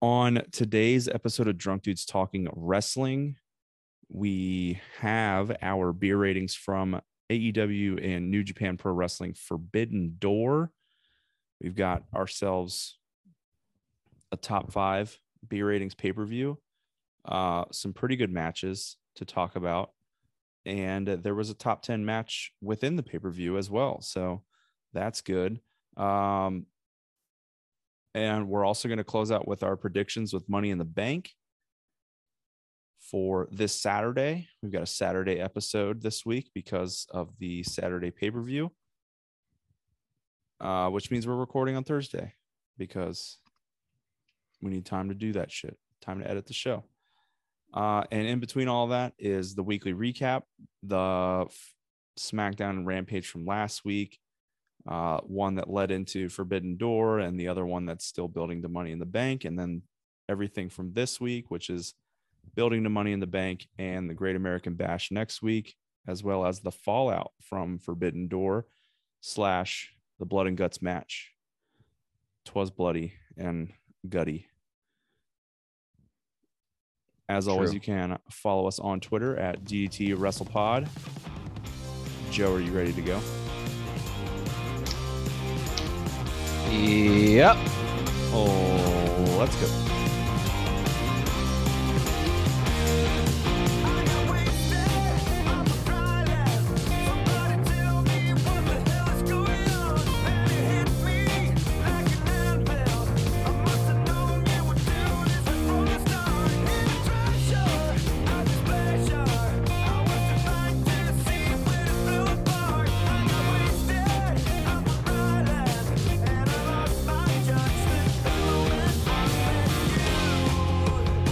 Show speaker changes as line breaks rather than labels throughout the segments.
On today's episode of Drunk Dudes Talking Wrestling, we have our beer ratings from AEW and New Japan Pro Wrestling Forbidden Door. We've got ourselves a top five beer ratings pay per view, uh, some pretty good matches to talk about. And uh, there was a top 10 match within the pay per view as well. So that's good. Um, and we're also going to close out with our predictions with Money in the Bank for this Saturday. We've got a Saturday episode this week because of the Saturday pay per view, uh, which means we're recording on Thursday because we need time to do that shit, time to edit the show. Uh, and in between all that is the weekly recap, the f- SmackDown and Rampage from last week, uh, one that led into Forbidden Door, and the other one that's still building to Money in the Bank, and then everything from this week, which is building to Money in the Bank and the Great American Bash next week, as well as the fallout from Forbidden Door slash the Blood and Guts match. Twas bloody and gutty. As always,
True.
you can follow us on Twitter at DDT WrestlePod. Joe, are you ready to go?
Yep.
Oh, let's go.
I got wasted on the Friday. Somebody tell me what the hell is going on. And it hit me like an anvil. I must have known you would do this before the start. In the treasure, not the pleasure. I was trying to see when it flew apart. I got wasted on the Friday, and I lost my judgment. Fell in love with you.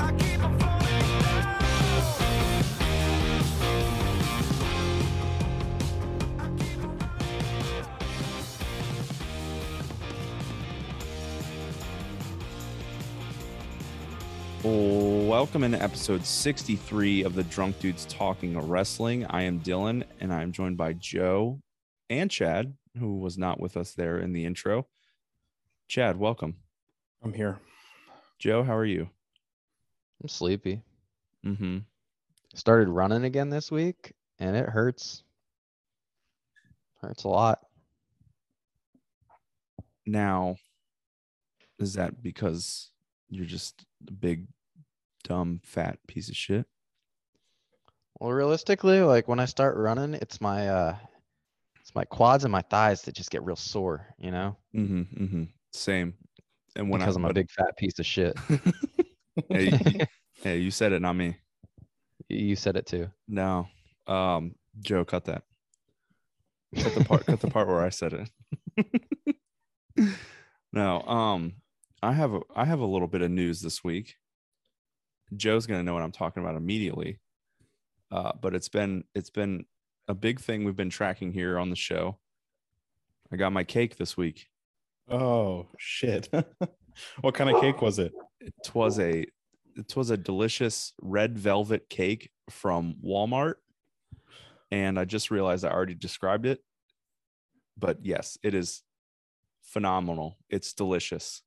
I keep on falling down. I keep on falling down.
Welcome into episode 63 of the Drunk Dudes Talking Wrestling. I am Dylan and I am joined by Joe and Chad, who was not with us there in the intro. Chad, welcome.
I'm here.
Joe, how are you?
I'm sleepy.
Mm-hmm.
Started running again this week and it hurts. Hurts a lot.
Now, is that because you're just a big, dumb, fat piece of shit?
Well, realistically, like when I start running, it's my uh it's my quads and my thighs that just get real sore, you know?
Mm-hmm. Mm-hmm. Same. And when
because
I,
I'm a big fat piece of shit.
hey, you- hey, you said it, not me.
you said it too.
No. Um, Joe, cut that. Cut the part cut the part where I said it. no, um I have a I have a little bit of news this week. Joe's gonna know what I'm talking about immediately. Uh, but it's been it's been a big thing we've been tracking here on the show. I got my cake this week.
Oh shit! what kind of cake was it?
Twas a twas a delicious red velvet cake from Walmart. And I just realized I already described it. But yes, it is phenomenal. It's delicious.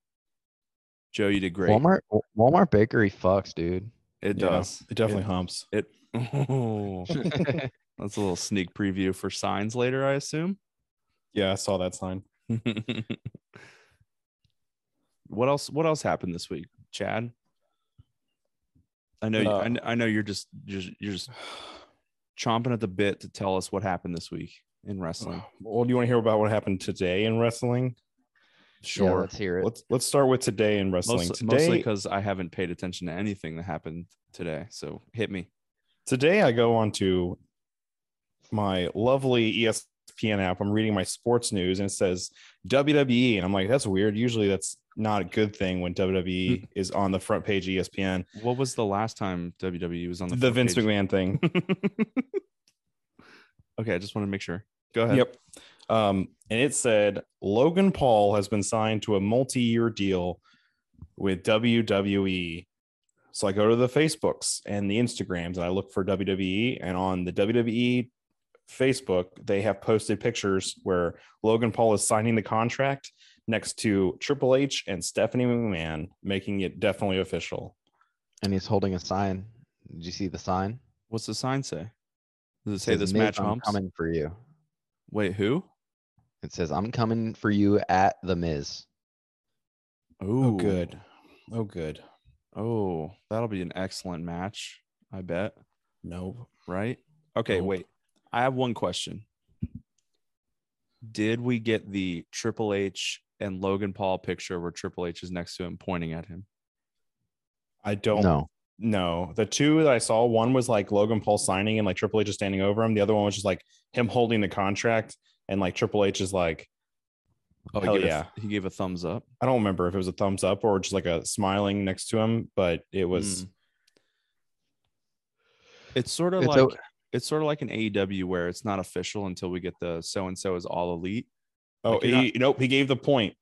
Joe, you did great.
Walmart Walmart bakery fucks, dude.
It
You know,
does.
It definitely humps.
It, oh, that's a little sneak preview for signs later, I assume.
Yeah, I saw that sign.
what else what else happened this week, Chad? I know you, I,
Uh,
kn- I know you're just just you're just chomping at the bit to tell us what happened this week in wrestling.
Well, do you want to hear about what happened today in wrestling?
Yeah,
Sure.
let's hear it.
Let's let's start with today in wrestling.
Mostly- mostly
today,
because I haven't paid attention to anything that happened today. So hit me.
today I go on to my lovely E ESPN app. I'm reading my sports news and it says WWE, and I'm like, that's weird. Usually, that's not a good thing when WWE is on the front page of E ESPN.
What was the last time WWE was on the
The,
front
Vince
page?
McMahon thing.
okay, I just want to make sure. Go ahead.
Yep. Um, and it said Logan Paul has been signed to a multi-year deal with WWE. So I go to the Facebooks and the Instagrams and I look for WWE. And on the E WWE Facebook, they have posted pictures where Logan Paul is signing the contract. next to Triple H and Stephanie McMahon, making it definitely official.
and he's holding a sign. Did you see the sign?
What's the sign say? Does it
It
say
says,
this
"Miz,
match
I'm
humps?
coming for you.
Wait, who?
It says I'm coming for you at the Miz.
Oh,
Ooh.
good. Oh, good.
Oh, that'll be an excellent match. I bet.
No.
Right? Okay,
Nope.
wait. I have one question. Did we get the Triple H and Logan Paul picture where Triple H is next to him pointing at him?
I don't
No,
No, the two that I saw, one was like Logan Paul signing and like Triple H is standing over him. The other one was just like him holding the contract and like Triple H is like,
Oh, he
Hell
gave a-
yeah.
he gave a thumbs up.
I don't remember if it was a thumbs up or just like a smiling next to him, but it was
Mm. It's sort of
It's
like
o-
it's sort of like an AEW where it's not official until we get the so and so is all elite.
oh
Like,
he,
you're not-
nope, he gave the point.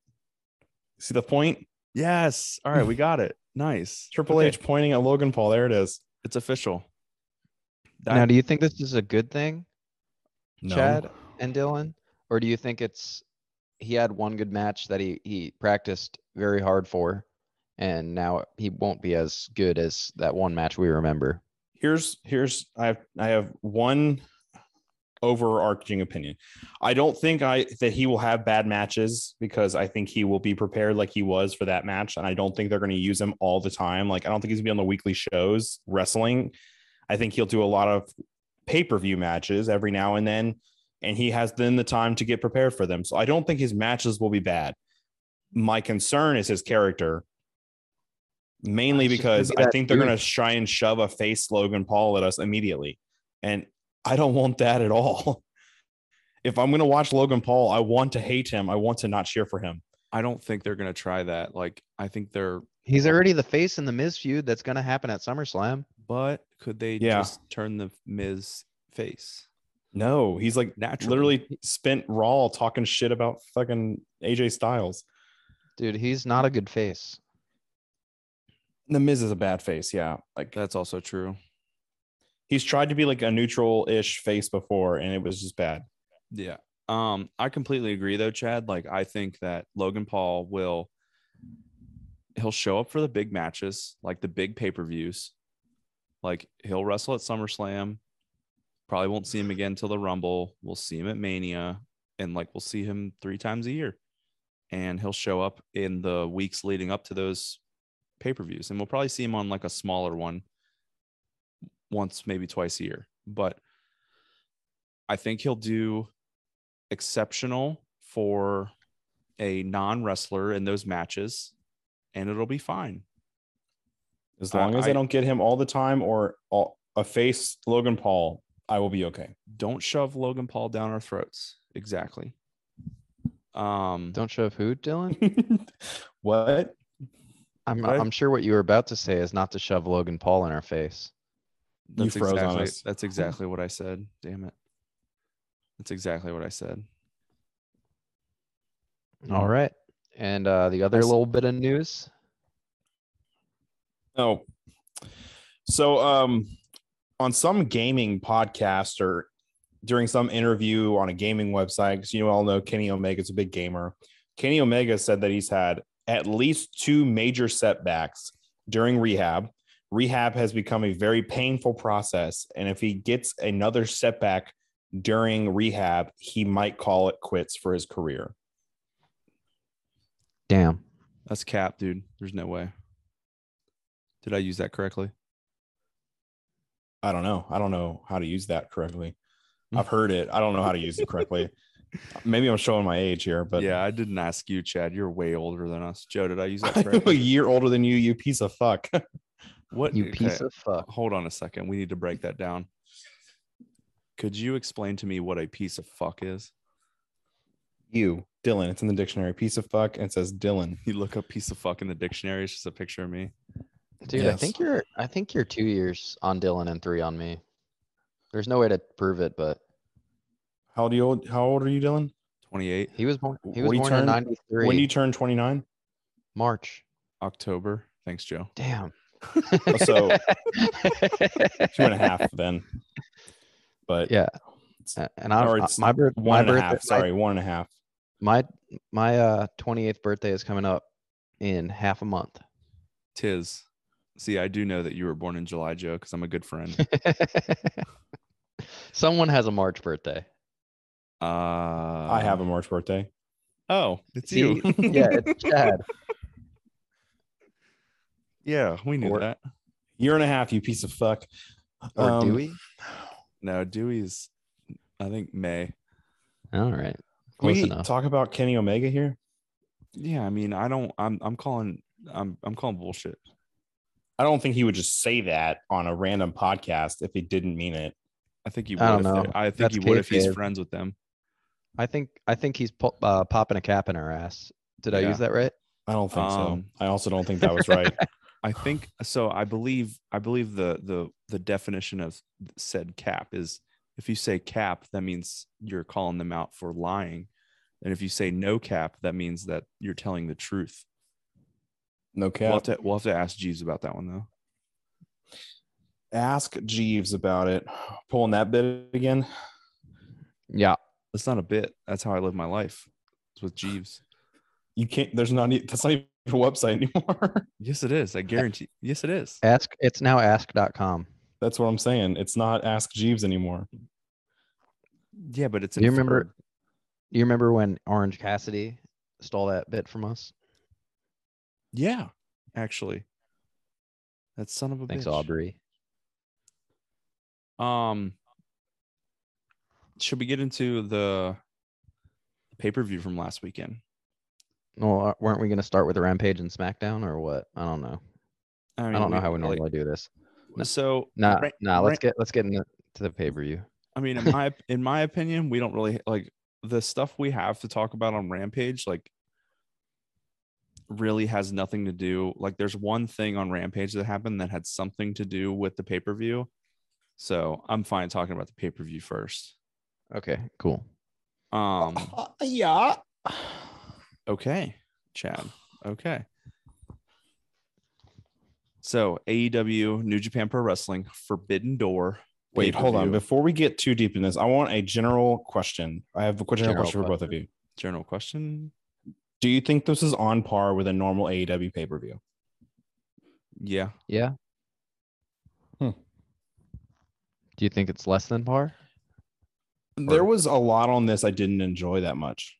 See the point?
Yes. All right, we got it. Nice.
Triple
Okay,
H pointing at Logan Paul. There it is.
It's official.
now,
That-
do you think this is a good thing,
No.
Chad and Dylan, or do you think it's he had one good match that he he practiced very hard for, and now he won't be as good as that one match we remember?
here's here's I have I have one overarching opinion. I don't think I that he will have bad matches because I think he will be prepared like he was for that match, and I don't think they're going to use him all the time. Like I don't think he's gonna be on the weekly shows wrestling. I think he'll do a lot of pay per view matches every now and then, and he has then the time to get prepared for them. So I don't think his matches will be bad. My concern is his character, mainly
He's just gonna
because
be
I
that
think they're
dude.
going to try and shove a face Logan Paul at us immediately. And I don't want that at all. If I'm going to watch Logan Paul, I want to hate him. I want to not cheer for him.
I don't think they're gonna try that. Like I think they're
He's already the face in the Miz feud that's going to happen at SummerSlam.
but could they
Yeah.
just turn the Miz face?
No, he's like
Naturally.
literally spent Raw talking shit about fucking AJ Styles.
Dude, he's not a good face.
The Miz is a bad face. Yeah. Like
That's also true.
he's tried to be like a neutral ish face before and it was just bad.
Yeah. Um, I completely agree though, Chad. Like I think that Logan Paul will he'll show up for the big matches, like the big pay-per-views. Like he'll wrestle at SummerSlam. Probably won't see him again till the Rumble. We'll see him at Mania. And like we'll see him three times a year. And he'll show up in the weeks leading up to those pay-per-views. And we'll probably see him on like a smaller one once, maybe twice a year. But I think he'll do exceptional for a non wrestler in those matches, and it'll be fine.
As
I-
long as I,
I-
don't get him all the time or all, a face Logan Paul, I will be okay.
Don't shove Logan Paul down our throats. Exactly. Um,
Don't show who, Dylan?
what?
I'm,
What?
I'm sure what you were about to say is not to shove Logan Paul in our face.
You
that's
froze on
exactly,
us.
That's exactly what I said. Damn it. That's exactly what I said. Mm-hmm.
All right. And uh, the other
Nice.
little bit of news.
No. So um on some gaming podcast or during some interview on a gaming website, because you all know Kenny Omega's a big gamer. Kenny Omega said that he's had at least two major setbacks during rehab. Rehab has become a very painful process. And if he gets another setback during rehab, he might call it quits for his career.
Damn.
That's cap, dude. There's no way. Did I use that correctly?
I don't know. I don't know how to use that correctly. I've heard it. I don't know how to use it correctly. Maybe I'm showing my age here, but
yeah, I didn't ask you, Chad. You're way older than us. Joe, did I use that
I'm a
correctly?
year older than you, you piece of fuck.
What
You
okay.
piece of fuck.
hold on a second. We need to break that down. Could you explain to me what a piece of fuck is?
You, Dylan. It's in the dictionary. Piece of fuck, and it says Dylan.
You look up piece of fuck in the dictionary, it's just a picture of me.
Dude, I
Yes.
think you're I think you're two years on Dylan and three on me. There's no way to prove it, but
How old are you? Old, how old are you, Dylan?
28
he was born he
When
was
you
born
turn-
in ninety three
When you turn 29?
March.
October. Thanks, Joe.
Damn.
Oh, so- Two and a half then. But
Yeah. A- And I
Or
uh,
it's
my, birth,
one
uh, my
and a half.
birthday my-
Sorry, one and a half.
My my uh 28th birthday is coming up in half a month.
Tis. See, I do know that you were born in July, Joe, because I'm a good friend.
Someone has a March birthday.
Uh, I
Uh,
I have a March birthday.
Oh, it's
See?
you.
Yeah, it's Chad.
yeah, we knew
Or-
that.
Year and a half, you piece of fuck.
Or
Um,
Dewey.
No, Dewey's, I think May.
All right.
Can
Close
we
enough.
talk about Kenny Omega here?
Yeah, I mean, I don't. I'm. I'm calling. I'm. I'm calling bullshit.
I don't think he would just say that on a random podcast if he didn't mean it.
I think you would.
I
if
don't
they-
know.
I think
That's
you would if he's
kayfabe.
friends with them.
I think I think he's po- uh, popping a cap in her ass. Did I
Yeah.
use that right?
I don't think
Um,
so. I also don't think that was right.
I think so. I believe. I believe the the the definition of said cap is if you say cap, that means you're calling them out for lying, and if you say no cap, that means that you're telling the truth.
No
We'll
cap.
have to we'll have to ask Jeeves about that one though.
Ask Jeeves about it. Pulling that bit again.
Yeah.
That's not a bit. That's how I live my life. It's with Jeeves.
You can't. There's not. e- That's not even a website anymore.
Yes, it is. I guarantee. Yes, it is.
Ask it's now ask.com.
that's what I'm saying. It's not Ask Jeeves anymore.
Yeah, but it's.
Do you remember-
inferred.
Do you remember when Orange Cassidy stole that bit from us?
Yeah, actually, that son of a
Thanks,
Oh, bitch.
Aubrey.
Um, should we get into the pay per view from last weekend?
Well, uh, weren't we going to start with Rampage and SmackDown or what? I don't know. I,
mean,
don't know how we
like-
normally do this. no.
So
Nah,
Ra-
nah.
Ra-
Let's get let's get into to the pay per view.
I mean, in my in my opinion, we don't really like the stuff we have to talk about on Rampage. Like, really has nothing to do. Like, there's one thing on Rampage that happened that had something to do with the pay per view. So I'm fine talking about the pay per view first.
Okay, cool.
Um.
yeah.
Okay, Chad. Okay. So AEW New Japan Pro Wrestling Forbidden Door.
Wait, hold on.
pay-per-view.
Before we get too deep in this, I want a general question. I have a general,
General
question for both of you.
General question.
Do you think this is on par with a E normal AEW pay per view?
Yeah.
Yeah.
Hmm.
Do you think it's less than par?
There was a lot on this I didn't enjoy that much.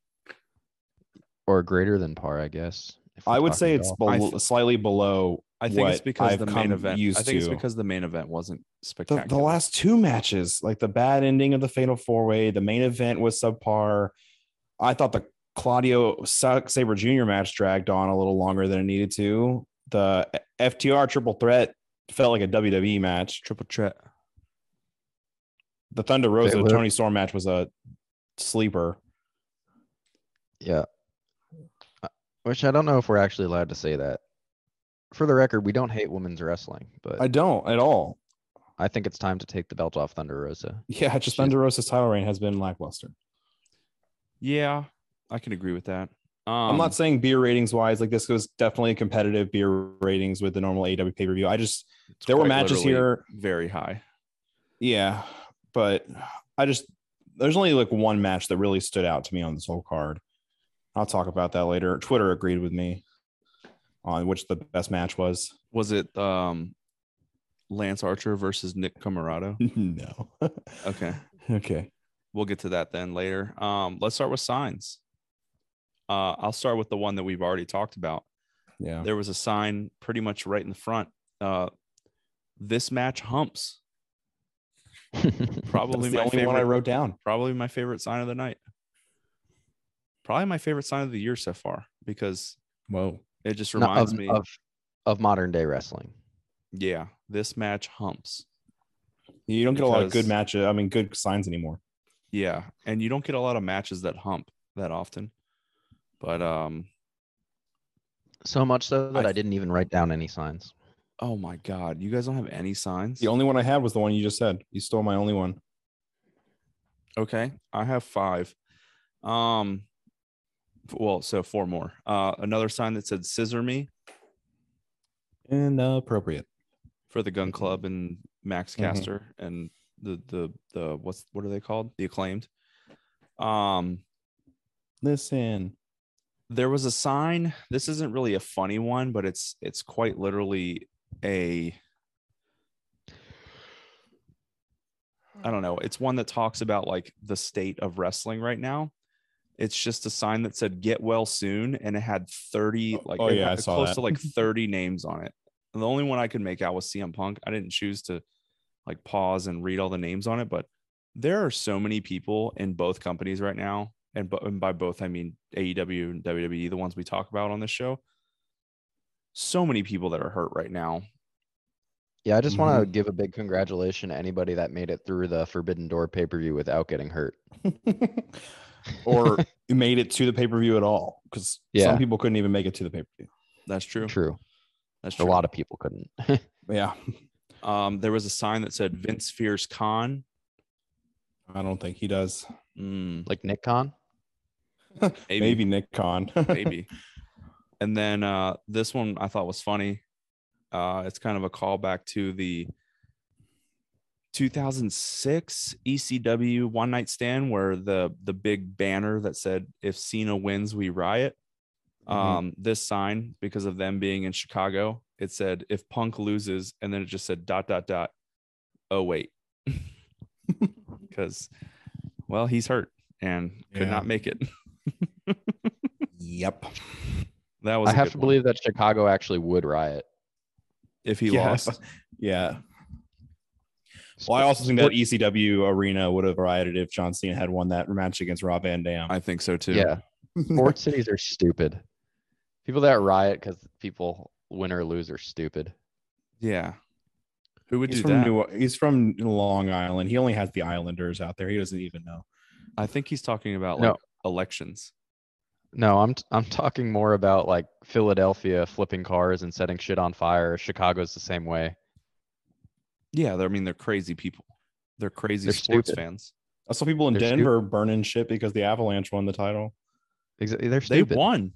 or greater than par, I guess. if we're
I would
talking
say it's
golf.
I
bel
th-
slightly below.
I think it's
what
because
I've
the main
come
event.
used
I think
to.
it's because the main event wasn't
the,
spectacular.
the last two matches, like the bad ending of the Fatal Four Way, the main event was subpar. I thought the Claudio Saber Jr. match dragged on a little longer than it needed to. The FTR Triple Threat felt like a WWE match.
triple threat.
The Thunder Rosa
Fatal-
Tony Storm match was a sleeper.
Yeah. Uh, Which I don't know if we're actually allowed to say that. For the record, we don't hate women's wrestling, but
I
I,
don't at all.
think it's time to take the belt off Thunder Rosa.
Yeah, just
Shit.
Thunder Rosa's title reign has been lackluster.
Yeah, I can agree with that. Um,
I'm not saying beer ratings wise, like this was definitely competitive beer ratings with the normal AW pay per view. I just
it's
there were
quite
matches
literally
here
very high.
Yeah, but I just there's only like one match that really stood out to me on this whole card. I'll talk about that later. Twitter agreed with me on which the best match was.
Was it um, Lance Archer versus Nick Camarado?
no.
Okay.
Okay.
we'll get to that then later. Um, let's start with signs. Uh, I'll start with the one that we've already talked about.
Yeah.
There was a sign pretty much right in the front. Uh, this match humps. Probably
That's the
my
only
favorite.
one I wrote down.
Probably my favorite sign of the night. Probably my favorite sign of the year so far because
Whoa.
it just
No,
reminds
of,
me.
of of modern day wrestling.
yeah, this match humps.
You don't get a lot of
Because-
good matches. I mean, good signs anymore.
Yeah, and you don't get a lot of matches that hump that often. But um,
So much so that
I-
I, didn't even write down any signs.
oh my god, you guys don't have any signs.
The only one I had was the one you just said. You stole my only one.
Okay, I have five. Um, f- well, so four more. Uh, another sign that said "Scissor Me"
Inappropriate.
for the Gun Club and Max
Mhm.
Caster and the the the what's what are they called? The Acclaimed. Um,
Listen.
there was a sign this isn't really a funny one but it's it's quite literally a i don't know it's one that talks about like the state of wrestling right now it's just a sign that said get well soon and it had 30
Oh,
like
oh,
it
yeah, I
had
saw
close
that.
to like 30 names on it and the only one i could make out was cm punk i didn't choose to like pause and read all the names on it but there are so many people in both companies right now, and, bu- and by both I mean AEW and WWE, the ones we talk about on this show. So many people that are hurt right now.
Yeah, I just want to
Mm-hmm.
give a big congratulation to anybody that made it through the Forbidden Door pay per view without getting hurt.
or made it to the pay per view at all because
Yeah.
some people couldn't even make it to the pay per view.
That's true.
True.
That's
A
true.
lot of people couldn't.
Yeah,
Um, there was a sign that said Vince Fierce Khan.
I don't think he does.
Mm,
like Nick Khan.
maybe,
Maybe,
maybe.
Nick Khan.
And then uh, this one I thought was funny. Uh, it's kind of a callback to the 2006 ECW E One Night Stand, where the the big banner that said "If Cena wins, we riot."
Mhm.
Mm-hmm.
Um, this sign because of them being in Chicago, it said "If Punk loses," and then it just said dot dot dot. Oh wait, because well, he's hurt and could
Yeah.
not make it.
yep.
That was
I
a
have
good
to
one.
believe that Chicago actually would riot.
if he
Yeah.
lost.
Yeah. Well, I also think that
Sport-
ECW arena would have rioted if John Cena had won that match against Rob Van Dam.
I think so too.
yeah, sports cities are stupid. People that riot because people win or lose are stupid.
Yeah. Who would
he's
do
from
that?
New, he's from Long Island. He only has the Islanders out there. He doesn't even know.
I think he's talking about
No.
like elections.
No, I'm t- I'm talking more about like Philadelphia flipping cars and setting shit on fire. Chicago's the same way.
Yeah, they're, I mean they're crazy people. They're crazy
They're
sports
stupid.
fans.
I saw people in
They're
Denver burning shit because the Avalanche won the title.
Exactly, they're stupid.
They won.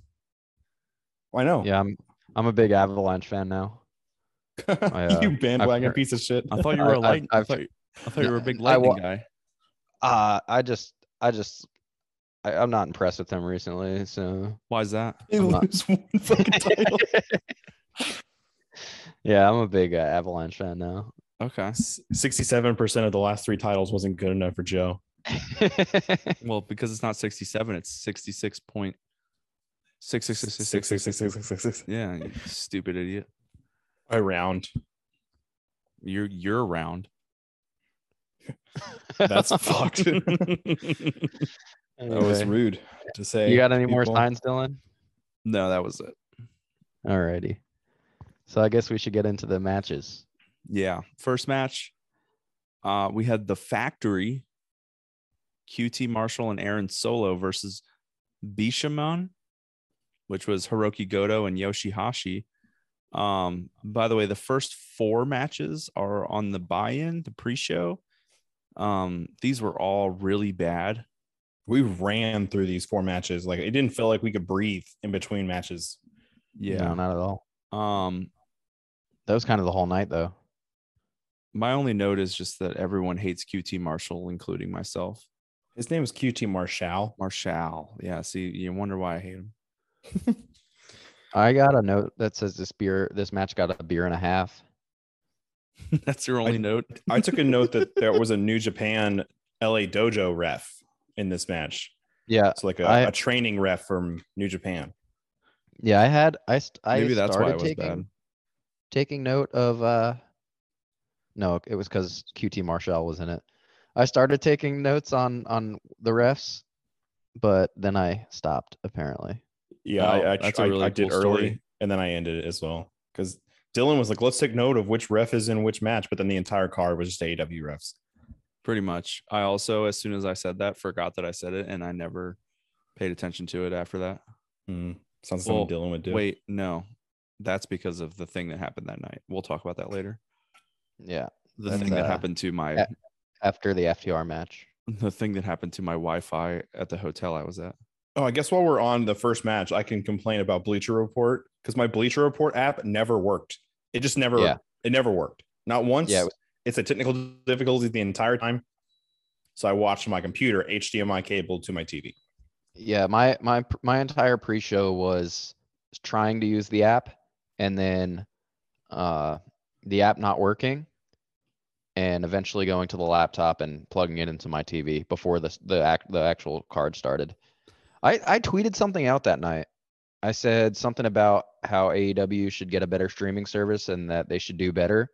I know.
Yeah, I'm I'm a big Avalanche fan now. I, uh,
you bandwagon
heard-
piece of shit.
I thought you were a
I've-
light. I,
I've-
thought, you- I thought you were a big
No, I
lightning
wa-
guy.
Uh, I just I just I, I'm not impressed with them recently. So
Why is that?
They
I'm not-
lose one fucking title.
yeah, I'm a big uh, Avalanche fan now.
Okay.
Sixty-seven percent of the last three titles wasn't good enough for Joe.
Well, because it's not 67, it's 66 point. Six six six six six.
Six, six, six, six, six, six, six.
Yeah, you stupid idiot.
I round.
You're you're round.
That's fucked. that was
Anyway.
rude to say.
You got any more
people.
signs, Dylan?
No, that was it.
Alrighty. So I guess we should get into the matches.
Yeah. First match, uh, we had the factory, QT Marshall and Aaron Solo versus Bishamon, which was Hiroki Goto and Yoshihashi. Um, by the way, the first four matches are on the buy-in, the pre-show. Um, these were all really bad.
We ran through these four matches. Like it didn't feel like we could breathe in between matches.
No, not at all.
Um,
That was kind of the whole night, though.
my only note is just that everyone hates QT Marshall, including myself.
His name is QT Marshall.
Marshall. Yeah, see, you wonder why I hate him.
I got a note that says this beer, this match got a beer and a half.
That's your only note.
I took a note that there was a New Japan LA Dojo ref in this match.
Yeah,
It's like a,
I-
a training ref from New Japan.
yeah. I had I st- I
Maybe that's why it
started
was
taking,
bad.
taking note of uh. No, it was because QT Marshall was in it. I started taking notes on on the refs, but then I stopped apparently.
Yeah,
Wow,
I, I,
that's a
I-
really
I did
cool
early
story.
and then I ended it as well because Dylan was like, "Let's take note of which ref is in which match," but then the entire card was just AEW refs.
Pretty much. I also, as soon as I said that, forgot that I said it, and I never paid attention to it after that.
Mm, sounds like
Well,
something Dylan would do.
Wait, no, that's because of the thing that happened that night. We'll talk about that later.
Yeah,
The
That's,
thing that
uh,
happened to my
eh. after the FTR match.
the thing that happened to my Wi-Fi at the hotel I was at.
Oh, I guess while we're on the first match, I can complain about Bleacher Report because my Bleacher Report app never worked. It just never,
Yeah.
it never worked. Not once.
Yeah, it was-
it's a technical difficulty the entire time. So I watched my computer HDMI cable to my TV.
Yeah, my my pr- my entire pre-show was trying to use the app and then uh the app not working and eventually going to the laptop and plugging it into my TV before the s- the act the actual card started. I I tweeted something out that night. I said something about how AEW should get a better streaming service and that they should do better.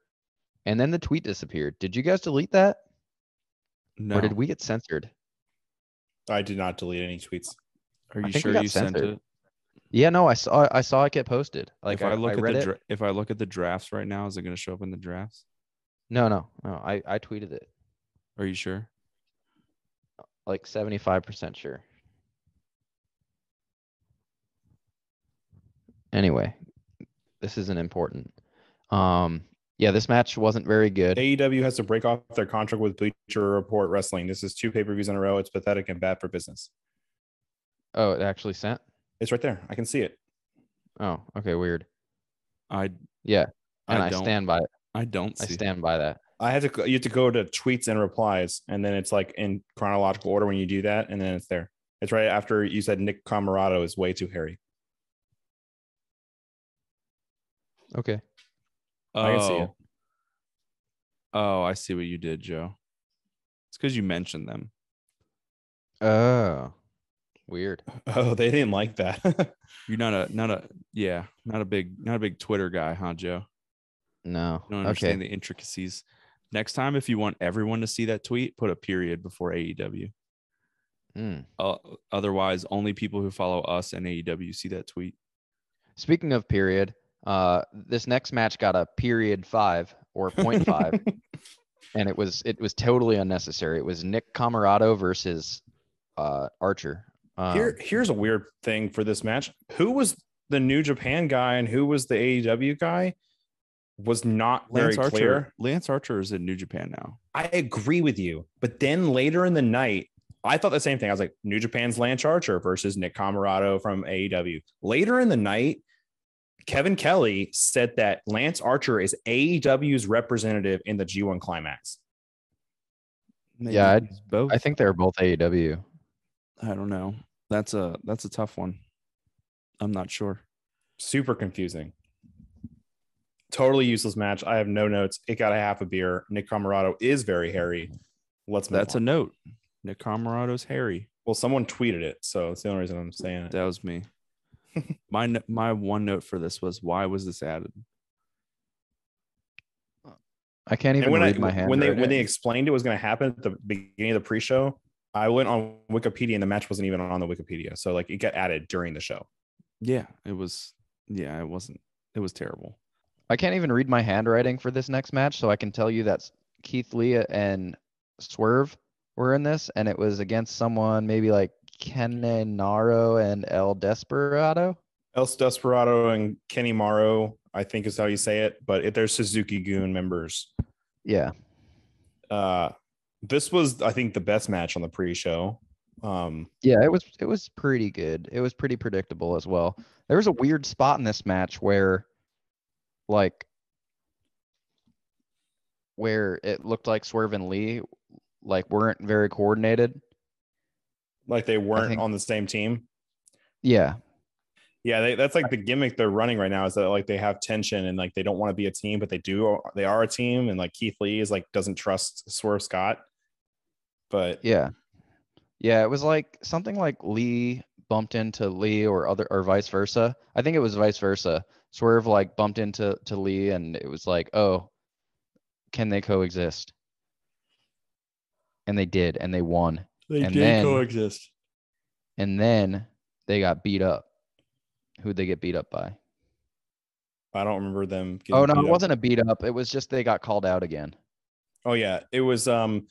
And then the tweet disappeared. Did you guys delete that
No.
or did we get censored?
I did not delete any tweets.
Are
I
you
think we
sure
got
you sent
censored.
it?
Yeah, no, I saw I saw it get posted. Like
if I, look at
read
the
it.
dra- if I look at the drafts right now, is it going to show up in the drafts?
No, no, no. I, I tweeted it
Are you sure?
like 75% sure. Anyway, this isn't important. Um, yeah, this match wasn't very good.
AEW E has to break off their contract with Bleacher Report Wrestling. This is two pay per views in a row. It's pathetic and bad for business.
Oh, it actually sent.
It's right there. I can see it.
Oh, okay, weird.
I
Yeah, and I,
don't
stand by it.
I don't
I
see.
stand by that.
I had to go- you have to go to tweets and replies, and then it's like in chronological order when you do that, and then it's there. It's right after you said Nick Camarado is way too hairy.
Okay.
Oh.
I can see it.
Oh, I see what you did, Joe. It's because you mentioned them.
Oh, weird.
Oh, they didn't like that.
You're not a not a yeah not a big not a big Twitter guy, huh, Joe?
No.
You don't
okay.
understand the intricacies. Next time, if you want everyone to see that tweet, put a period before AEW.
Mm.
Uh, otherwise, only people who follow us and AEW see that tweet.
Speaking of period, uh, this next match got a period five or point five. and it was it was totally unnecessary. It was Nick Camarado versus uh, Archer. Um,
Here, here's a weird thing for this match. Who was the New Japan guy and who was the AEW guy was not very
Lance Archer.
clear.
Lance Archer is in New Japan now.
I agree with you. But then later in the night, I thought the same thing. I was like, New Japan's Lance Archer versus Nick Camarado from AEW. Later in the night, Kevin Kelly said that Lance Archer is AEW's representative in the G1 climax.
Maybe
Yeah, I-
he's both.
I think they're both E AEW.
I don't know. That's a that's a tough one. I'm not sure.
Super confusing. Totally useless match. I have no notes. It got a half a beer. Nick Camarado is very hairy. Let's move
That's a
on.
note. Nick Camarado's Harry.
well, someone tweeted it, so it's the only reason I'm saying it.
That was me. my no- my one note for this was why was this added?
I can't even
and when
read
I,
my hand.
when they when they explained it was going to happen at the beginning of the pre-show, I went on Wikipedia and the match wasn't even on the Wikipedia. So like it got added during the show.
Yeah, it was. Yeah, it wasn't. It was terrible.
I can't even read my handwriting for this next match, so I can tell you that Keith Lee and Swerve were in this, and it was against someone maybe like Kenenaro and El Desperado.
El Desperado and Kenny Morrow, I think is how you say it, but if they're Suzuki Goon members.
Yeah,
Uh, this was I think the best match on the pre-show. Um,
Yeah, it was it was pretty good. It was pretty predictable as well. There was a weird spot in this match where like where it looked like Swerve and Lee like weren't very coordinated.
like they weren't
think-
on the same team.
Yeah.
Yeah, they, that's like the gimmick they're running right now is that like they have tension and like they don't want to be a team, but they do. uh, They are a team, and like Keith Lee is like doesn't trust Swerve Scott. But
Yeah. Yeah, it was like something like Lee bumped into Lee or other or vice versa. I think it was vice versa. Swerve like bumped into to Lee and it was like, "Oh, can they coexist?" And they did and they won.
They
And did then-
coexist.
and then they got beat up. Who'd they get beat up by?
I don't remember them. getting
Oh no,
beat
it
up.
wasn't a beat up. It was just they got called out again.
Oh yeah, it was. Um,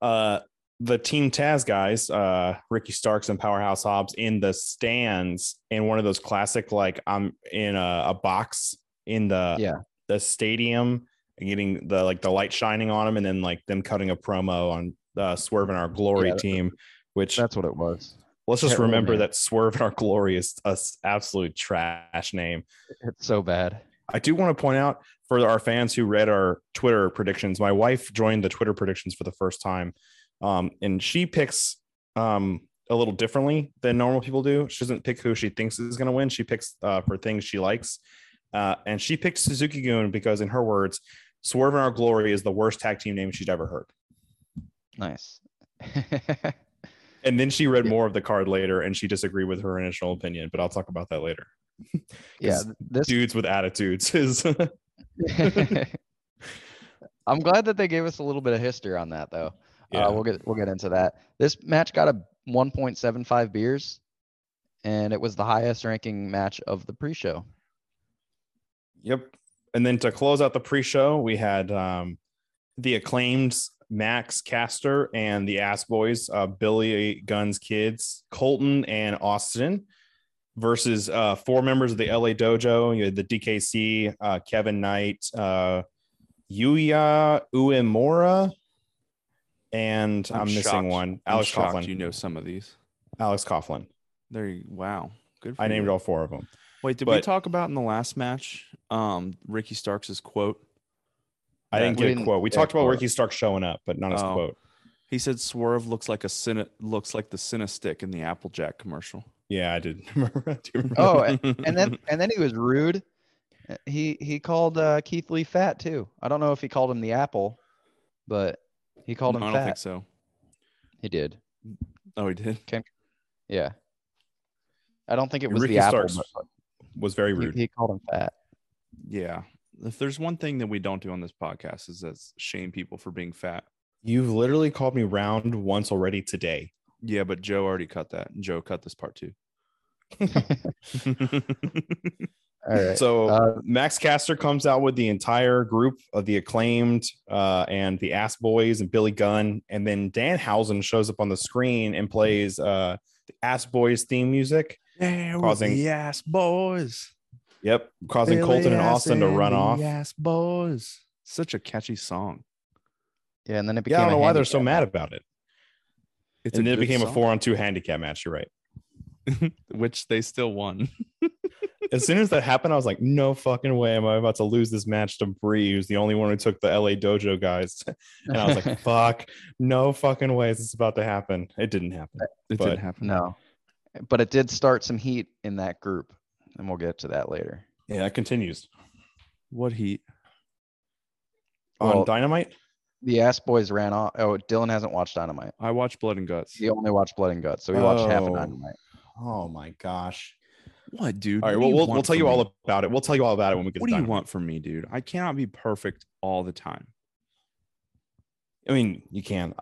uh, the Team Taz guys, uh, Ricky Starks and Powerhouse Hobbs in the stands in one of those classic like I'm in a, a box in the
Yeah.
the stadium and getting the like the light shining on them, and then like them cutting a promo on uh, Swerve and Our Glory
Yeah.
team. Which
That's what it was.
let's just
terrible
remember
name.
that Swerve and Our Glory is a s- absolute trash name.
It's so bad.
I do want to point out for our fans who read our Twitter predictions, my wife joined the Twitter predictions for the first time. Um, and she picks um, a little differently than normal people do. She doesn't pick who she thinks is going to win. She picks uh, for things she likes. Uh, and she picked Suzuki Goon because, in her words, Swerve and Our Glory is the worst tag team name she'd ever heard.
Nice.
And then she read
Yeah.
more of the card later and she disagreed with her initial opinion, but I'll talk about that later.
yeah,
'Cause
th- this
Dudes with attitudes is
I'm glad that they gave us a little bit of history on that though.
Yeah.
Uh, we'll get we'll get into that. This match got a 1.75 beers, and it was the highest ranking match of the pre-show.
Yep. And then to close out the pre-show, we had um, the acclaimed Max Caster and the Ass Boys, uh, Billy Gunn's kids, Colton and Austin, versus uh, four members of the LA Dojo. You had the DKC, uh, Kevin Knight, uh, Yuya Uemura, and I'm, missing
shocked-
one.
I'm
Alex
shocked
Coughlin.
You know some of these.
Alex Coughlin.
There you wow. Good for
I named
you.
all four of them.
Wait, did we
but-
talk about in the last match um Ricky Starks' quote?
I
Yeah,
didn't
we
get a
didn't
quote. We
get a
talked about
quote.
Ricky Stark showing up, but not his
Oh.
quote.
He said Swerve looks like a cine- looks like the Cinestick in the Applejack commercial.
Yeah, I did. remember. I do remember.
Oh, a- and then and then he was rude. Uh, He he called uh, Keith Lee fat too. I don't know if he called him the apple, but he called him
No, I don't
fat.
think so.
He did.
Oh, he did.
Yeah. I don't think it
And
was
Ricky
the apple.
Starks
but- but
was very
he-
rude.
he called him fat.
Yeah. If there's one thing that we don't do on this podcast is that's shame people for being fat.
You've literally called me round once already today.
Yeah, but Joe already cut that. Joe cut this part too.
All right.
So
Uh,
Max Caster comes out with the entire group of the acclaimed uh, and the Ass Boys and Billy Gunn, and then Dan Housen shows up on the screen and plays uh, the Ass Boys theme music.
Yeah,
we're Causing- the
ass boys.
Yep, causing Colton and Austin to run off. Yeah,
Ass boys. Such a catchy song.
yeah, and then it became
I don't
a
know why they're so
handicap
mad about it.
It's
and then it
good
became a
song,
four-on-two handicap match. You're right.
which they still won.
As soon as that happened, I was like, "No fucking way! Am I about to lose this match to Bree, who's the only one who took the LA Dojo guys?" And I was like, fuck, no fucking way is this about to happen. It didn't happen.
It
But-
didn't happen.
no. But it did start some heat in that group, and we'll get to that later.
Yeah, it continues.
What heat?
Well-
On Dynamite?
The Ass Boys ran off. Oh, Dylan hasn't watched Dynamite.
I watched Blood and Guts.
He only watched Blood and Guts, so he watched half of
Oh.
Dynamite.
Oh my gosh.
What, dude?
All right,
What do
well, we'll,
want
we'll tell
from
you
me?
all about it. We'll tell you all about it when we get to
What do you
Dynamite.
want from me, dude? I cannot be perfect all the time.
I mean, you can.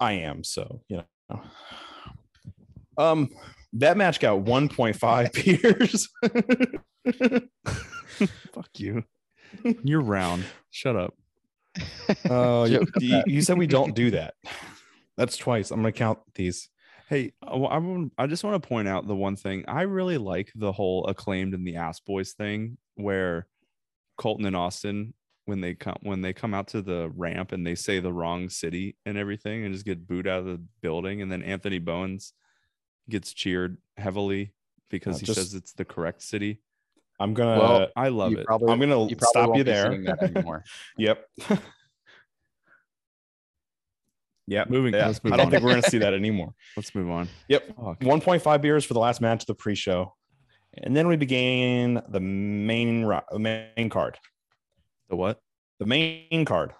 I am, so you know. Um that match got 1.5 beers.
Fuck you. You're round. Shut up.
Oh, you,
Joke about
you- you said we don't do that. That's twice. I'm gonna count these.
Hey, uh, well, I, wan- I just want to point out the one thing I really like the whole acclaimed and the ass boys thing where Colton and Austin when they come when they come out to the ramp and they say the wrong city and everything and just get booed out of the building and then Anthony Bowens gets cheered heavily because
Uh,
he
just-
says it's the correct city.
I'm gonna
Well,
I love
you
it.
Probably,
I'm gonna
you probably
stop
won't
you
be seeing
there.
that anymore.
Yep. yep.
Moving-
Yeah.
let's move
I don't
on.
think we're going to see that anymore.
Let's move on.
Yep.
Fuck.
1.5 beers for the last match of the pre-show. And then we began the main ro- main card.
The what?
The main card.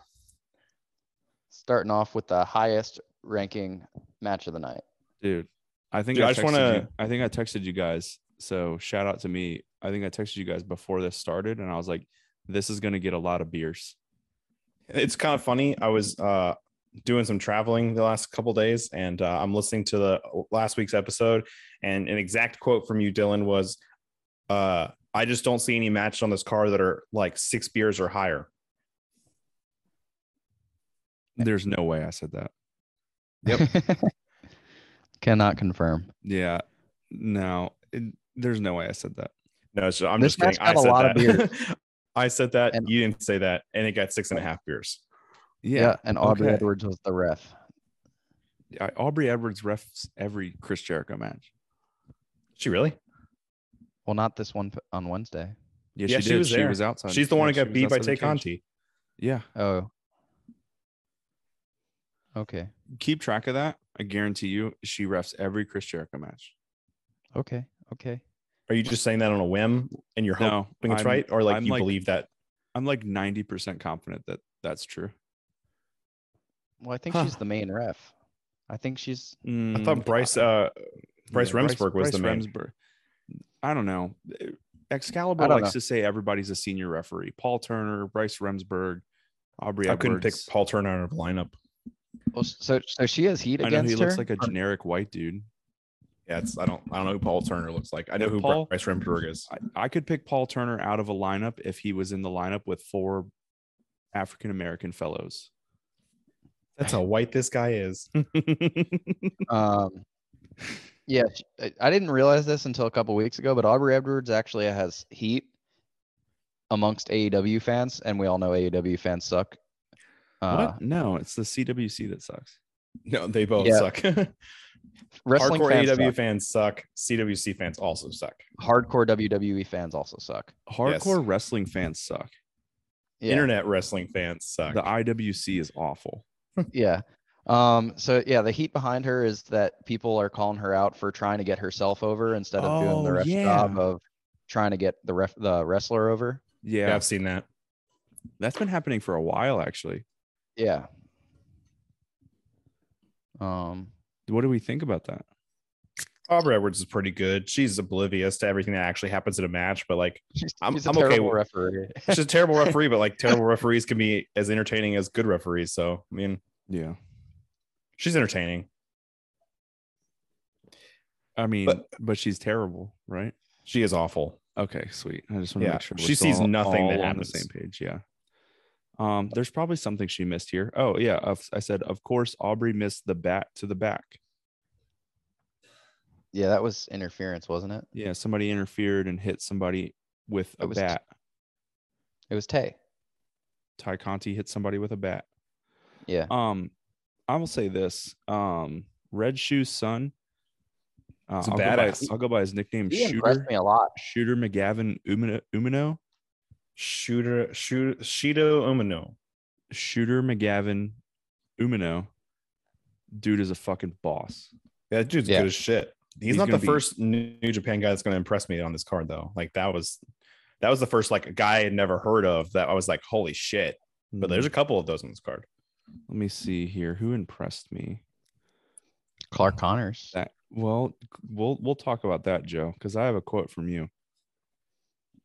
Starting off with the highest ranking match of the night.
dude i think
Dude,
I,
I just
texted
wanna-
you- i think i texted you guys so shout out to me i think i texted you guys before this started and i was like this is going to get a lot of beers
It's kind of funny. I was uh doing some traveling the last couple days and uh, I'm listening to the last week's episode and an exact quote from you Dylan was uh I just don't see any matches on this card that are like 6 beers or higher.
there's no way i said that
Yep. Cannot confirm.
yeah no it- there's no way i said that
No, it's I'm
This
just kidding.
match got
I
a
said
lot of
that. I said that.
And-
you didn't say that, and it got six and a half beers.
yeah,
Yeah. and Aubrey
okay.
Edwards was the ref.
I, aubrey edwards refs every chris jericho match
She really?
Well, not this one p- on Wednesday.
yeah,
Yeah,
she,
she
did
was
she
there.
was outside
She's the one who
Yeah, she
got
was
beat by
outside the
Tay
cage.
Conti.
yeah
Oh. Okay.
keep track of that I guarantee you, she refs every Chris Jericho match.
Okay. Okay.
Are you just saying that on a whim and you're hoping
No,
it's
I'm-
right, or like
I'm
you
like-
believe that?
I'm like 90% confident that that's true.
Well, I think
Huh.
she's the main ref. I think she's.
I
Mm,
thought Bryce uh, Bryce Remsburg was the main.
Remsburg. I don't know. Excalibur
I don't
likes
know.
to say everybody's a senior referee. Paul Turner, Bryce Remsburg, Aubrey.
I couldn't pick
Edwards.
Paul Turner out of the lineup.
Well,
So, so she has heat
I know
against
he
her.
looks like a generic white dude.
Yeah, it's, I don't I don't know who Paul Turner looks like. I know
If
who
Paul-
Bryce Remsburg is.
I, I could pick Paul Turner out of a lineup if he was in the lineup with four African American fellows.
That's how white this guy is.
Um, yeah, sh- I- I didn't realize this until a couple weeks ago, but Aubrey Edwards actually has heat amongst AEW fans, and we all know AEW fans suck. Uh,
what? No, it's the CWC that sucks.
no, they both
Yeah.
suck.
wrestling
Hardcore
E
fans
AEW
suck.
fans suck. CWC fans also suck.
hardcore WWE fans also suck.
Hardcore wrestling fans suck.
Yeah,
Internet wrestling fans suck.
The IWC is awful.
yeah. Um, so yeah, the heat behind her is that people are calling her out for trying to get herself over instead of doing
Oh,
the ref's
yeah.
job of trying to get the ref the wrestler over.
Yeah,
yeah, I've seen that.
that's been happening for a while actually.
Yeah. Um.
What do we think about that?
Aubrey Edwards is pretty good. She's oblivious to everything that actually happens in a match, but like
She's,
I'm-
she's a
I'm okay
terrible
with-
referee.
she's a terrible referee, but like terrible referees can be as entertaining as good referees. So I mean,
Yeah.
she's entertaining.
I mean, but,
But-
she's terrible, right?
She is awful.
Okay, sweet. I just want to
Yeah,
make sure we're
she sees
still
nothing that
all on the
happens.
same page. Yeah. Um, there's probably something she missed here. Oh yeah, of- I said of course Aubrey missed the bat to the back.
Yeah, that was interference, wasn't it?
Yeah, somebody interfered and hit somebody with a
That was-
bat.
It was Tay.
Ty Conti hit somebody with a bat.
Yeah.
Um, I will say this. Um, Red Shoe's son. Uh,
He's a
I'll, go by,
badass.
I'll go by his nickname
He impressed
Shooter.
me a lot.
Shooter McGavin Umino, Umino.
Shooter, shoot, Shido Umino.
Shooter McGavin Umino. Dude is a fucking boss.
That dude's
Yeah.
good as shit. He's,
He's
not the
gonna be-
first New New Japan guy that's going to impress me on this card, though. Like that was, that was the first like guy I had never heard of that I was like, holy shit. But there's a couple of those on this card.
let me see here. Who impressed me?
Clark Connors.
That well, we'll we'll talk about that, Joe, because I have a quote from you.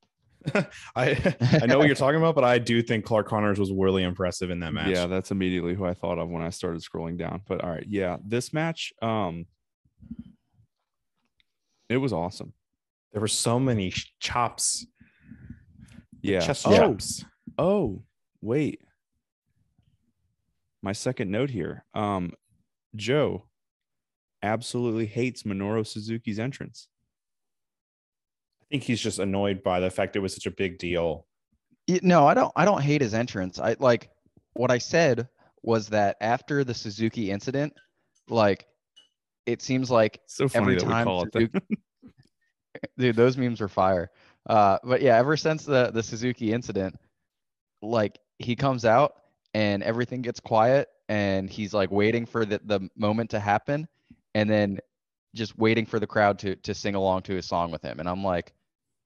I I know what you're talking about, but I do think Clark Connors was really impressive in that match.
Yeah, that's immediately who I thought of when I started scrolling down. But all right, yeah, this match, um, it was awesome.
there were so many sh- chops,
Yeah.
chest
oh,
chops.
oh, wait. My second note here. Um, Joe absolutely hates Minoru Suzuki's entrance.
I think he's just annoyed by the fact it was such a big deal.
Y- No, I don't. I don't hate his entrance. I like what I said was that after the Suzuki incident, like it seems like
So funny
every
that
time
we call it that.
Suzuki, dude, those memes were fire. Uh, but yeah, ever since the the Suzuki incident, like he comes out and everything gets quiet, and he's like waiting for the the moment to happen, and then just waiting for the crowd to to sing along to his song with him. And I'm like,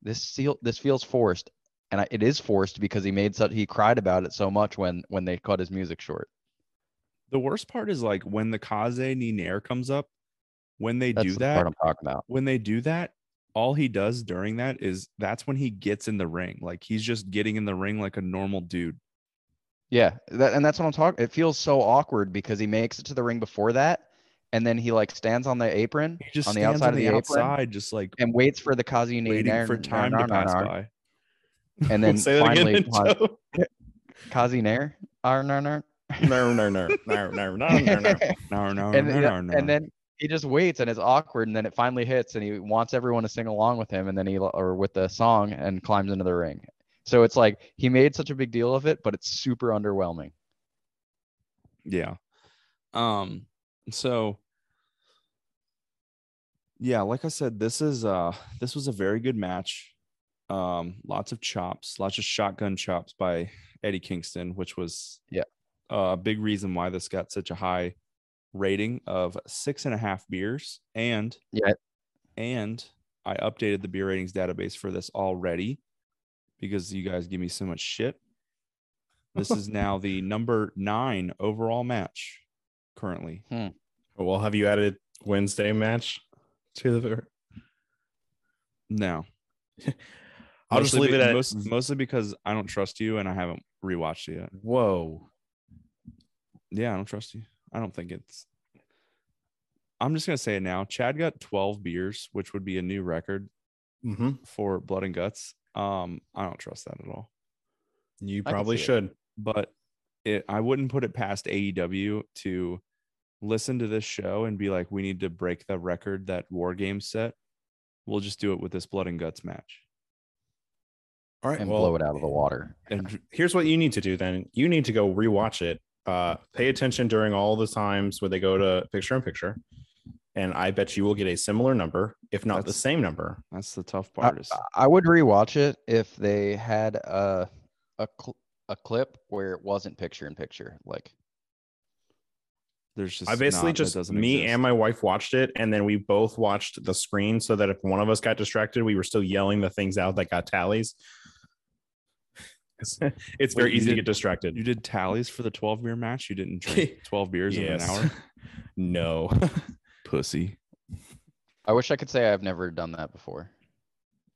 this feel this feels forced, and I, it is forced because he made such he cried about it so much when when they cut his music short.
The worst part is like when the Kaze Ninair comes up, when they
That's
do
the
that,
part I'm talking about.
when they do that, all he does during that is that's when he gets in the ring. Like he's just getting in the ring like a normal dude.
Yeah, that, and that's what I'm talking. It feels so awkward because he makes it to the ring before that, and then he like stands on the apron
He just
On the
stands
outside
on
of
the
the apron,
outside, just like
and waits for the Kazu
waiting for time to pass by.
and then
Say that
finally
again, Joe.
Kazu Nair, ar- nar- nar.
no, no, no, no, no, no, no, no.
No, no,
and,
no,
then-
no, no.
and then he just waits and it's awkward, and then it finally hits, and he wants everyone to sing along with him, and then he l- or with the song and climbs into the ring. So it's like he made such a big deal of it, but it's super underwhelming.
yeah. Um. So. Yeah, like I said, this is uh this was a very good match. Um, lots of chops, lots of shotgun chops by Eddie Kingston, which was
Yeah.
a big reason why this got such a high rating of six and a half beers, and
Yeah.
and I updated the beer ratings database for this already because you guys give me so much shit. This is now the number nine overall match currently.
Well, have you added Wednesday match to the?
Now,
I'll just leave it at.
most, mostly because I don't trust you and I haven't rewatched it yet.
Whoa.
Yeah, I don't trust you. I don't think it's. I'm just gonna say it now. Chad got 12 beers, which would be a new record
Mhm.
for Blood and Guts. Um, I don't trust that at all.
You
I can
probably
see it.
should.
But it, I wouldn't put it past AEW to listen to this show and be like, we need to break the record that War Games set. We'll just do it with this Blood and Guts match.
All right.
and
well,
blow it out of the water.
And
here's what you need to do then you need to go rewatch it uh pay attention during all the times where they go to picture in picture and i bet you will get a similar number if not the
That's-
same number
that's the tough
Uh,
part. is
I would rewatch it if they had a a cl- a clip where it wasn't picture in picture. Like
there's just
i basically
not- that
just
doesn't
me
exist.
and my wife watched it and then we both watched the screen so that if one of us got distracted we were still yelling the things out that got tallies it's it's very
Wait, you
easy to
did-
get distracted
You did tallies for the 12 beer match. You didn't drink 12 beers in an hour.
no
Pussy.
I wish I could say I've never done that before.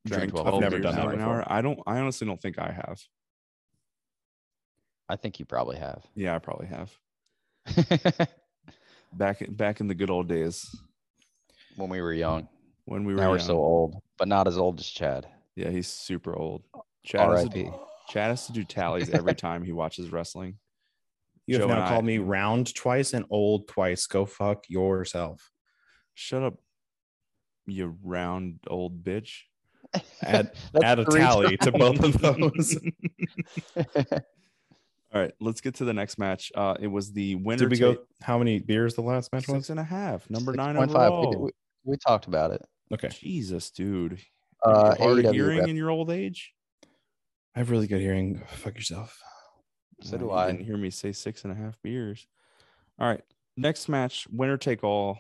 Drink
Drink
12
12
I've never
beers
done
in
that
an
before.
hour. I don't. I honestly don't think I have.
I think you probably have.
Yeah, I probably have. Back back in the good old days
when we were young.
when we were.
now we're
young.
so old, but not as old as Chad.
Yeah, he's super old. Chad has, to
R.I.P.
do, Chad has to do tallies every time he watches wrestling.
you have
Joe and
now
I-
called me round twice and old twice go fuck yourself
Shut up, you round old bitch.
Add-
That's
add a
three
tally to both of those
times.
All right, let's get to the next match. Uh, it was the winner.
Did we go? How many beers the last match
six
was?
and a half? Number nine
6.5.
overall.
We, did- we, we talked about it.
Okay,
Jesus, dude.
Uh,
You're hard of
AEW
E
hearing
rep-
in your old age.
I have really good hearing. Fuck yourself.
So
Uh,
do
you
I.
Didn't hear me say six and a half beers. All right, next match, winner take all,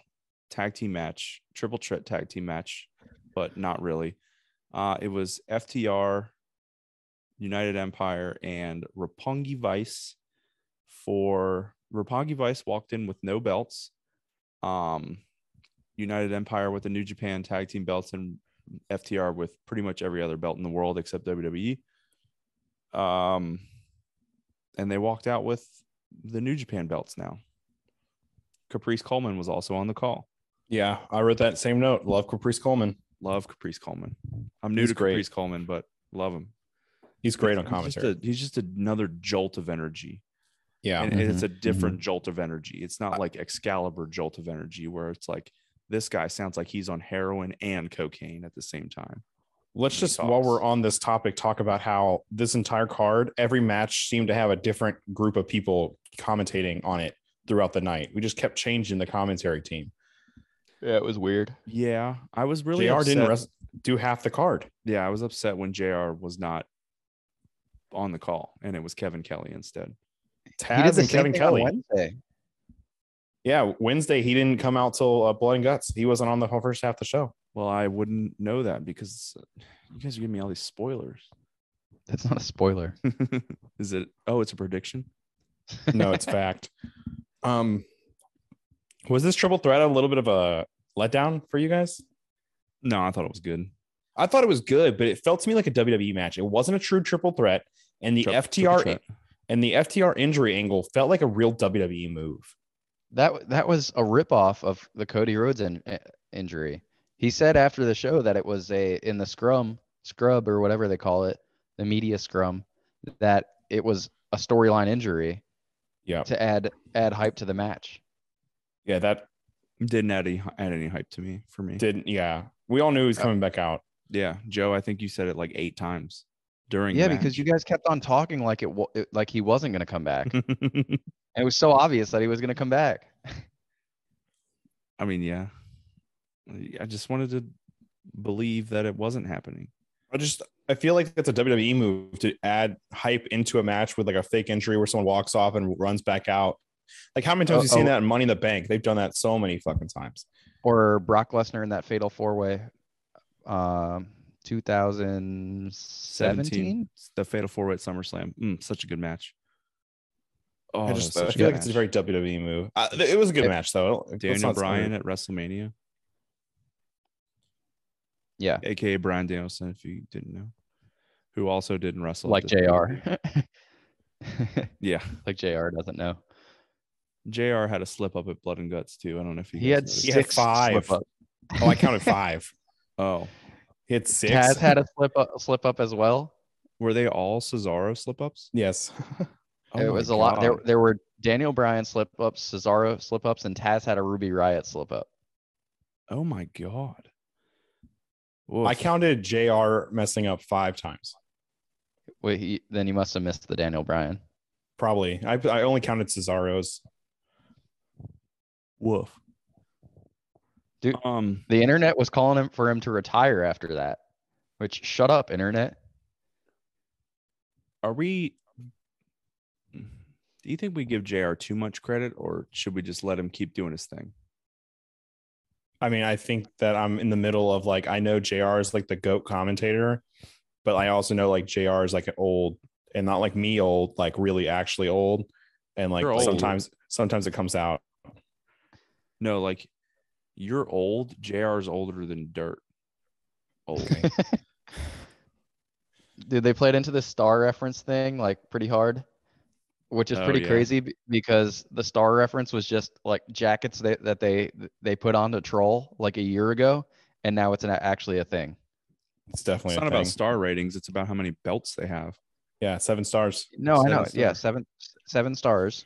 tag team match, triple threat tag team match, but not really. Uh, it was FTR, United Empire, and Rapongi Vice. For Rapongi Vice walked in with no belts. Um, United Empire with the New Japan tag team belts and FTR with pretty much every other belt in the world except WWE. Um, and they walked out with the New Japan belts now. Caprice Coleman was also on the call.
Yeah, I wrote that same note. Love Caprice Coleman.
Love Caprice Coleman. I'm new
He's
to
great.
Caprice Coleman, but love him.
He's great on
He's just
commentary.
a- he's just another jolt of energy.
yeah, Mm-hmm.
and it's a different jolt of energy. It's not like Excalibur jolt of energy where it's like this guy sounds like he's on heroin and cocaine at the same time.
Let's
he
just
talks.
while we're on this topic, talk about how this entire card, every match seemed to have a different group of people commentating on it throughout the night. We just kept changing the commentary team.
Yeah, it was weird.
Yeah, I was really
Jr.
upset.
didn't rest, do half the card.
yeah, I was upset when JR was not on the call and it was Kevin Kelly instead.
He did
Taz
the
and
same
Kevin
thing on
Kelly.
Wednesday.
Yeah, Wednesday he didn't come out till uh, Blood and Guts. He wasn't on the whole first half of the show.
Well, I wouldn't know that because uh, you guys are giving me all these spoilers.
That's not a spoiler.
Is it? Oh, it's a prediction.
no, it's fact. Um, was this triple threat a little bit of a letdown for you guys?
No, I thought it was good.
I thought it was good, but it felt to me like a WWE match. It wasn't a true triple threat, and the
Tri-
FTR
triple threat.
and the FTR injury angle felt like a real WWE move.
That w- that was a ripoff of the Cody Rhodes in, i- injury. He said after the show that it was a in the scrum scrub or whatever they call it, the media scrum, that it was a storyline injury
Yeah,
to add add hype to the match.
yeah, that
didn't add any, add any hype to me for me.
didn't. Yeah, we all knew he was coming back out.
yeah, Joe, I think you said it like eight times during.
Yeah,
the
because you
match.
guys kept on talking like it, wa- it like he wasn't going to come back. and it was so obvious that he was going to come back.
I mean, yeah, I just wanted to believe that it wasn't happening.
I just I feel like that's a E WWE move to add hype into a match with like a fake injury where someone walks off and runs back out Like how many
Oh,
times have you seen
Uh-oh.
that in Money in the Bank? They've done that so many fucking times.
or Brock Lesnar in that fatal four way, um, 2017.
The Fatal Four Way at SummerSlam. Mm, such a good match. Oh,
I
that was
just
such
I
a
feel
good
like it's a
match.
very WWE move. Uh, th- it was a good
If-
match though. I don't- let's
Daniel
not say-
Bryan at WrestleMania,
Yeah,
aka Brian Danielson, if you didn't know, who also didn't wrestle. at
like
this
Jr.
point. Yeah,
like Jr. doesn't know.
Jr. had a slip up at Blood and Guts too. I don't know if you
He
guys
had
noticed.
He had
six
five.
slip up.
Oh, I counted five.
Oh,
He had six.
Taz had a slip up, slip up as well.
were they all Cesaro slip ups?
yes.
Oh
it
my
was a lot. There,
God.
there were Daniel Bryan slip ups, Cesaro slip ups, and Taz had a Ruby Riot slip up.
Oh my god.
I
Woof.
counted JR messing up five times.
Wait, he, then you must have missed the Daniel Bryan.
Probably. I, I only counted Cesaro's.
Woof.
Dude.
Um.
The internet was calling him for him to retire after that. Which shut up, internet.
Are we? Do you think we give Jr. too much credit, or should we just let him keep doing his thing?
I mean, I think that I'm in the middle of like I know JR is like the goat commentator, but I also know like JR is like an old and not like me old, like really actually old. And like
You're old.
sometimes sometimes it comes out.
No, like you're old. Jr. is older than dirt. Old.
Dude, they played into this star reference thing like pretty hard, which is
Oh,
pretty
yeah.
crazy b- because the star reference was just like jackets they, that they they put on to troll like a year ago, and now it's an, actually a thing.
It's definitely
it's
a
not
thing.
about star ratings. It's about how many belts they have.
yeah, seven stars,
No, I know.
Seven
Yeah, seven seven stars.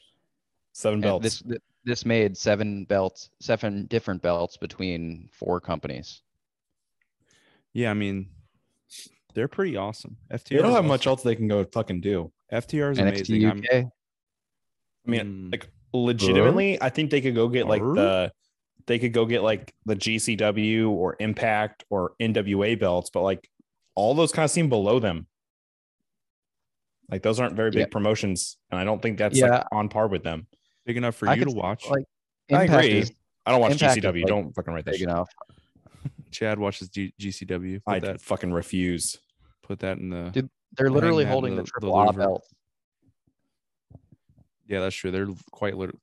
seven
And
belts.
This th- this made seven belts, seven different belts between four companies.
Yeah, I mean, they're pretty awesome. FTR.
they don't have much else they can go fucking do.
FTR is
NXT
amazing. I'm,
UK.
I mean,
Mm.
like legitimately, I think they could go get like
Huh?
the they could go get like the GCW or Impact or NWA belts, but like all those kind of seem below them. Like those aren't very big
Yeah.
promotions, and I don't think that's
Yeah.
like on par with them.
big enough for
I
you
could
to watch.
like-
I
Impact
agree.
is
I don't watch
Impact is,
GCW.
like,
don't fucking write that.
big
Shit.
enough.
Chad watches G- GCW. Put
I
that
fucking refuse.
put that in the
Dude, They're
Hang
literally
that
holding the,
the- the
triple A
Louvre.
belt.
Yeah, that's true. They're quite literally.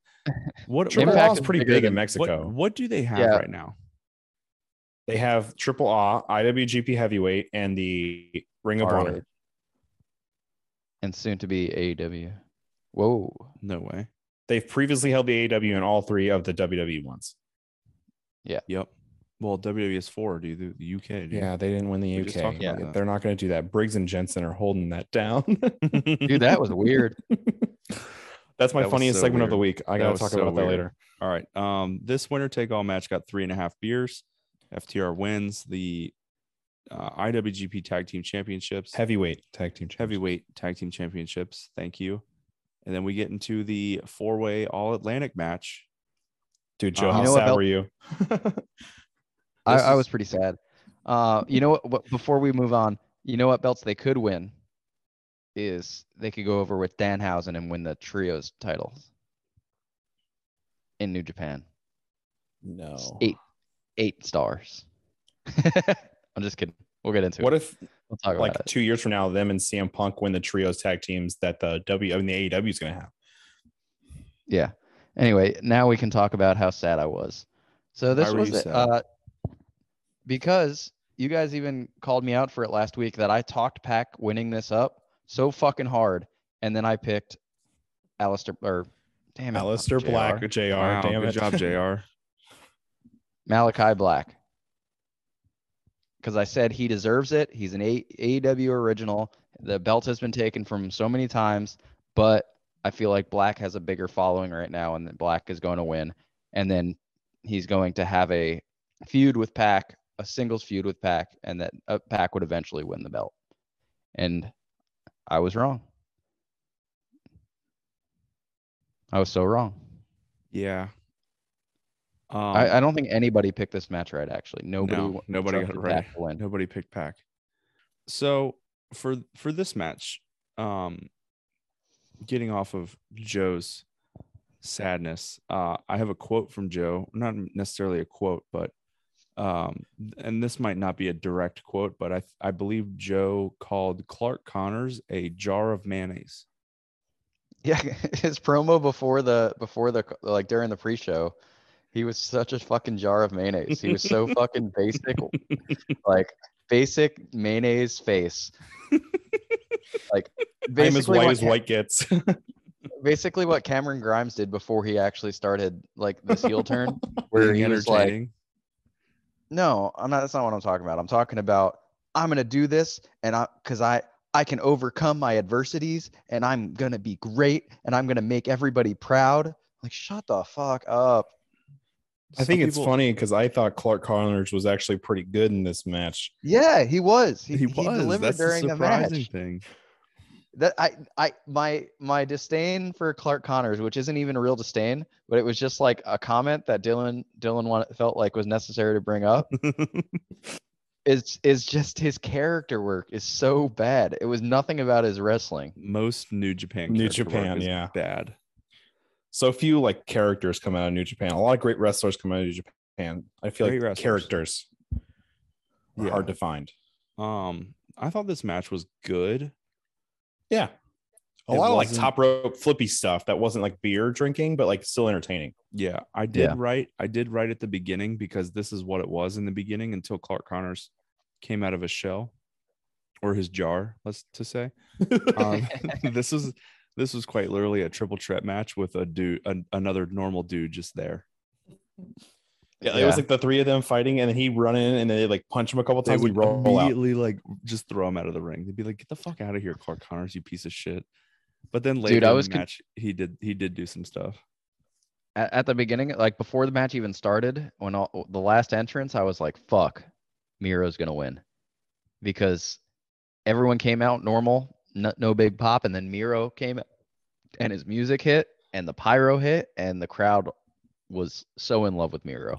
What what,
Triple A's
Triple
Impact
A
else-
is
is
pretty
bigger
big in
than-
Mexico.
what what do they have
Yeah.
right now?
They have Triple A, IWGP Heavyweight, and the Ring of
ROH,
Honor.
And soon to be AEW. Whoa.
No way.
They've previously held the AEW in all three of the WWE ones.
Yep. Well, WWE is four, dude. The- The UK. Dude.
Yeah, they didn't win the
We just
UK.
talked
Yeah.
about that.
They're not going to do that. Briggs and Jensen are holding that down.
Dude, that was weird.
That's my
That was
funniest
so
segment of
weird.
the week.
That
I got to
was
talk
so
about that
weird.
later.
All right. Um, this winner take all match got three and a half beers. FTR wins the uh, IWGP Tag Team Championships,
Heavyweight tag team. champions.
heavyweight Tag Team Championships. Thank you. And then we get into the four way All Atlantic match.
Dude,
Uh,
Joe,
you
how
know
sad
about-
were you?
I,
This
I
is-
was pretty sad. Uh, you know what, what? Before we move on, you know what belts they could win is they could go over with Danhausen and win the trios titles in New Japan.
no.
It's Eight, eight stars. I'm just kidding. We'll get into
What
it.
if,
We'll talk
like,
about it.
two years from now, them and CM Punk win the trios tag teams that the W I mean, the AEW is going to have?
Yeah. Anyway, now we can talk about how sad I was. So this
were
was
you
it,
sad?
uh, because you guys even called me out for it last week that I talked Pack winning this up so fucking hard, and then I picked Alistair or damn it,
Alistair
JR.
Black, JR.
Wow,
damn
good
it.
job, Jr.
Malachi Black. Because I said he deserves it. He's an A- AEW original. The belt has been taken from him so many times, but I feel like Black has a bigger following right now, and that Black is going to win. And then he's going to have a feud with Pac, a singles feud with Pac, and that uh, Pac would eventually win the belt. And I was wrong. I was so wrong.
Yeah. Um,
I, I don't think anybody picked this match right. Actually, nobody.
No,
wa-
nobody got it
trusted
right.
Pac to win.
Nobody picked Pack. So for for this match, um, getting off of Joe's sadness. Uh, I have a quote from Joe, not necessarily a quote, but um, and this might not be a direct quote, but I I believe Joe called Clark Connors a jar of mayonnaise.
Yeah, his promo before the before the like during the pre-show, he was such a fucking jar of mayonnaise. He was so fucking basic, like basic mayonnaise face. like
I'm as
basically
white
what
as
Cam-
white gets.
basically what Cameron Grimes did before he actually started like this heel turn, where
Being
he was like,
entertaining.
No, I'm not. That's not what I'm talking about. I'm talking about I'm gonna do this, and I because I I can overcome my adversities, and I'm gonna be great, and I'm gonna make everybody proud. Like, shut the fuck up.
I think
Some
it's
people-
funny because I thought Clark Connors was actually pretty good in this match.
Yeah, he was. He,
He,
he
was.
delivered
That's
during
the
the match.
surprising thing.
That I I my my disdain for Clark Connors, which isn't even a real disdain, but it was just like a comment that Dylan Dylan wanted, felt like was necessary to bring up. is is just his character work is so bad. It was nothing about his wrestling.
Most New Japan,
New
character work
Japan,
is
yeah.
bad.
So few like characters come out of New Japan. A lot of great wrestlers come out of New Japan. I feel
Great
like
wrestlers.
characters are
Yeah.
hard to find.
Um, I thought this match was good.
Yeah. A
It
lot of like
wasn't-
top rope flippy stuff that wasn't like beer drinking, but like still entertaining.
Yeah, I did
Yeah.
right. I did right at the beginning because this is what it was in the beginning until Clark Connors came out of his shell or his jar, let's to say. Um, this was this was quite literally a triple threat match with a dude, an, another normal dude just there.
Yeah, it was like the three of them fighting, and then he run in and they like punch him a couple
They
times.
would
and roll out.
immediately like just throw him out of the ring. They'd be like, "Get the fuck out of here, Clark Connors, you piece of shit." But then later
I
in
was
the
con-
match, he did he did do some stuff.
at, at the beginning, like before the match even started, when all, the last entrance, I was like, "Fuck, Miro's gonna win," because everyone came out normal, no, no big pop, and then Miro came, and his music hit, and the pyro hit, and the crowd was so in love with Miro,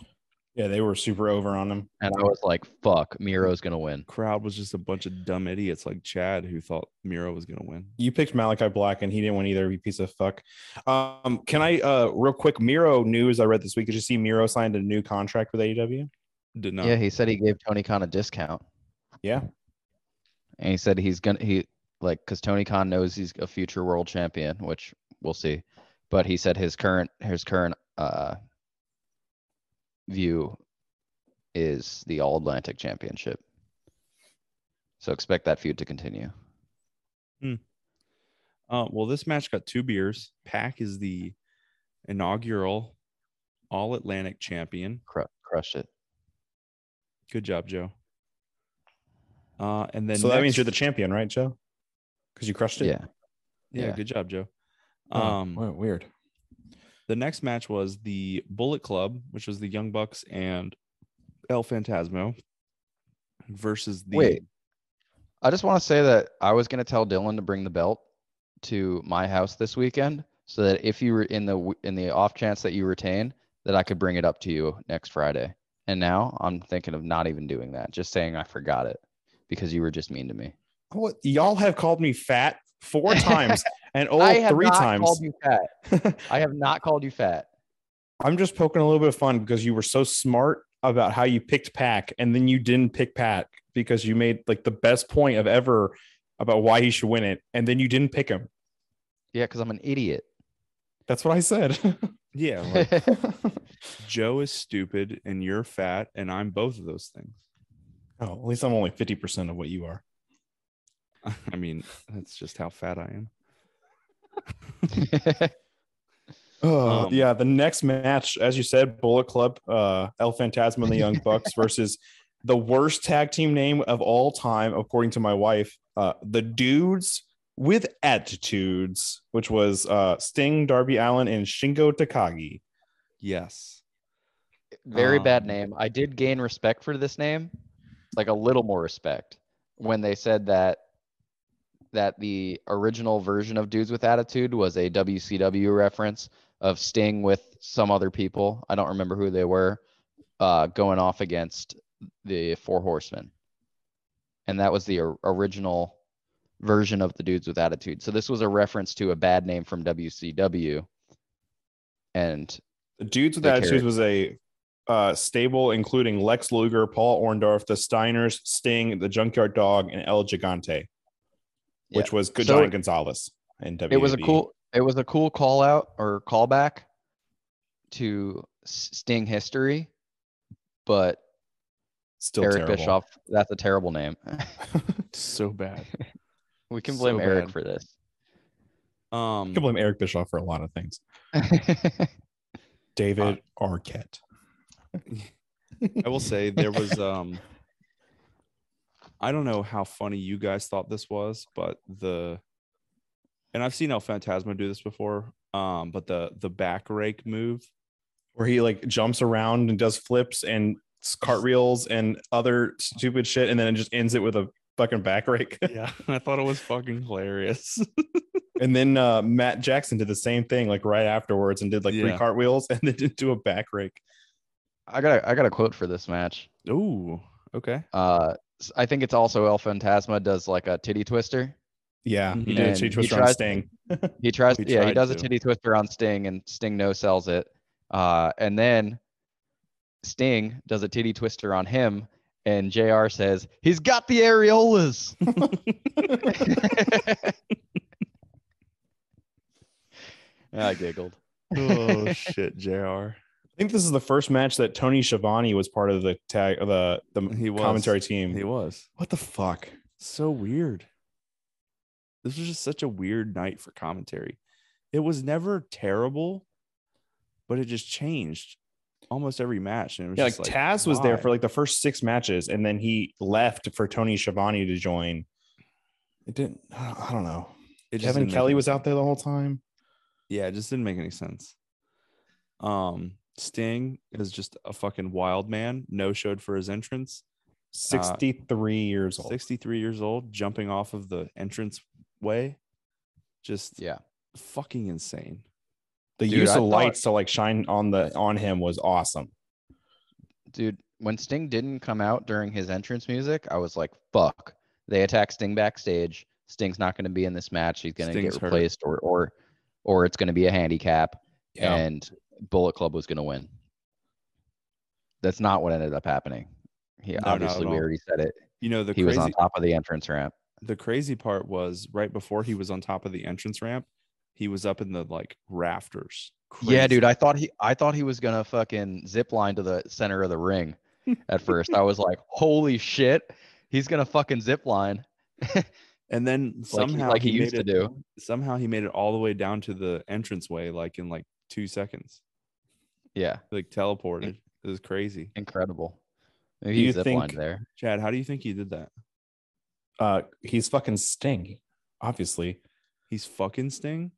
Yeah, they were super over on him.
and I was like, "Fuck, Miro's gonna win."
Crowd was just a bunch of dumb idiots like Chad who thought Miro was gonna win.
You picked Malachi Black, and he didn't win either. You piece of fuck. Um, can I uh real quick Miro news I read this week? Did you see Miro signed a E new contract with AEW?
Did not.
Yeah, he said he gave Tony Khan a discount,
Yeah,
and he said he's gonna he like because Tony Khan knows he's a future world champion, which we'll see. But he said his current his current uh view is the All Atlantic Championship. So expect that feud to continue.
Uh, well, this match got two beers. Pack is the inaugural All Atlantic champion.
Cru- crush it.
Good job, Joe. Uh, and then
so that means
next-
you're the champion, right, Joe? Because you crushed it.
Yeah.
yeah,
yeah.
good job, Joe.
Oh,
Um,
wow, weird.
the next match was the Bullet Club, which was the Young Bucks and El Fantasmo versus the
Wait. I just want to say that I was going to tell Dylan to bring the belt to my house this weekend so that if you were in the w- in the off chance that you retain that I could bring it up to you next Friday. And now I'm thinking of not even doing that, just saying I forgot it because you were just mean to me.
What y'all have called me fat four times and
I
old
have
Oh, three
not
times.
called you fat. I have not called you fat.
I'm just poking a little bit of fun because you were so smart about how you picked Pack and then you didn't pick Pack because you made like the best point of ever about why he should win it and then you didn't pick him.
Yeah, because I'm an idiot.
That's what I said.
yeah, like, Joe is stupid and you're fat and I'm both of those things.
oh, at least I'm only 50% of what you are.
I mean, that's just how fat I am.
Oh,
Um,
yeah, the next match, as you said, Bullet Club, uh, El Fantasma and the Young Bucks versus the worst tag team name of all time, according to my wife, uh, the Dudes with Attitudes, which was uh, Sting, Darby Allen, and Shingo Takagi.
Yes.
Very bad
Um,
name. I did gain respect for this name, like a little more respect, when they said that that the original version of Dudes with Attitude was a WCW reference of Sting with some other people. I don't remember who they were, uh, going off against the Four Horsemen, and that was the or- original version of the Dudes with Attitude. So this was a reference to a bad name from WCW and
Dudes with
They
Attitudes
carried.
was a uh, stable including Lex Luger, Paul Orndorff, the Steiners, Sting, the Junkyard Dog, and El Gigante, which was Good
So-
Giant Gonzalez in E. WWE.
it was a cool it was a cool call out or callback to S- Sting history, but
still
Eric
terrible.
Bischoff that's a terrible name.
so bad.
we can
So
blame Eric
bad.
for this.
Um,
You can blame Eric Bischoff for a lot of things. David Arquette.
I will say there was um I don't know how funny you guys thought this was, but the and I've seen El Phantasma do this before, um, but the the back rake move.
where he like jumps around and does flips and s- cartwheels and other stupid shit, and then it just ends it with a fucking back rake.
Yeah, I thought it was fucking hilarious.
and then uh, Matt Jackson did the same thing like right afterwards and did like three
Yeah.
cartwheels and then did do a back rake.
I got a, I got a quote for this match.
Ooh, okay.
Uh, s- I think it's also El Phantasma does like a titty twister.
Yeah, he did a
And
titty
he
twister on
tries-
Sting.
He tries,
He
yeah, he
tried
does a
to.
titty twister on Sting, and Sting no sells it. Uh, and then Sting does a titty twister on him, and Jr. says he's got the areolas. I giggled.
Oh shit, Jr.
I think this is the first match that Tony Schiavone was part of the tag, the the
He was.
commentary team.
He was
what the fuck?
so weird. This was just such a weird night for commentary. It was never terrible, but it just changed almost every match. And it was
Yeah, like,
just
Taz was there
why?
for like the first six matches, and then he left for Tony Schiavone to join. It didn't. I don't know.
It just
Kevin
didn't make
Kelly
any
was out
sense.
there the whole time.
Yeah, it just didn't make any sense. Um, Sting is just a fucking wild man. No showed for his entrance.
63 years old.
63 years old, jumping off of the entrance way. Just
Yeah.
fucking insane.
the
Dude,
use
I
of
thought-
lights to like shine on the on him was awesome.
dude, when Sting didn't come out during his entrance music, I was like, fuck. They attack Sting backstage. Sting's not going to be in this match. He's going to
Sting's
get
hurt.
replaced or or or it's going to be a handicap
Yeah.
and Bullet Club was going to win. That's not what ended up happening. He
not
obviously
at
we
all.
already said it.
You know, the
he was
crazy
on top of the entrance ramp.
the crazy part was right before he was on top of the entrance ramp, he was up in the like rafters.
Yeah,
Crazy.
dude, I thought he I thought he was going to fucking zip line to the center of the ring at first. I was like, "Holy shit. He's going to fucking zip line."
And then
Like he-
somehow
like he
made
used to
it-
do.
Somehow he made it all the way down to the entranceway, like in like two seconds.
Yeah.
like teleported. It was crazy.
Incredible.
Do
Maybe
you
he's ziplined
think-
there.
Chad, how do you think he did that?
Uh he's fucking Sting, obviously.
He's fucking Sting.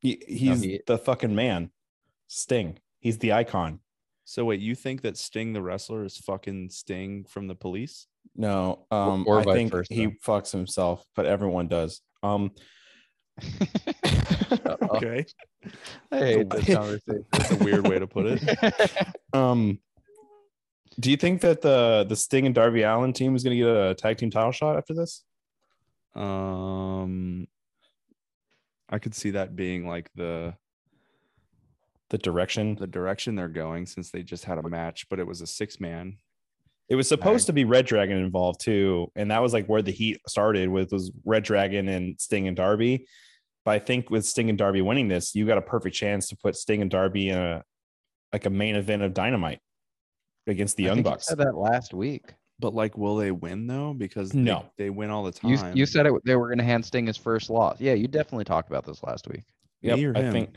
He, he's
he-
the fucking man. Sting. He's the icon.
So wait, you think that Sting the wrestler is fucking Sting from the police?
No, um
or
I
vice
think
versa.
he fucks himself, but everyone does. Um
Uh-oh.
Okay,
I hate this conversation.
that's a weird way to put it.
um do you think that the the Sting and Darby Allen team is going to get a tag team title shot after this?
Um, I could see that being like the
The direction
the direction they're going since they just had a match, but it was a six man.
It was supposed to be Red Dragon involved too, and that was like where the heat started with was Red Dragon and Sting and Darby. But I think with Sting and Darby winning this, you got a perfect chance to put Sting and Darby in a like a main event of Dynamite against the
I
Young
think you
Bucks.
said that last week.
But like, will they win though? Because they-
No.
they, win all the
You,
time.
you said it, they were going to hand Sting his first loss. Yeah, you definitely talked about this last week.
Yep,
Me or
I
him?
think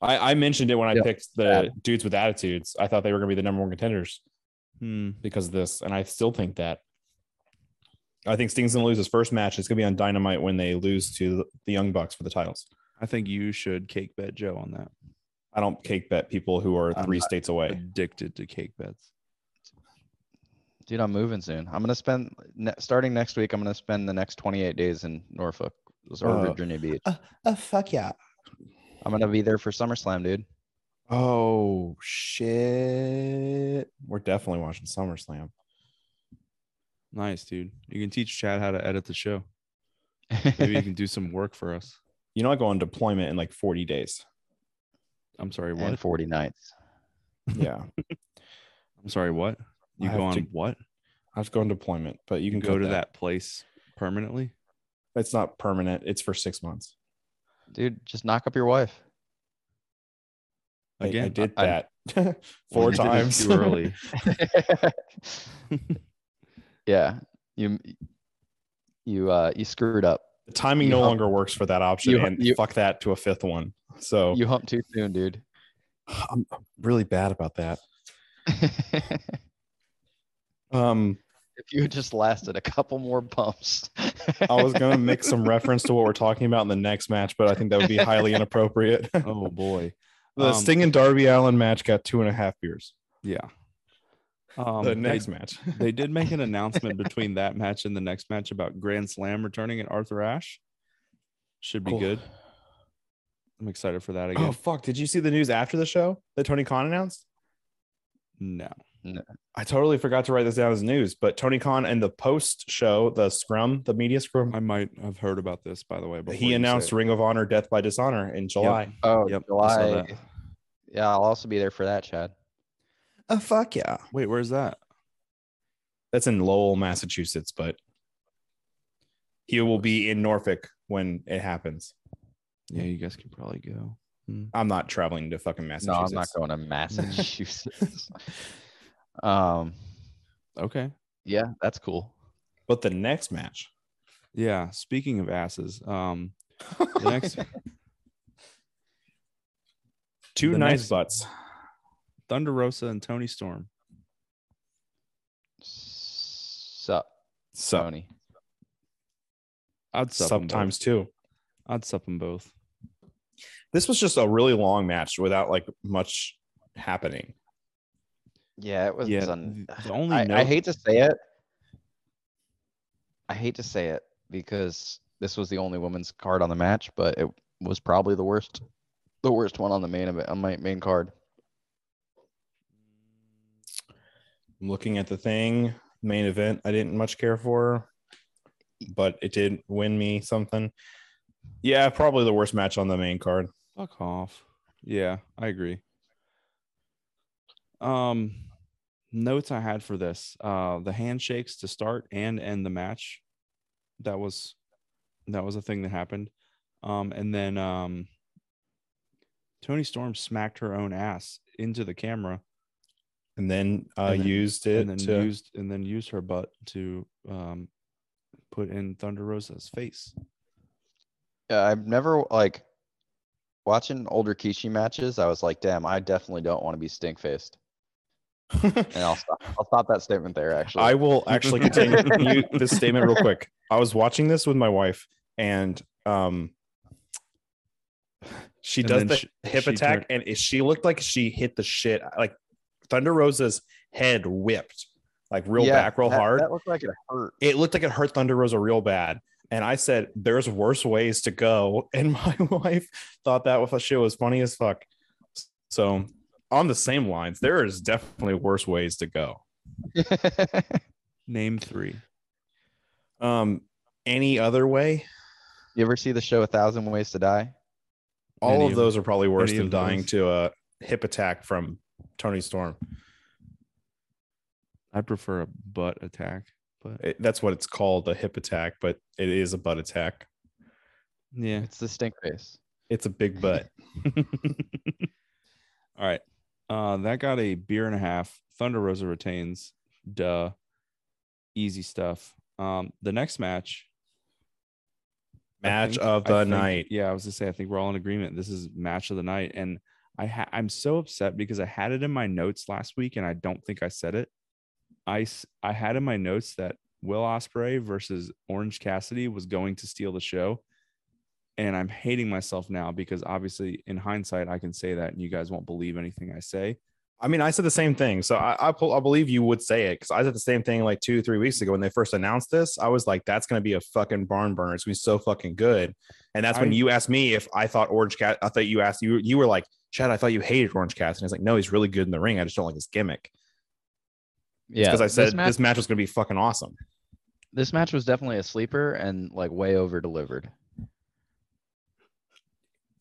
I, I mentioned it when I
Yep.
picked the dudes with attitudes. I thought they were going to be the number one contenders
Hmm.
because of this, and I still think that. I think Sting's going to lose his first match. It's going to be on Dynamite when they lose to the Young Bucks for the titles.
I think you should cake bet Joe on that.
I don't cake bet people who are
I'm
three
not-
states away.
Addicted to cake bets.
Dude, I'm moving soon. I'm going to spend, ne- starting next week, I'm going to spend the next 28 days in Norfolk or
Oh.
Virginia Beach.
Oh fuck yeah!
I'm going to be there for SummerSlam, dude.
Oh shit! We're definitely watching SummerSlam.
Nice, dude. You can teach Chad how to edit the show. Maybe you can do some work for us.
You know, I go on deployment in like forty days.
I'm sorry, what?
and 49th.
Yeah.
I'm sorry, what? You
I have
go on
to-
what?
I have to go on deployment, but you
You
can
go
cut
to that place permanently?
It's not permanent. It's for six months.
Dude, just knock up your wife.
I- I,
Again,
did
I-
that four
You did it
times.
too early.
yeah, you you uh you screwed up.
The timing
You
no
hum-
longer works for that option,
you hum-
and
you-
fuck that to a fifth one.
Oh.
So
You humped too soon, dude.
I'm I'm really bad about that. Um,
if you had just lasted a couple more pumps.
I was gonna make some reference to what we're talking about in the next match, but I think that would be highly inappropriate.
oh boy.
the
Um,
Sting and Darby Allen match got two and a half beers.
Yeah. Um,
the
they-
next match,
they did make an announcement between that match and the next match about Grand Slam returning and Arthur Ashe. Should be
Cool.
good. I'm excited for that again.
Oh fuck! Did you see the news after the show that Tony Khan announced?
No.
I totally forgot to write this down as news, but Tony Khan and the post show, the scrum, the media scrum,
I might have heard about this by the way, but
he announced Ring of Honor Death by Dishonor in July.
oh,
Yep, I saw
July.
that.
Yeah, I'll also be there for that, Chad.
Oh fuck yeah!
Wait, where's that?
That's in Lowell, Massachusetts, but he will be in Norfolk when it happens.
Yeah, you guys can probably go.
I'm not traveling to fucking
No,
Massachusetts.
I'm not going to Massachusetts. um,
Okay.
yeah, that's cool.
But the next match,
Yeah. Speaking of asses, um, the next
two
The
nice
next-
butts.
Thunder Rosa and Tony Storm.
Sup,
So
Sony.
I'd Uh, sup 'em both.
sometimes too.
I'd sup them both.
This was just a really long match without like much happening.
Yeah, it was.
Yeah,
un-
th- the only
I, I
note-
hate to say it. I hate to say it because this was the only women's card on the match, but it was probably the worst, the worst one on the main event on my main card.
I'm looking at the thing, main event I didn't much care for, but it did win me something. Yeah, probably the worst match on the main card.
Fuck off. Yeah, I agree. Um, notes I had for this: uh, the handshakes to start and end the match. That was, that was a thing that happened. Um, and then um, Tony Storm smacked her own ass into the camera
And then uh
And then-
used it uh,
and then
to
used and then used her butt to um, put in Thunder Rosa's face.
Yeah, Uh, I've never like watching older Kishi matches. I was like, damn, I definitely don't want to be stink faced. And I'll stop. I'll stop that statement there. Actually,
I will actually continue this statement real quick. I was watching this with my wife, and um, she
And
does
then
the
she-
hip
she
attack,
turned-
and it- she looked like she hit the shit. Like Thunder Rosa's head whipped, like real
Yeah,
back, real
that-
hard.
That looked like it hurt.
it looked like it hurt Thunder Rosa real bad. And I said, "There's worse ways to go." And my wife thought that was- shit was funny as fuck. So, on the same lines, there is definitely worse ways to go.
Name three.
um any other way
you ever see the show A Thousand Ways to Die?
all
Any
of
of-
those are probably worse
any
than
of
dying
those.
to a hip attack from tony storm
I prefer a butt attack, but
It- that's what it's called a hip attack but it is a butt attack
yeah.
It's the stink face.
it's a big butt
All right. Uh, that got a beer and a half. Thunder Rosa retains. Duh. Easy stuff. Um, the next match. I
match
think- I
of the
think-
night
Yeah, I was gonna say. I think we're all in agreement. This is match of the night, and I ha- I'm so upset because I had it in my notes last week, and I don't think I said it. I s- I had in my notes that Will Osprey versus Orange Cassidy was going to steal the show, and I'm hating myself now because obviously in hindsight I can say that, and you guys won't believe anything I say.
i mean i said the same thing so i i, pull, I believe you would say it because i said the same thing like two three weeks ago when they first announced this i was like that's going to be a fucking barn burner it's going to be so fucking good and that's when
I-
you asked me if i thought orange cat i thought you asked you you were like chad i thought you hated orange cast and i was like no he's really good in the ring i just don't like his gimmick
Yeah,
because I said
this match,
this match, was going to be fucking awesome.
this match was definitely a sleeper and like way over delivered.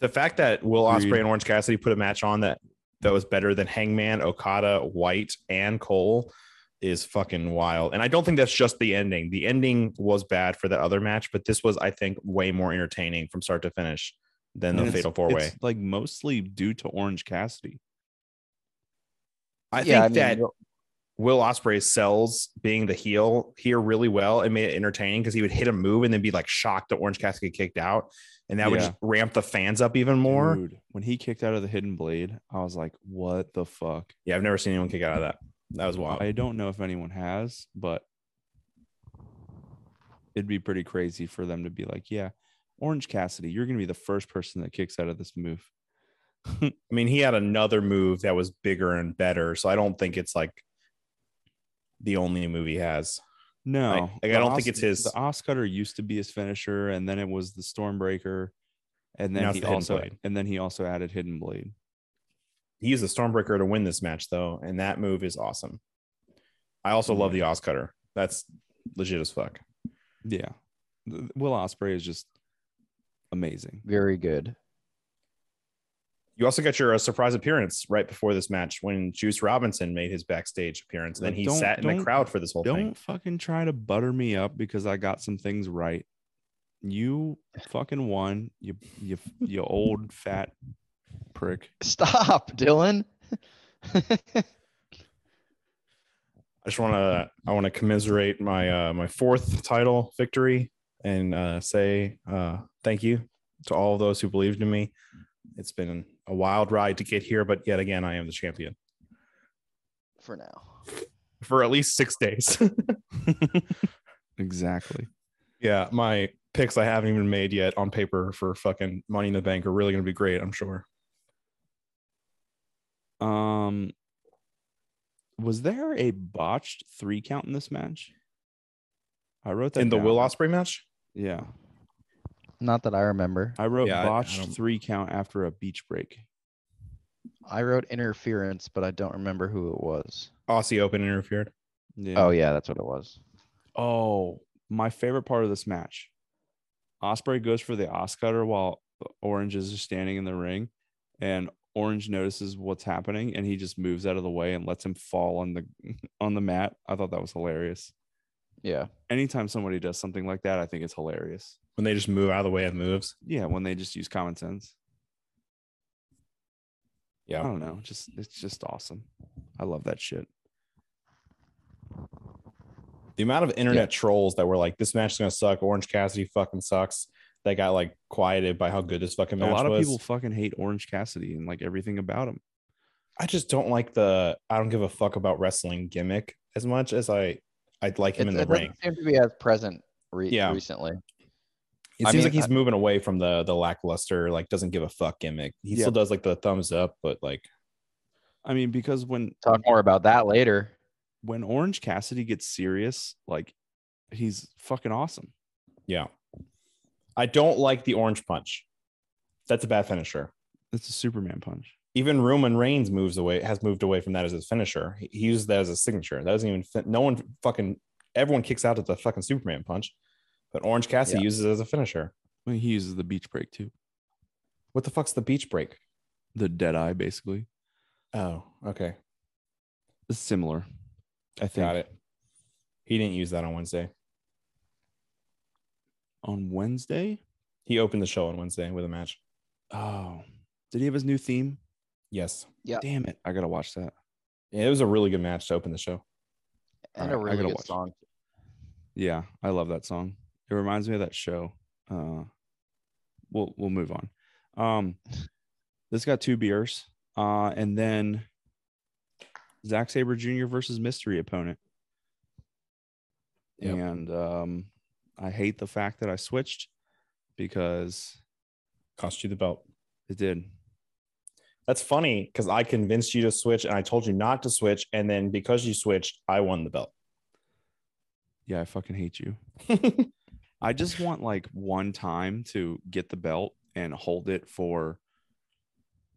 The fact that Will
Agreed.
Osprey and Orange Cassidy put a match on that that was better than Hangman, Okada, White, and Cole is fucking wild. And I don't think that's just the ending. The ending was bad for that other match, but this was, I think, way more entertaining from start to finish than
And
the
it's-
Fatal Four Way.
it's, like mostly due to Orange Cassidy.
I
yeah,
think
I
that
mean,
Will Osprey sells being the heel here really well and made it entertaining because he would hit a move and then be like shocked that Orange Cassidy kicked out, and that would
Yeah.
just ramp the fans up even more.
Dude, when he kicked out of the Hidden Blade, I was like, "What the fuck?"
Yeah, I've never seen anyone kick out of that. That was wild.
I don't know if anyone has, but it'd be pretty crazy for them to be like, "Yeah, Orange Cassidy, you're gonna be the first person that kicks out of this move."
I mean, he had another move that was bigger and better, so I don't think it's like the only move he has.
No,
like, I
the
don't think
Os-
it's his-
The Os cutter used to be his finisher, and then it was the Stormbreaker, and then
Now it's
he
the Hidden
also
Blade.
and then he also added Hidden Blade.
He used the Stormbreaker to win this match, though, and that move is awesome. I also love the Oz Cutter. That's legit as fuck.
Yeah, Th- Will Osprey is just amazing.
very good.
You also got your uh, surprise appearance right before this match when Juice Robinson made his backstage appearance. And then he
Don't-
sat in
don't-
the crowd for this whole
Don't
thing.
fucking try to butter me up because I got some things right. You fucking won. You you you old fat prick.
Stop, Dylan.
I just want to I want to commiserate my uh, my fourth title victory and uh, say uh, thank you to all those who believed in me. It's been a wild ride to get here, but yet again, I am the champion
For now.
for at least six days.
Exactly.
yeah, my picks I haven't even made yet on paper for fucking Money in the Bank are really going to be great. I'm sure.
Um, was there a botched three count in this match? I wrote that
In the
down.
Will Osprey match,
Yeah,
Not that I remember.
I wrote
Yeah, I- I
botched
don't-
three count after a beach break.
I wrote interference, but I don't remember who it was.
Aussie Open interfered.
Yeah.
Oh yeah, that's what it was.
Oh, my favorite part of this match. Osprey goes for the Oscutter while Orange is just standing in the ring, and Orange notices what's happening, and he just moves out of the way and lets him fall on the on the mat. I thought that was hilarious.
Yeah.
Anytime somebody does something like that, I think it's hilarious.
when they just move out of the way of moves.
Yeah, when they just use common sense. I
Yeah.
don't know. Just it's just awesome. I love that shit.
The amount of internet trolls that were like, this match is going to suck. Orange Cassidy fucking sucks. That got like quieted by how good this fucking
A
match
lot of
was.
people fucking hate Orange Cassidy and like everything about him.
I just don't like the I don't give a fuck about wrestling gimmick as much as I I'd like him
It,
in
it
the ring.
doesn't seem to be as present re-
Yeah.
recently.
It
I
seems
mean,
like he's moving away from the the lackluster, like doesn't give a fuck gimmick. He
Yeah.
still does like the thumbs up, but like
I mean, because when
Talk more about that later.
when Orange Cassidy gets serious, like he's fucking awesome.
yeah. I don't like the orange punch. That's a bad finisher.
That's a Superman punch.
even Roman Reigns moves away, has moved away from that as his finisher. He he uses that as a signature. That doesn't even fit. No one fucking, everyone kicks out at the fucking Superman punch, but Orange Cassidy uses it as a finisher.
I mean, he uses the beach break too.
What the fuck's the beach break?
The dead eye, basically.
Oh, okay.
It's similar. I think
Got it. He didn't use that on Wednesday.
on Wednesday.
He opened the show on Wednesday with a match.
Oh, did he have his new theme?
Yes.
Yeah.
Damn it. I gotta watch that.
It was a really good match to open the show.
And
Alright, I
a really
gotta
good
watch.
song.
Yeah, I love that song. It reminds me of that show. Uh, we'll we'll move on. Um, this got two beers, uh, and then Zack Saber Jr. versus mystery opponent.
Yep.
And um, I hate the fact that I switched because
Cost you the belt.
it did.
That's funny because I convinced you to switch and I told you not to switch. And then because you switched, I won the belt.
Yeah, I fucking hate you. I just want like one time to get the belt and hold it for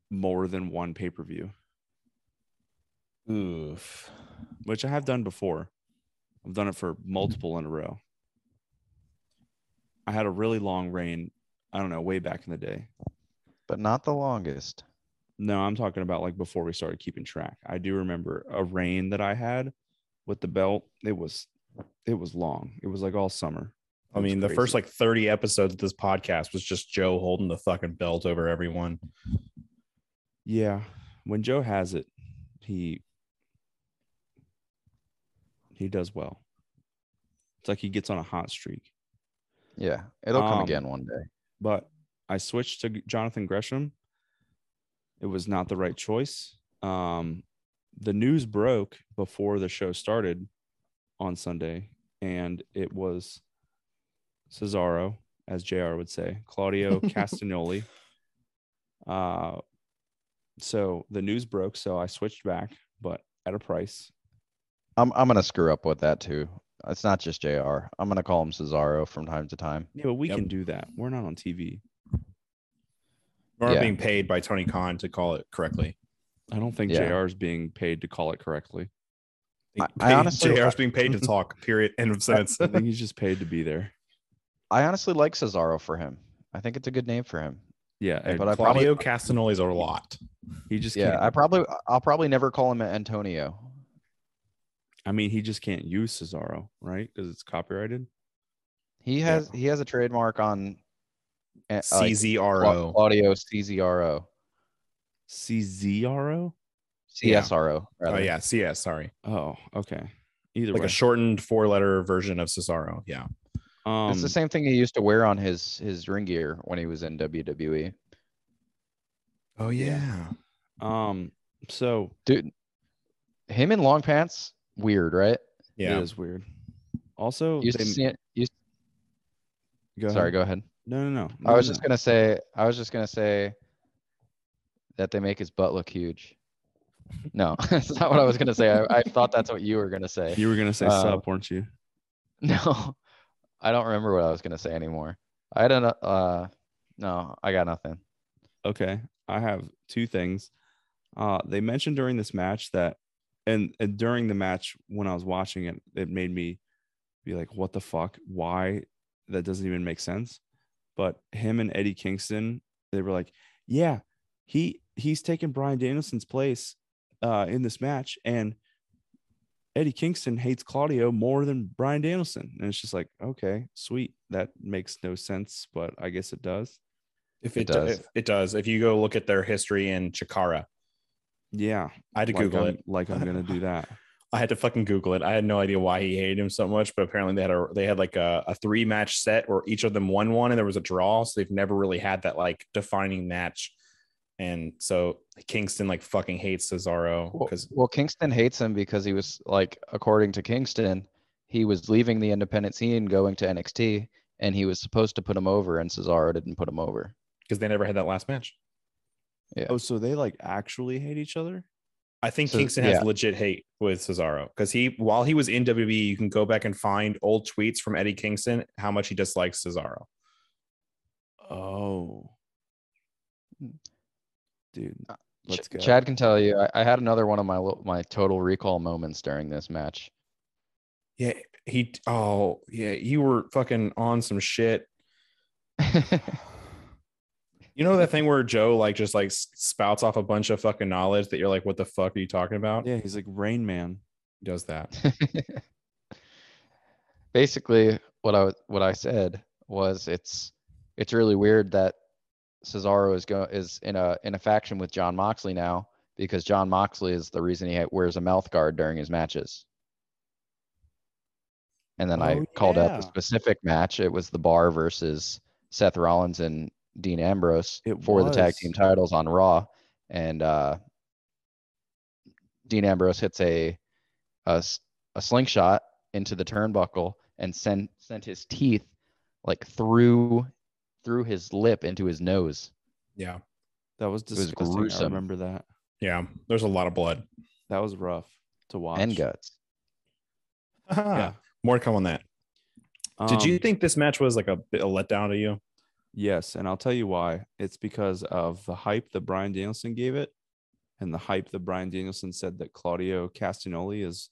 more than one pay per view.
Oof.
which I have done before. I've done it for multiple in a row. I had a really long reign, I don't know, way back in the day.
but not the longest.
No, I'm talking about like before we started keeping track. I do remember a reign that I had with the belt. It was it was long. It was like all summer.
I
It was
mean, the
crazy.
first like 30 episodes of this podcast was just Joe holding the fucking belt over everyone.
Yeah. When Joe has it, he he does well. It's like he gets on a hot streak.
Yeah, it'll come
Um,
again one day.
but I switched to Jonathan Gresham. It was not the right choice. Um, the news broke before the show started on Sunday, and it was Cesaro, as JR would say, Claudio Castagnoli. Uh, so the news broke, so I switched back, but at a price.
I'm I'm gonna screw up with that too. It's not just Jr. I'm gonna call him Cesaro from time to time.
Yeah, but we
Yep.
can do that. We're not on TV.
We're not
Yeah.
being paid by Tony Khan to call it correctly.
I don't think
Yeah.
JR is being paid to call it correctly.
I- I honestly-
JR's being paid to talk, period. End of sentence.
I think he's just paid to be there.
I honestly like Cesaro for him. I think it's a good name for him.
Yeah,
Hey,
and
but I probably Uh,
Claudio Castagnoli's a lot.
he just
yeah,
can't
I probably I'll probably never call him Antonio.
I mean, he just can't use Cesaro, right? Because it's copyrighted.
He
Yeah.
has he has a trademark on uh, like, Cla-
CZRO.
Claudio CZRO
CZRO?
Yeah.
CSRO.
Oh,
rather.
yeah. CS. Sorry.
Oh, okay. Either
Like
way,
a shortened four letter version of Cesaro. Yeah.
um,
it's the same thing he used to wear on his his ring gear when he was in E. WWE.
Oh, yeah.
um, so
Dude, him in long pants, weird, right?
Yeah.
it is weird. Also,
Used
they-
to see it. Used,
go
sorry,
ahead.
go ahead.
No, no, no.
I
no,
was
no,
just
no.
gonna say. I was just gonna say that they make his butt look huge. No, that's not what I was gonna say. I, I thought that's what you were gonna say.
You were gonna say
uh,
sup, weren't you?
No, I don't remember what I was gonna say anymore. I don't. know- Uh, no, I got nothing.
Okay, I have two things. Uh, they mentioned during this match that, and, and during the match when I was watching it, it made me be like, "What the fuck? Why? That doesn't even make sense." But him and Eddie Kingston, they were like, "Yeah, he he's taking Brian Danielson's place uh, in this match, and Eddie Kingston hates Claudio more than Brian Danielson." And it's just like, okay, sweet, that makes no sense, but I guess it does.
If
It
it, do-
does.
If it does. If you go look at their history in Chikara,
Yeah,
I had to
like
um,
Google
I'm,
it.
Like I'm gonna do that.
I had to fucking Google it. I had no idea why he hated him so much, but apparently they had a they had like a, a three match set where each of them won one and there was a draw. So they've never really had that like defining match. And so Kingston like fucking hates Cesaro
Well,
because
well, Kingston hates him because he was like, according to Kingston, he was leaving the independent scene, going to NXT, and he was supposed to put him over, and Cesaro didn't put him over.
because they never had that last match.
Oh, so they like actually hate each other?
I think
So-
Kingston has
yeah.
legit hate with Cesaro because he while he was in WWE, you can go back and find old tweets from Eddie Kingston how much he dislikes Cesaro.
Oh, dude,
Ch-
let's go.
Chad can tell you. I, I had another one of my lo- my total recall moments during this match.
Yeah, he oh yeah, you were fucking on some shit. You know that thing where Joe like just like s- spouts off a bunch of fucking knowledge that you're like, what the fuck are you talking about?
yeah, he's like Rain Man.
He does that.
Basically, what I was- what I said was it's it's really weird that Cesaro is go is in a in a faction with John Moxley now because John Moxley is the reason he ha- wears a mouth guard during his matches. And then I
Oh,
called out
yeah.
the specific match. It was the Bar versus Seth Rollins and Dean Ambrose
It
for the tag
was.
team titles on Raw, and uh, Dean Ambrose hits a, a s- a slingshot into the turnbuckle and sent sent his teeth like through through his lip into his nose.
Yeah.
That was
was
disgusting. I
gruesome.
remember that.
Yeah. There's a lot of blood.
That was rough to watch.
and guts.
Yeah.
More to come on that. Did you
Uh-huh. Um,
think this match was like a, bit- a letdown to you?
Yes, and I'll tell you why. It's because of the hype that Brian Danielson gave it, and the hype that Brian Danielson said that Claudio Castagnoli is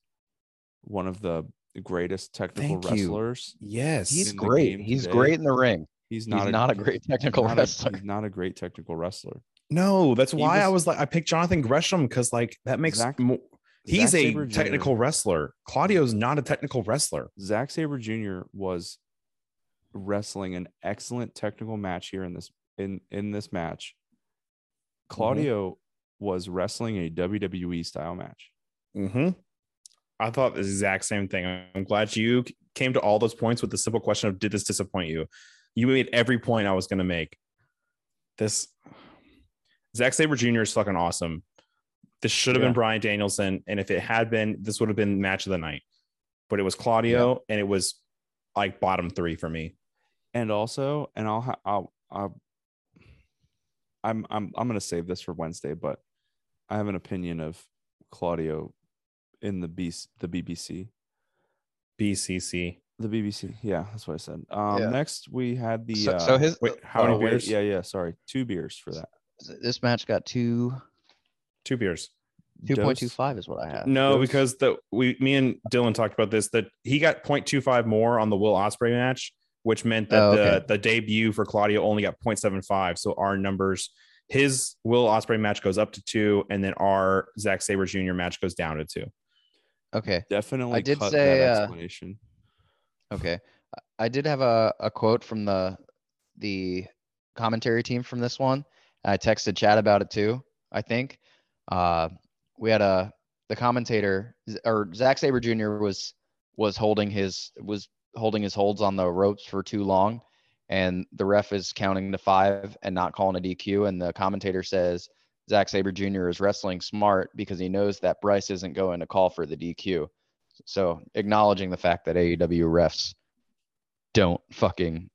one of the greatest technical
Thank you.
wrestlers.
Yes.
He's
in the
great.
game
He's
today.
great in the ring.
He's
He's
not
not a great technical
not a-
wrestler.
he's not a great technical wrestler.
No, that's
He
why I
was-
was like, I picked Jonathan Gresham because like that makes
Zach-
mo- he's
Zack
a
Sabre Jr.
technical wrestler. Claudio's not a technical wrestler.
Zack Saber Jr. was wrestling an excellent technical match here in this in in this match.
Mm-hmm.
Claudio was wrestling a WWE style match.
Mm-hmm. I thought the exact same thing. I'm glad you c- came to all those points with the simple question of did this disappoint you? You made every point I was going to make. This Zack Sabre Jr. is fucking awesome. This should have
Yeah.
been Brian Danielson. And if it had been, this would have been match of the night. But it was Claudio and it was like bottom three for me.
And also, and I'll ha- I'll, I'll I'm I'm I'm gonna save this for Wednesday, but I have an opinion of Claudio in the B the BBC.
BCC.
The BBC, yeah, that's what I said. Um,
Yeah.
next we had the
So,
uh,
so his
Wait, how
oh,
many
no, wait,
beers?
yeah, yeah, sorry, two beers for that.
this match got two
Two beers.
two point two
Dose-
five is what I had.
No,
Those-
because the we me and Dylan talked about this that he got 0.25 more on the Will Osprey match, which meant that
Oh,
the, the debut for Claudio only got 0.75. So our numbers, his Will Osprey match goes up to two, and then our Zack Saber Jr. match goes down to two.
Okay.
Definitely,
did
cut
say,
that
uh,
explanation.
Okay.
I did have a, a quote from the the commentary team from this one. I texted Chad about it too. I think uh, we had a the commentator Z- or Zach Saber Jr. was was holding his was holding his holds on the ropes for too long, and the ref is counting to five and not calling a DQ. And the commentator says Zach Saber Jr. is wrestling smart because he knows that Bryce isn't going to call for the DQ. So acknowledging the fact that AEW refs don't fucking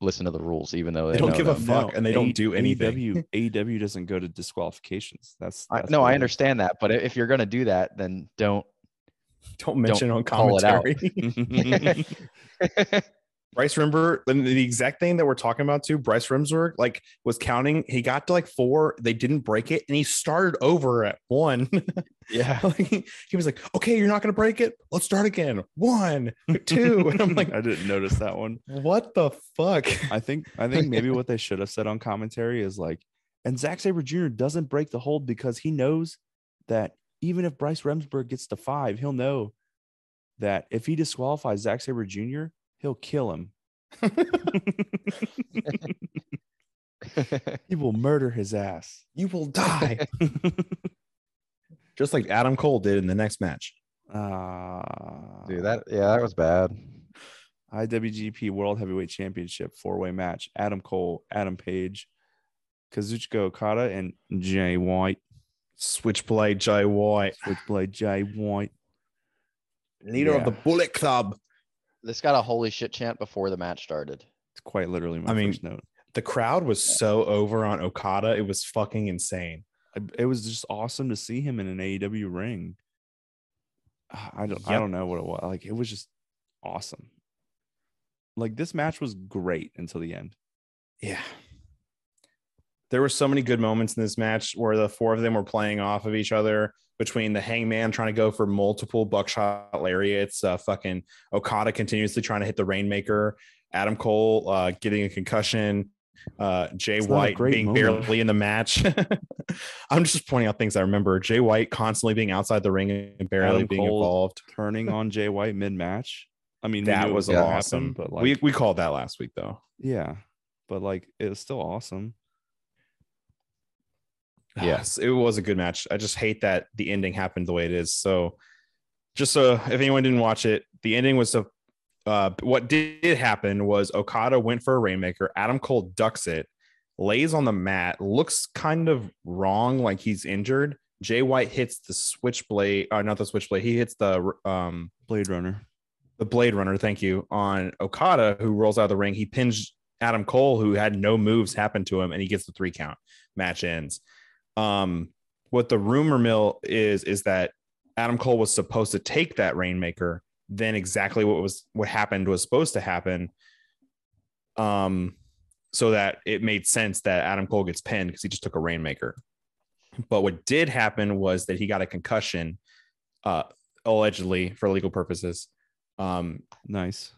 listen to the rules, even though they,
They don't
know
give a
them.
f- fuck, and they don't do anything.
AEW, AEW doesn't go to disqualifications. That's,
I-
that's
no,
what
I
it is.
understand that, but i- if you're gonna do that, then don't.
Don't mention on
call it out.
commentary.
Mm-hmm.
Bryce Rimber, and the exact thing that we're talking about too, Bryce Rimsberg, like was counting. He got to like four, they didn't break it, and he started over at one.
Yeah,
Like, he was like, "Okay, you're not gonna break it. Let's start again. One, two. And I'm like,
I didn't notice that one.
"What the fuck?"
I think I think maybe what they should have said on commentary is like, and Zack Saber Jr. doesn't break the hold because he knows that even if Bryce Remsburg gets to five, he'll know that if he disqualifies Zack Saber Jr., he'll kill him. he will murder his ass.
You will die, just like Adam Cole did in the next match.
Ah,
Dude,
Uh,
that yeah, that was bad.
IWGP World Heavyweight Championship four way match. Adam Cole, Adam Page, Kazuchika Okada, and Jay White,
Switchblade Jay White,
Switchblade Jay White.
leader
Yeah.
of the Bullet Club.
this got a holy shit chant before the match started.
It's quite literally my
I mean-
first note.
The crowd was so over on Okada; it was fucking insane.
I- It was just awesome to see him in an AEW ring. Ah, I don't, I
Yep.
don't know what it was. Like it was just awesome. Like this match was great until the end.
Yeah. There were so many good moments in this match where the four of them were playing off of each other between the hangman trying to go for multiple buckshot lariats, uh, fucking Okada continuously trying to hit the rainmaker, Adam Cole uh, getting a concussion, uh, Jay
It's not a
White
great
being
moment.
barely in the match. I'm just pointing out things I remember. Jay White constantly being outside the ring and barely
Adam
being
Cole
involved.
Turning on Jay White mid match. I mean, we knew
That
it
was
gonna happen,
awesome.
but like
we we called that last week though.
Yeah. But like it was still awesome.
yes it was a good match i just hate that the ending happened the way it is so just so if anyone didn't watch it the ending was a uh, what did happen was okada went for a rainmaker adam cole ducks it lays on the mat looks kind of wrong like he's injured jay white hits the switchblade uh, not the switchblade he hits the um
Blade Runner.
the blade runner thank you on okada who rolls out of the ring he pins adam cole who had no moves happen to him and he gets the three count match ends um what the rumor mill is is that adam cole was supposed to take that rainmaker then exactly what was what happened was supposed to happen um so that it made sense that adam cole gets pinned because he just took a rainmaker but what did happen was that he got a concussion uh allegedly for legal purposes um
Nice.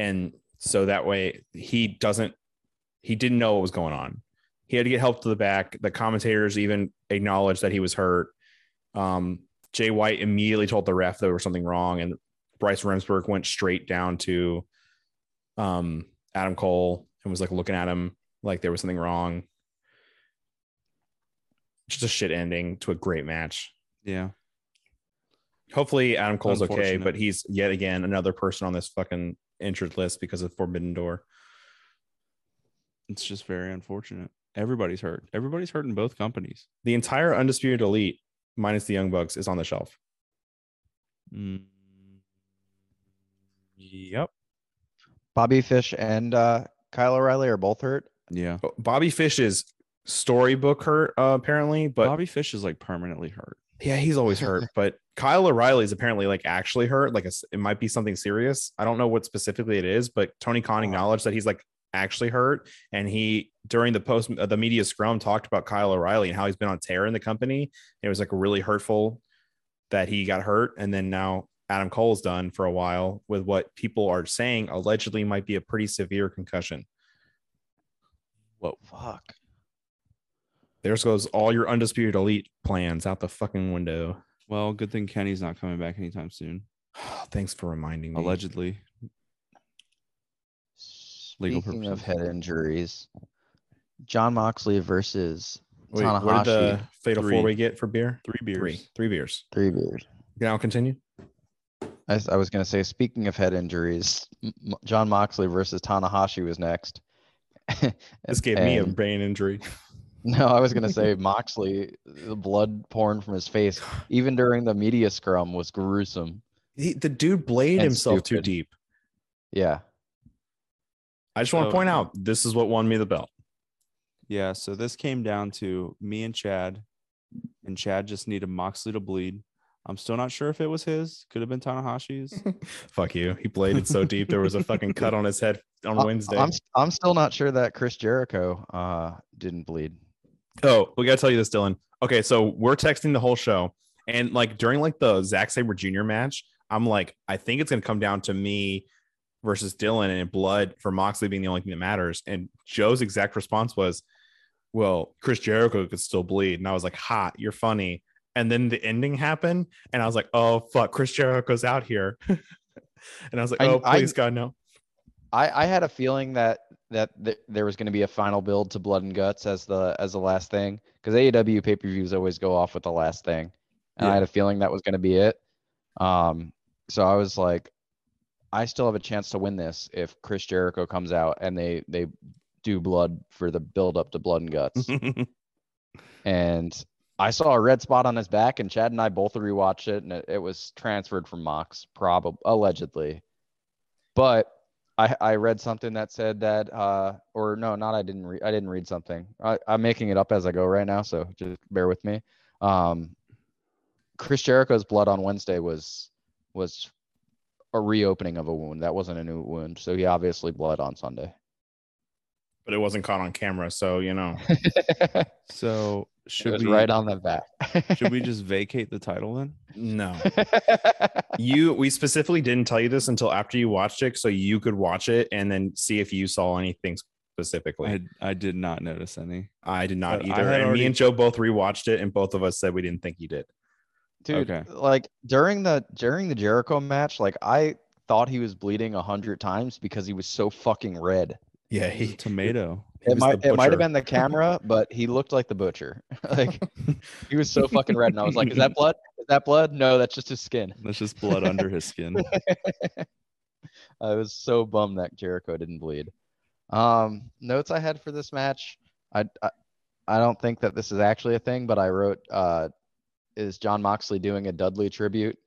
and so that way he doesn't He didn't know what was going on. He had to get help to the back. The commentators even acknowledged that he was hurt. Um, Jay White immediately told the ref there was something wrong, and Bryce Remsburg went straight down to um, Adam Cole and was like looking at him like there was something wrong. Just a shit ending to a great match.
Yeah.
Hopefully Adam Cole's okay,
Unfortunate.
but he's yet again another person on this fucking injured list because of Forbidden Door.
It's just very unfortunate. Everybody's hurt. Everybody's hurt in both companies.
The entire Undisputed Elite, minus the Young Bucks, is on the shelf.
Mm. Yep.
Bobby Fish and uh, Kyle O'Reilly are both hurt.
Yeah.
Bobby Fish is storybook hurt, uh, apparently, but
Bobby Fish is like permanently hurt.
yeah, he's always hurt. but Kyle O'Reilly is apparently like actually hurt. Like it's- it might be something serious. I don't know what specifically it is, but Tony Khan acknowledged that he's like actually hurt, and he during the post uh, the media scrum talked about Kyle O'Reilly and how he's been on tear in the company. It was like really hurtful that he got hurt, and then now Adam Cole's done for a while with what people are saying allegedly might be a pretty severe concussion.
Fuck.
There goes all your undisputed elite plans out the fucking window.
Well, good thing Kenny's not coming back anytime soon.
Thanks for reminding me.
Allegedly. Legal
Speaking of
purposes.
head injuries, John Moxley versus
Wait,
Tanahashi.
what did the fatal
Three.
four way get for beer?
Three beers.
Three. Three beers.
Three beers.
Now continue.
I, s- I was going to say, speaking of head injuries, M- M- John Moxley versus Tanahashi was next.
This gave me a
And-
brain injury.
No, I was going to say Moxley, the blood pouring from his face, even during the media scrum, was gruesome.
He, the dude blade
And
himself too
stupid.
deep.
Yeah.
I just want
So-
to point out this is what won me the belt.
Yeah. So this came down to me and Chad, and Chad just needed Moxley to bleed. I'm still not sure if it was his. Could have been Tanahashi's.
Fuck you. He bladed so deep there was a fucking cut on his head on
I-
Wednesday.
I'm, s- I'm still not sure that Chris Jericho uh, didn't bleed.
Oh, we gotta tell you this, Dylan. Okay, so we're texting the whole show, and like during like the Zack Saber Jr. match, I'm like, I think it's gonna come down to me versus Dylan and blood for Moxley being the only thing that matters. And Joe's exact response was, "Well, Chris Jericho could still bleed," and I was like, "Hot, you're funny." And then the ending happened, and I was like, "Oh fuck, Chris Jericho's out here," and I was like,
I-
"Oh
I-
please, God no."
I, I had a feeling that that th- there was going to be a final build to Blood and Guts as the as the last thing because AEW pay per views always go off with the last thing, and I
Yeah.
had a feeling that was going to be it. Um, so I was like, I still have a chance to win this if Chris Jericho comes out and they they do blood for the build up to Blood and Guts. and I saw a red spot on his back, and Chad and I both rewatched it, and it, it was transferred from Mox, probably allegedly. But I, I read something that said that, uh, or no, not I didn't read. I didn't read something. I, I'm making it up as I go right now, so just bear with me. Um, Chris Jericho's blood on Wednesday was was a reopening of a wound. That wasn't a new wound, so he obviously bled on Sunday.
But it wasn't caught on camera, so you know.
it
so should
was
we
right on the back.
should we just vacate the title then?
No. you we specifically didn't tell you this until after you watched it so you could watch it and then see if you saw anything specifically
I I did not notice any.
i, did not
but I
either
had
and
already-
me and joe both rewatched it and both of us said we didn't think you did
dude
Okay.
like during the during the jericho match like i thought he was bleeding a hundred times because he was so fucking red
yeah
It was a tomato.
it might it might have been the camera but he looked like the butcher like he was so fucking red and i was like is that blood is that blood no that's just his skin
That's just blood under his skin.
i was so bummed that jericho didn't bleed um notes i had for this match i i, I don't think that this is actually a thing but i wrote uh is John Moxley doing a Dudley tribute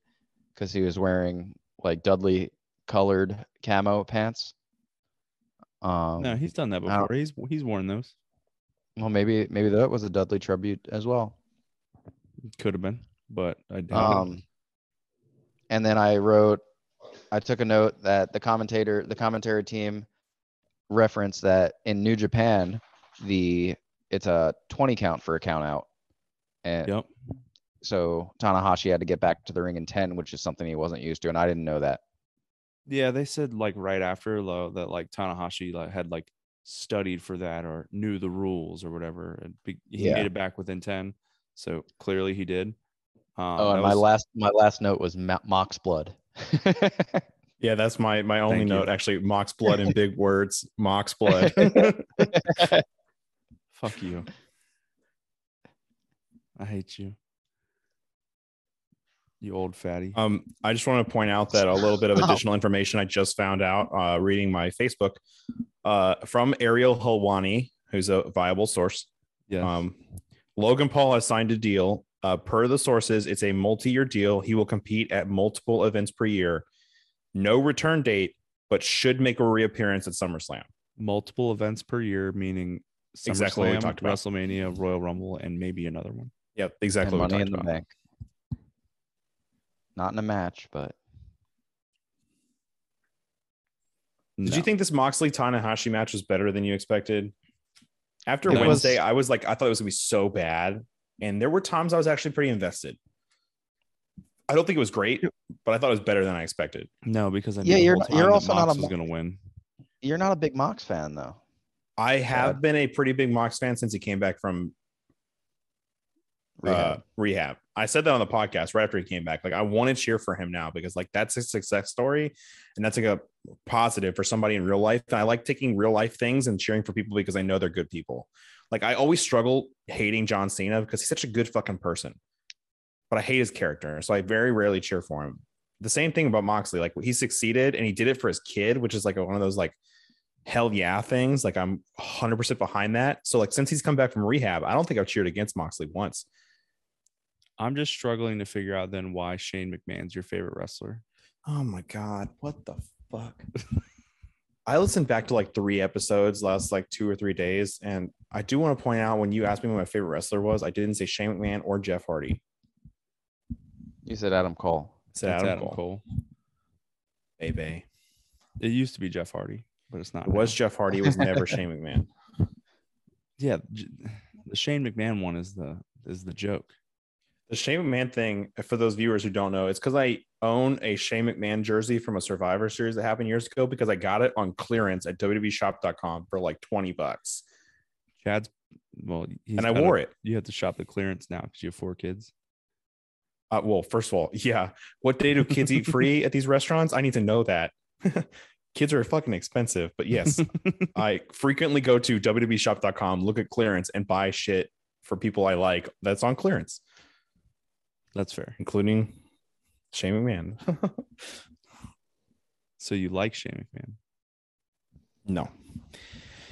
because he was wearing like Dudley colored camo pants. Um,
No, he's done that
I don't-
before. He's he's worn those.
well, maybe maybe that was a Dudley tribute as well.
Could have been, but I doubt it.
Um, and then I wrote, I took a note that the commentator, the commentary team, referenced that in New Japan, the it's a twenty count for a count out, and
Yep.
so Tanahashi had to get back to the ring in ten, which is something he wasn't used to, and I didn't know that.
Yeah, they said like right after low that like Tanahashi like had like studied for that or knew the rules or whatever. And be- he
Yeah.
made it back within ten, so clearly he did. Um,
oh,
that
and my
was-
last my last note was Ma- Mox blood.
Yeah, that's my my only
Thank you.
note. Actually, Mox blood in big words. Mox blood.
Fuck you. I hate you. You old fatty.
um, I just want to point out that a little bit of additional information I just found out uh, reading my Facebook uh, from Ariel Helwani, who's a viable source.
yes.
Um, Logan Paul has signed a deal. Uh, per the sources, it's a multi year deal. He will compete at multiple events per year. No return date, but should make a reappearance at SummerSlam.
Multiple events per year, meaning SummerSlam,
Exactly what we talked about.
WrestleMania, Royal Rumble, and maybe another one.
Yep,
and
exactly. what we
money
talked
in the
about.
bank. Not in a match, but
Did
No.
you think this Moxley Tanahashi match was better than you expected? After
It was-
Wednesday, I was like, I thought it was gonna be so bad, and there were times I was actually pretty invested. I don't think it was great, but I thought it was better than I expected.
No, because I
Yeah,
knew
you're
the whole
not-
time
you're
that
also not
Mox
a
was
Mox-
going to win.
you're not a big Mox fan though.
I have been a pretty big Mox fan since he came back from
Rehab.
Uh, rehab. I said that on the podcast right after he came back. Like, I want to cheer for him now because like that's a success story, and that's like a positive for somebody in real life. And I like taking real life things and cheering for people because I know they're good people. Like I always struggle hating John Cena because he's such a good fucking person, but I hate his character, so I very rarely cheer for him. The same thing about Moxley. Like he succeeded and he did it for his kid, which is like one of those like hell yeah things. Like I'm 100% behind that. So like since he's come back from rehab, I don't think I've cheered against Moxley once.
I'm just struggling to figure out then why Shane McMahon's your favorite wrestler.
Oh my god, what the fuck? I listened back to like three episodes last like two or three days, and I do want to point out when you asked me what my favorite wrestler was, I didn't say Shane McMahon or Jeff Hardy.
you said Adam Cole.
I said
That's
Adam, Cole. Baby.
It used to be Jeff Hardy, but it's not.
It was
now.
Jeff Hardy, it was never Shane McMahon.
yeah, J- the Shane McMahon one is the is the joke.
The Shane McMahon thing, for those viewers who don't know, it's because I own a Shane McMahon jersey from a Survivor Series that happened years ago because I got it on clearance at E WWShop.com for like 20 bucks.
Chad's well, he's
and I
gotta-
wore it.
You have to shop the clearance now because you have four kids.
Uh, well, first of all, yeah. What day do kids eat free at these restaurants? I need to know that. kids are fucking expensive, but yes, I frequently go to E www.shop.com, look at clearance, and buy shit for people I like that's on clearance,
That's fair.
including Shane McMahon.
So you like Shane McMahon?
no.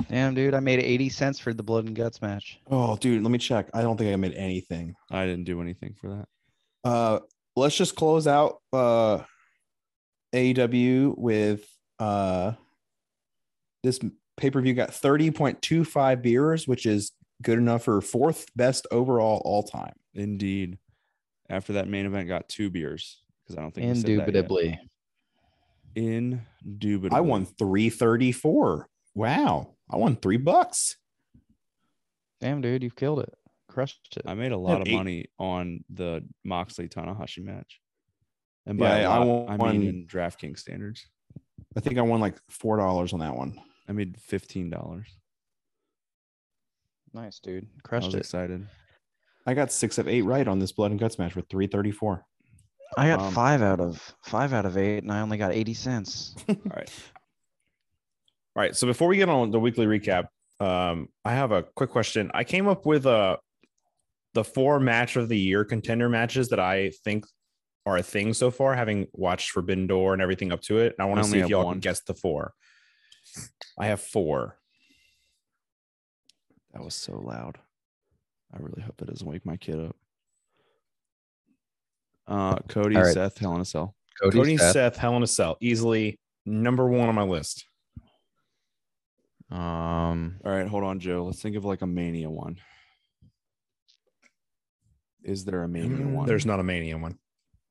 Damn, dude, I made 80 cents for the blood and guts match.
Oh, dude, let me check. I don't think I made anything.
I didn't do anything for that.
Uh, let's just close out uh, AEW with uh, this pay per view got 30.25 viewers, which is good enough for fourth best overall all time.
Indeed. After that main event, got two beers because I don't think we said that yet.
Indubitably.
Indubitably.
I won 334. Wow. I won three bucks.
Damn, dude, you've killed it. Crushed it.
I made a lot of
eight-
money on the Moxley Tanahashi match. And by
Yeah,
a
I
lot, I,
won-
mean in DraftKings standards.
I think I won like four dollars on that one.
I made fifteen dollars.
nice, dude.
I
Crushed
was
it.
excited.
I got six of eight right on this blood and guts match with 334.
I got
Um,
five out of five out of eight, and I only got 80 cents.
All right.
All right. So before we get on the weekly recap, um, I have a quick question. I came up with uh, the four match of the year contender matches that I think are a thing so far, having watched Forbidden Door and everything up to it. And I
I
want to
only
see if
have
y'all
one.
can guess the four. I have four.
That was so loud. I really hope that doesn't wake my kid up. Uh Cody,
All right.
Seth, Hell in a Cell.
Cody,
Cody,
Seth.
Seth. Hell in a Cell, easily number one on my list.
Um,
All right, hold on, Joe. Let's think of like a mania one. Is there a mania one?
Mm, There's not a mania one.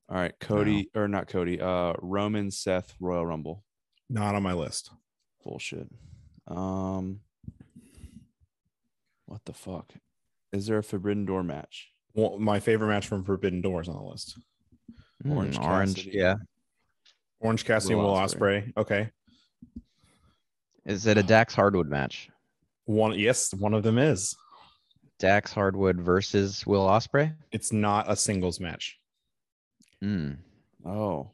All right, Cody or not Cody. Uh, Roman, Seth, Royal Rumble.
Not on my list.
Bullshit. Um, what the fuck? Is there a Forbidden Door match?
Well, my favorite match from Forbidden Door is on the list.
Orange
mm, orange.
Cassidy.
Yeah.
Orange Cassidy and
Will
Will
Ospreay.
Osprey. Okay.
Is it a Dax Hardwood match?
One, yes, one of them is.
Dax Hardwood versus Will Osprey.
It's not a singles match.
Hmm.
Mm.
Oh,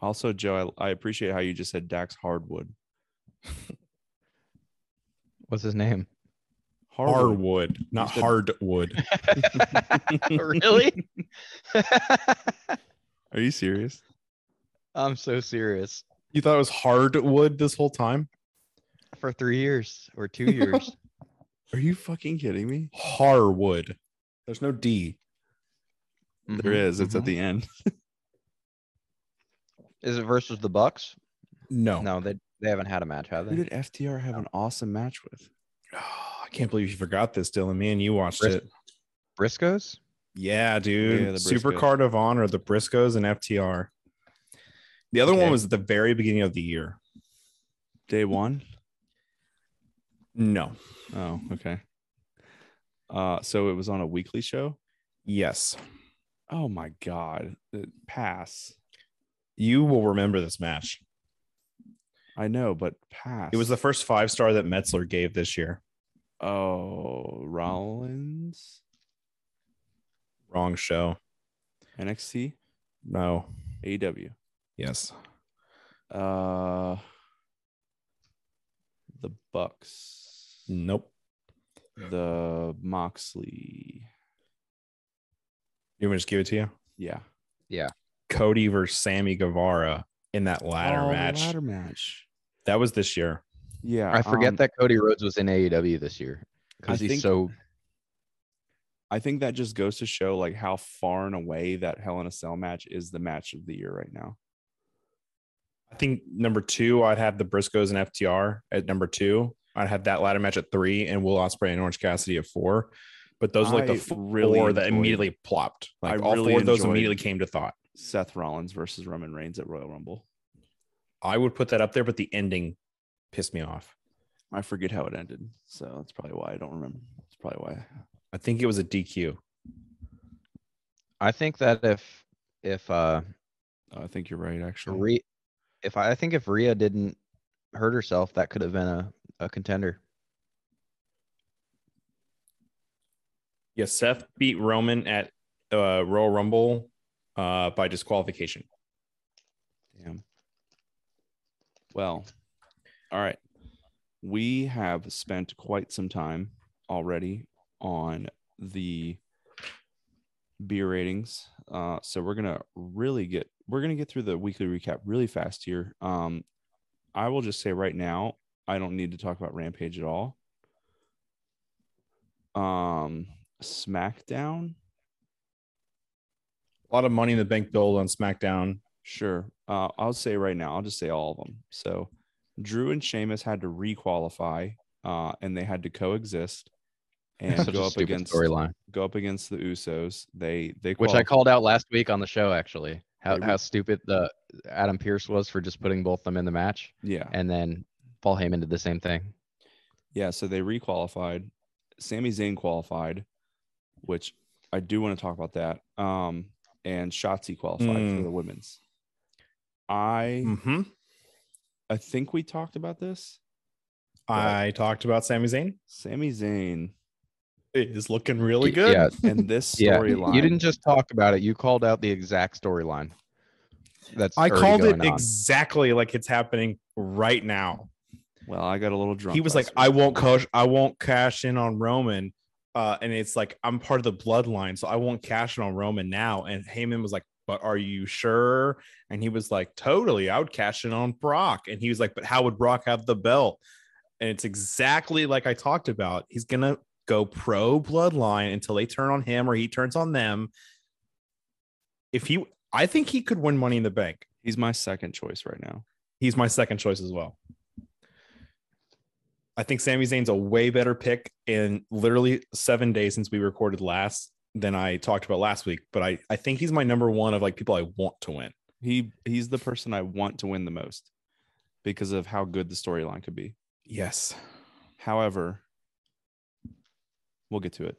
also, Joe, I, I appreciate how you just said Dax Hardwood.
What's his name?
Hardwood, not
You said-
hardwood.
really?
Are you serious?
I'm so serious.
You thought it was hardwood this whole time?
For three years or two years.
Are you fucking kidding me?
Harwood. There's no D.
There is. It's at the end.
Mm-hmm. Is it versus the Bucks?
No.
No, they they haven't had a match, have
Who
they?
did FTR have an awesome match with?
Oh, I can't believe you forgot this, Dylan. Me and you watched
Bris-
it.
Briscoes?
Yeah,
Yeah,
dude.
the
Super
Briscoes.
Card of Honor, the Briscoes, and FTR. The other one
Okay.
was at the very beginning of the year.
Day one.
No.
Oh, okay. Uh, so it was on a weekly show.
Yes.
Oh my god, The- pass.
You will remember this match.
I know, but pass.
It was the first five star that Metzler gave this year.
oh Rollins
Wrong show.
NXT
No.
AEW.
Yes.
Uh, the Bucks.
Nope.
The Moxley.
You want me to just give it to you?
Yeah.
Cody versus Sammy Guevara in that ladder
Oh, the
match.
Ladder match.
That was this year.
Yeah.
I forget
um,
that Cody Rhodes was in AEW this year because
I
he's
think-
so
I think that just goes to show like how far and away that Hell in a Cell match is the match of the year right now.
I think number two, I'd have the Briscoes and FTR at number two. I'd have that ladder match at three, and Will Ospreay and Orange Cassidy at four. But those are like
I
the four
really
that
enjoyed-
immediately plopped.
I
Like all
really
four of those
enjoyed-
immediately came to thought.
Seth Rollins versus Roman Reigns at Royal Rumble.
I would put that up there, but the ending pissed me off.
I forget how it ended, so that's probably why I don't remember. That's probably why.
I think it was a DQ.
I think that if if uh
Oh, I think you're right, actually.
Rhea, if I, I think if Rhea didn't hurt herself, that could have been a, a contender.
Yeah, Seth beat Roman at uh, Royal Rumble uh, by disqualification.
Damn. Well, all right. We have spent quite some time already on the beer ratings. Uh, so we're gonna really get we're gonna get through the weekly recap really fast here. Um, I will just say right now, I don't need to talk about Rampage at all. Um, SmackDown,
A lot of money in the bank build on SmackDown.
Sure. Uh, I'll say right now, I'll just say all of them. So Drew and Sheamus had to requalify uh, and they had to coexist and
Such
go
a
up
stupid
against
storyline,
go up against the Usos. They they
which I called out last week on the show actually. How
They re-
how stupid the Adam Pierce was for just putting both them in the match,
yeah.
and then Paul Heyman did the same thing.
Yeah, so they requalified. Sami Zayn qualified, which I do want to talk about that. Um, and Shotzi qualified for
Mm.
the women's. I
Mm-hmm.
I think we talked about this.
I talked about Sami Zayn.
Sami Zayn
Is looking really
Y-
good.
yeah.
and this
Yeah, y-
storyline.
you didn't just talk about it; you called out the exact storyline. That's
I
already
called it
going on.
exactly like it's happening right now.
Well, I got a little drunk.
he was like,
last
"I
week.
won't cash, I won't cash in on Roman," uh, and it's like, "I'm part of the bloodline, so I won't cash in on Roman now." And Heyman was like, "But are you sure?" And he was like, "Totally, I would cash in on Brock." And he was like, "But how would Brock have the belt?" And it's exactly like I talked about. He's gonna go pro bloodline until they turn on him or he turns on them. If he, I think he could win Money in the Bank.
He's my second choice right now.
he's my second choice as well. I think Sami Zayn's a way better pick in literally seven days since we recorded last than I talked about last week. But I, I think he's my number one of like people I want to win.
He he's the person I want to win the most because of how good the storyline could be.
Yes.
However, we'll get to it.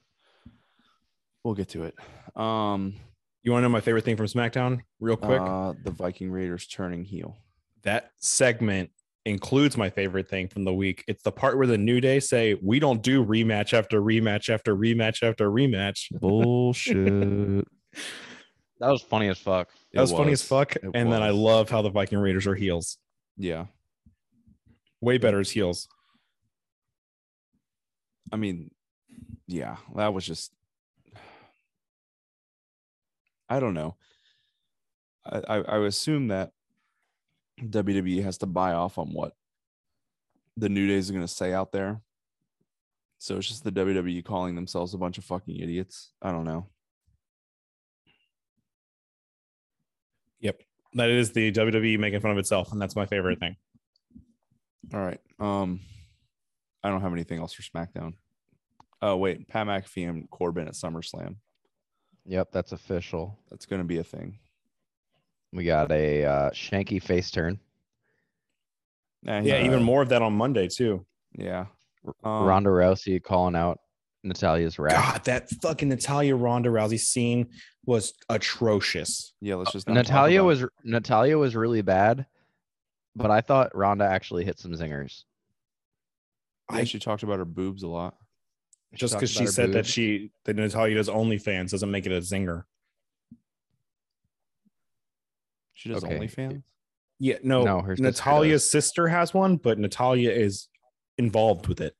We'll get to it. Um
You want to know my favorite thing from SmackDown? Real quick.
uh, the Viking Raiders turning heel.
that segment includes my favorite thing from the week. It's the part where the New Day say, We don't do rematch after rematch after rematch after rematch.
Bullshit.
That was funny as fuck.
That was, funny as fuck.
It
and then I
was.
love how the Viking Raiders are heels.
Yeah.
Way better as heels.
I mean, yeah, that was just. I don't know. I, I, I would assume that WWE has to buy off on what the New Days are going to say out there. So it's just the WWE calling themselves a bunch of fucking idiots. I don't know.
That is the WWE making fun of itself, and that's my favorite thing.
All right. Um, I don't have anything else for SmackDown. Oh wait, Pat McAfee and Corbin at SummerSlam.
Yep, that's official.
That's going to be a thing.
We got a uh, Shanky face turn.
Eh,
Yeah,
he-
even more of that on Monday too.
yeah. Um,
Ronda Rousey calling out Natalia's rap.
Oh. God, that fucking Natalia Ronda Rousey scene was atrocious.
Yeah, let's just not talk
Natalia
about it.
was Natalia was really bad, but I thought Ronda actually hit some zingers.
Yeah,
I-
she talked about her boobs a lot.
Just
talked
because she
about her
said that
boobs.
she that Natalia does OnlyFans doesn't make it a zinger.
She does
Okay.
OnlyFans.
Yeah, no,
No, her sister
Natalia's sister has one, but Natalia is involved with it.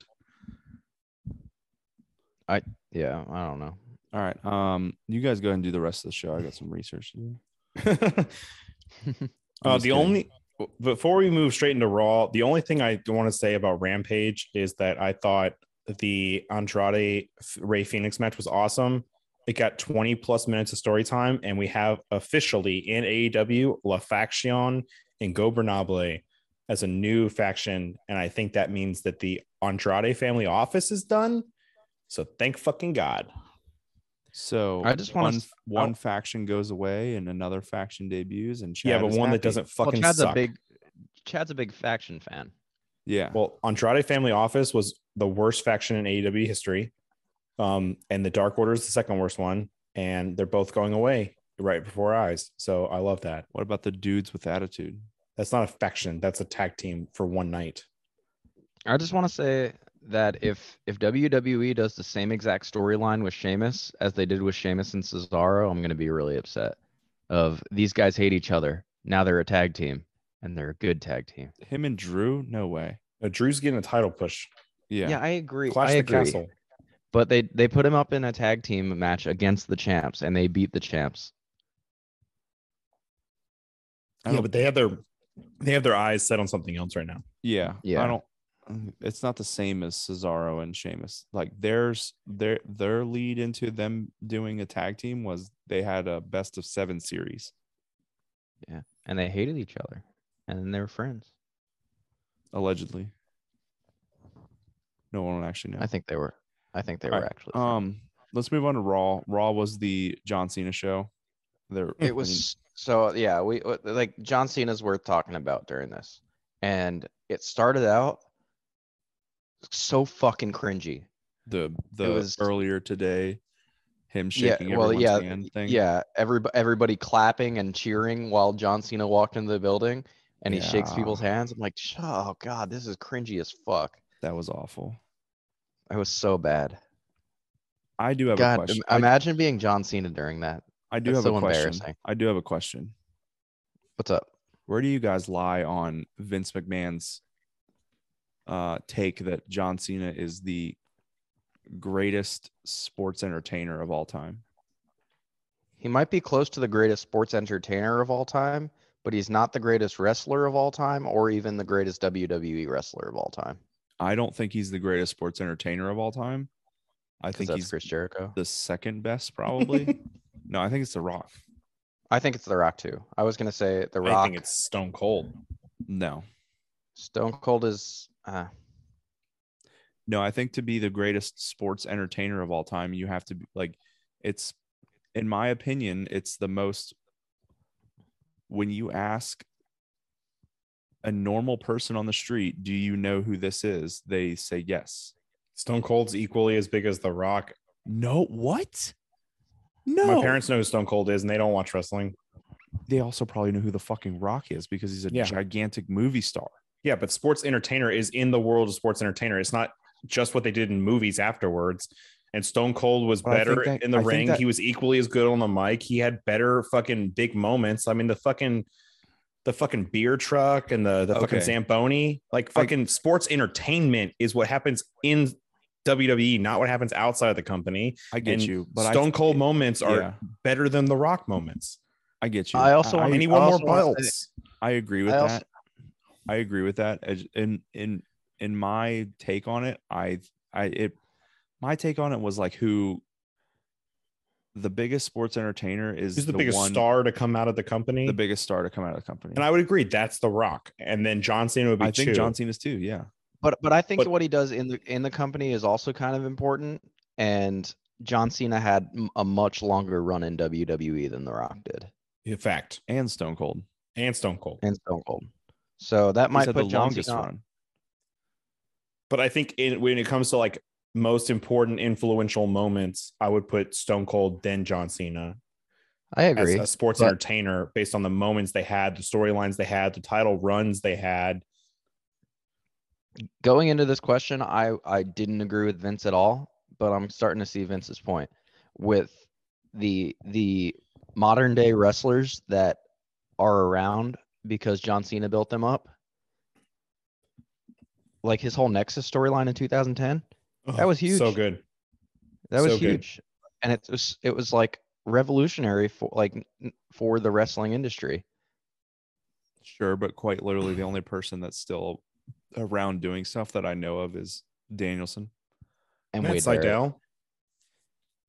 Yeah, I don't know.
All right. Um, you guys go ahead and do the rest of the show. I got some research. to do. I'm
uh,
just
the
kidding.
only before we move straight into Raw, the only thing I want to say about Rampage is that I thought the Andrade Ray Phoenix match was awesome. It got 20 plus minutes of story time, and we have officially in AEW La Faction and Gobernable as a new faction. And I think that means that the Andrade family office is done. So thank fucking God.
So
I just wanna
one
s-
one faction goes away and another faction debuts and Chad
yeah, but
is
one that
happy.
doesn't
Well,
fucking
Chad's
suck.
a big Chad's a big faction fan.
Yeah,
Well, Andrade Family Office was the worst faction in AEW history. Um, and the Dark Order is the second worst one, and they're both going away right before our eyes. So I love that.
what about the dudes with attitude?
That's not a faction, that's a tag team for one night.
I just want to say that if if WWE does the same exact storyline with Sheamus as they did with Sheamus and Cesaro, I'm gonna be really upset. Of these guys hate each other. Now they're a tag team, and they're a good tag team.
Him and Drew? No way.
Now, Drew's getting a title push.
Yeah,
I agree.
Clash
I
the
agree.
Castle.
But they they put him up in a tag team match against the champs, and they beat the champs.
I
Yeah,
don't-
but they have their they have their eyes set on something else right now.
yeah, I
Yeah.
don't. It's not the same as Cesaro and Sheamus. Like theirs, their their lead into them doing a tag team was they had a best of seven series.
and they hated each other and then they were friends
allegedly. No one will actually know.
i think they were i think they
Alright,
were actually friends.
Um, let's move on to Raw. Raw was the John Cena show. There, I
it was so yeah we uh, like john cena's worth talking about during this and it started out so fucking cringy
mean, the the
was-
earlier today, him shaking
yeah well
everyone's
yeah
hand thing.
yeah everybody, everybody clapping and cheering while john cena walked into the building and he shakes
Yeah.
people's hands i'm like "Sh- oh god this is cringy as fuck
that was awful.
it was so bad
I do have a
god
question.
im- imagine being john cena during that
I, I do
that's
have
so
a question.
embarrassing.
I do have a question.
what's up
Where do you guys lie on Vince McMahon's uh, take that John Cena is the greatest sports entertainer of all time?
He might be close to the greatest sports entertainer of all time, but he's not the greatest wrestler of all time or even the greatest WWE wrestler of all time.
I don't think he's the greatest sports entertainer of all time. I
Because
think
that's
he's
Chris Jericho.
the second best, probably. no, I think it's The Rock.
I think it's The Rock too. I was gonna say The
I
Rock.
think it's stone cold.
No,
Stone Cold is. Uh,
no, I think to be the greatest sports entertainer of all time, you have to be like, it's, in my opinion, it's the most. When you ask a normal person on the street, do you know who this is? They say yes.
Stone Cold's equally as big as The Rock.
No, what? No.
My parents know who Stone Cold is and they don't watch wrestling.
they also probably know who the fucking Rock is because he's a
Yeah.
gigantic movie star.
Yeah, but sports entertainer is in the world of sports entertainer. It's not just what they did in movies afterwards. And Stone Cold was
But I
better
think that-
in the
I think
ring.
that-
he was equally as good on the mic. He had better fucking big moments. I mean, the fucking the fucking beer truck and the the fucking
Okay.
Zamboni. Like fucking sports entertainment is what happens in WWE, not what happens outside of the company.
I get
And
you, but I-
Stone Cold moments are
yeah,
better than the Rock moments.
I get you.
I also
I,
wanna-
And he won
I
more
also wanna say-
belts.
I agree with
I also-
that. I agree with that. As- In in in my take on it, I I it my take on it was like who the biggest sports entertainer is
He's the, biggest
one,
star to come out of the company.
the biggest star to come out of the company.
And I would agree that's The Rock, and then John Cena would be
I think
two.
John Cena's too. Yeah,
But but I think
But-
what he does in the in the company is also kind of important. And John Cena had m- a much longer run in WWE than The Rock did,
in fact,
and Stone Cold.
and Stone Cold.
and Stone Cold. So that
He's
might
had
put
the
John
longest
Cena.
run.
But I think in, when it comes to like most important influential moments, I would put Stone Cold then John Cena
I
as
agree.
a sports
but-
entertainer based on the moments they had, the storylines they had, the title runs they had.
Going into this question, I I didn't agree with Vince at all, but I'm starting to see Vince's point with the the modern day wrestlers that are around because John Cena built them up. Like his whole Nexus storyline in 2010. That was huge.
So good.
That was
So good.
huge, and it was it was like revolutionary for like n- for the wrestling industry.
Sure, but quite literally, the only person that's still around doing stuff that I know of is Danielson.
And
Matt
Wade Barrett.
Seidel.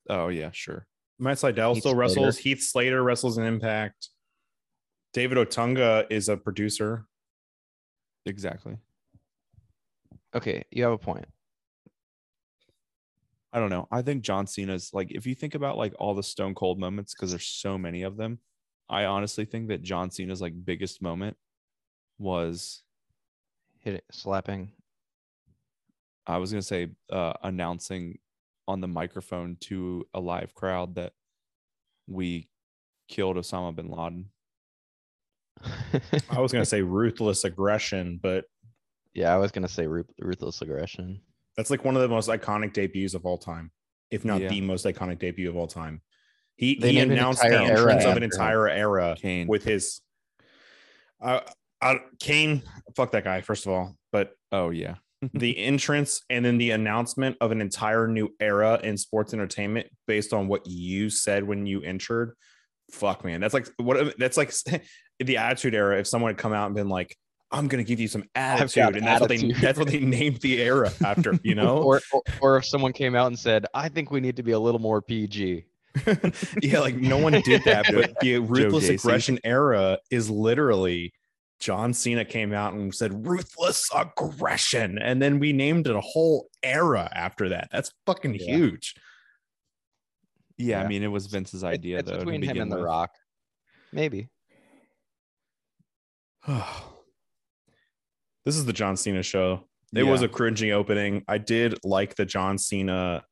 Oh yeah, sure.
Matt Seidel
Heath
still
Slater.
wrestles. Heath Slater wrestles in Impact. David Otunga is a producer.
Exactly.
Okay, you have a point.
I don't know. I think John Cena's like if you think about like all the Stone Cold moments because there's so many of them. I honestly think that John Cena's like biggest moment was
Hit it, slapping.
I was gonna say uh, announcing on the microphone to a live crowd that we killed Osama bin Laden.
I was going to say ruthless aggression, but
yeah, I was gonna say ru- ruthless aggression.
That's like one of the most iconic debuts of all time, if not
Yeah.
the most iconic debut of all time. He
They
he
named an
announced the
entire era
entrance of
after
an
him.
entire era
Kane.
with his. Uh, uh, Kane, fuck that guy first of all, but
oh yeah,
the entrance and then the announcement of an entire new era in sports entertainment based on what you said when you entered. Fuck man, that's like what that's like the attitude era. If someone had come out and been like, "I'm gonna give you some attitude," and that's what
attitude.
they that's what they named the era after, you know?
or, or or if someone came out and said, "I think we need to be a little more PG."
yeah, like no one did that, but the ruthless
Gacy.
aggression era is literally John Cena came out and said ruthless aggression, and then we named it a whole era after that. That's fucking
Yeah.
huge.
yeah. I
Yeah.
mean, it was Vince's idea
it's
though. to
between him
begin
and The
with.
Rock. Maybe.
this is the John Cena show. It was a cringy opening. I did like the John Cena.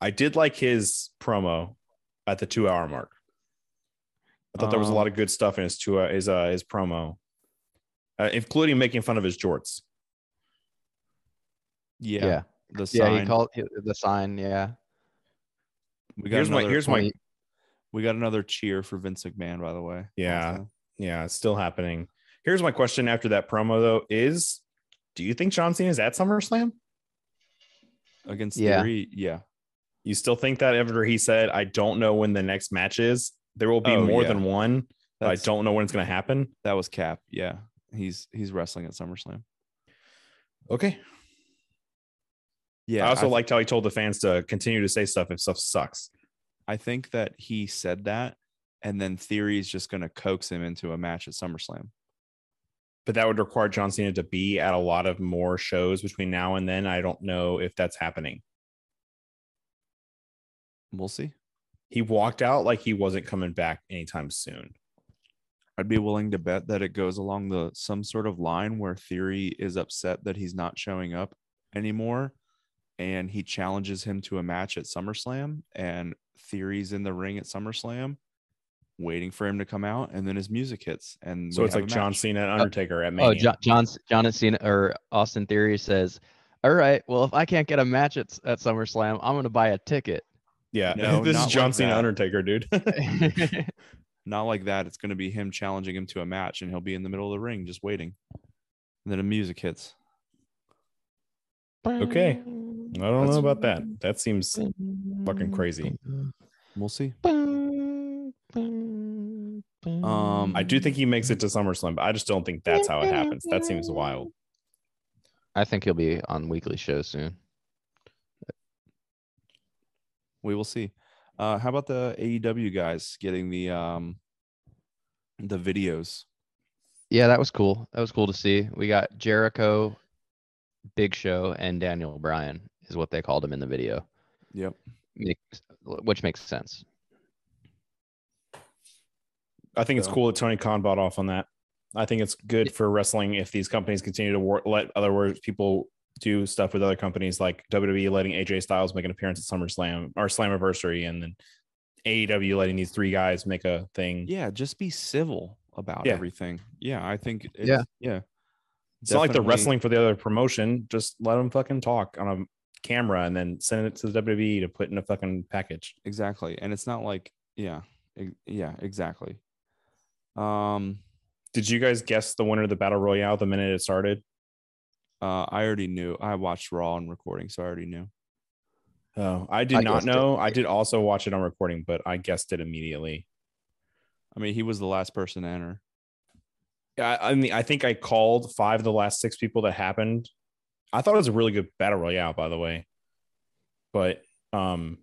I did like his promo at the two hour mark. I thought there was a
Um,
lot of good stuff in his two his uh, his promo, uh, including making fun of his jorts.
yeah.
Yeah.
The sign.
Yeah, he called he- the sign. Yeah.
we got
Here's my
another-
here's my
point.
we got another cheer for Vince McMahon by the way.
Yeah.
also.
yeah, it's still happening. Here's my question after that promo though is, do you think John Cena is at SummerSlam?
against
Yeah.
Theory. Yeah.
You still think that after he said, I don't know when the next match is. There will be
Oh,
more
yeah.
than one. but I
That's-
don't know when it's going to happen.
That was Cap. Yeah. He's he's wrestling at SummerSlam.
Okay.
Yeah.
I also
th-
liked how he told the fans to continue to say stuff if stuff sucks.
I think that he said that and then Theory is just going to coax him into a match at SummerSlam.
But that would require John Cena to be at a lot of more shows between now and then. I don't know if that's happening.
We'll see.
He walked out like he wasn't coming back anytime soon.
I'd be willing to bet that it goes along the some sort of line where Theory is upset that he's not showing up anymore and he challenges him to a match at SummerSlam and Theory's in the ring at SummerSlam waiting for him to come out, and then his music hits, and
So
we
it's
have
like
a
John
match.
Cena and Undertaker at Mania.
Oh, John, John, John Cena or Austin Theory says, "All right, well, if I can't get a match at, s- at SummerSlam, I'm gonna buy a ticket."
yeah,
No,
this
not
is
like
John Cena
that.
Undertaker, dude.
Not like that. It's going to be him challenging him to a match, and he'll be in the middle of the ring just waiting. And then the music hits.
okay, I don't know about that. That seems fucking crazy.
We'll see.
Um,
I do think he makes it to SummerSlam, but I just don't think that's how it happens. That seems wild.
I think he'll be on weekly show soon.
We will see. Uh, how about the AEW guys getting the um the videos?
Yeah, that was cool. That was cool to see. We got Jericho, Big Show, and Daniel Bryan is what they called him in the video,
Yep.
Makes- which makes sense.
I think it's
So-
cool that Tony Khan bought off on that. I think it's good for wrestling if these companies continue to wor- let other wor- people do stuff with other companies, like WWE letting AJ Styles make an appearance at SummerSlam or Slammiversary, and then AEW letting these three guys make a thing.
Yeah, just be civil about
Yeah.
everything. Yeah, I think. It's,
Yeah.
Yeah.
it's not like they're
Definitely-
wrestling for the other promotion. Just let them fucking talk on a camera and then send it to the WWE to put in a fucking package.
Exactly, and it's not like yeah, e- yeah, exactly. Um,
Did you guys guess the winner of the battle royale the minute it started?
uh, I already knew. I watched Raw on recording, so I already knew.
Oh, I did
I
not
guessed it.
know. I did also watch it on recording, but I guessed it immediately.
I mean, he was the last person to enter.
I, I mean, I think I called five of the last six people that happened. I thought it was a really good battle royale, by the way. But um,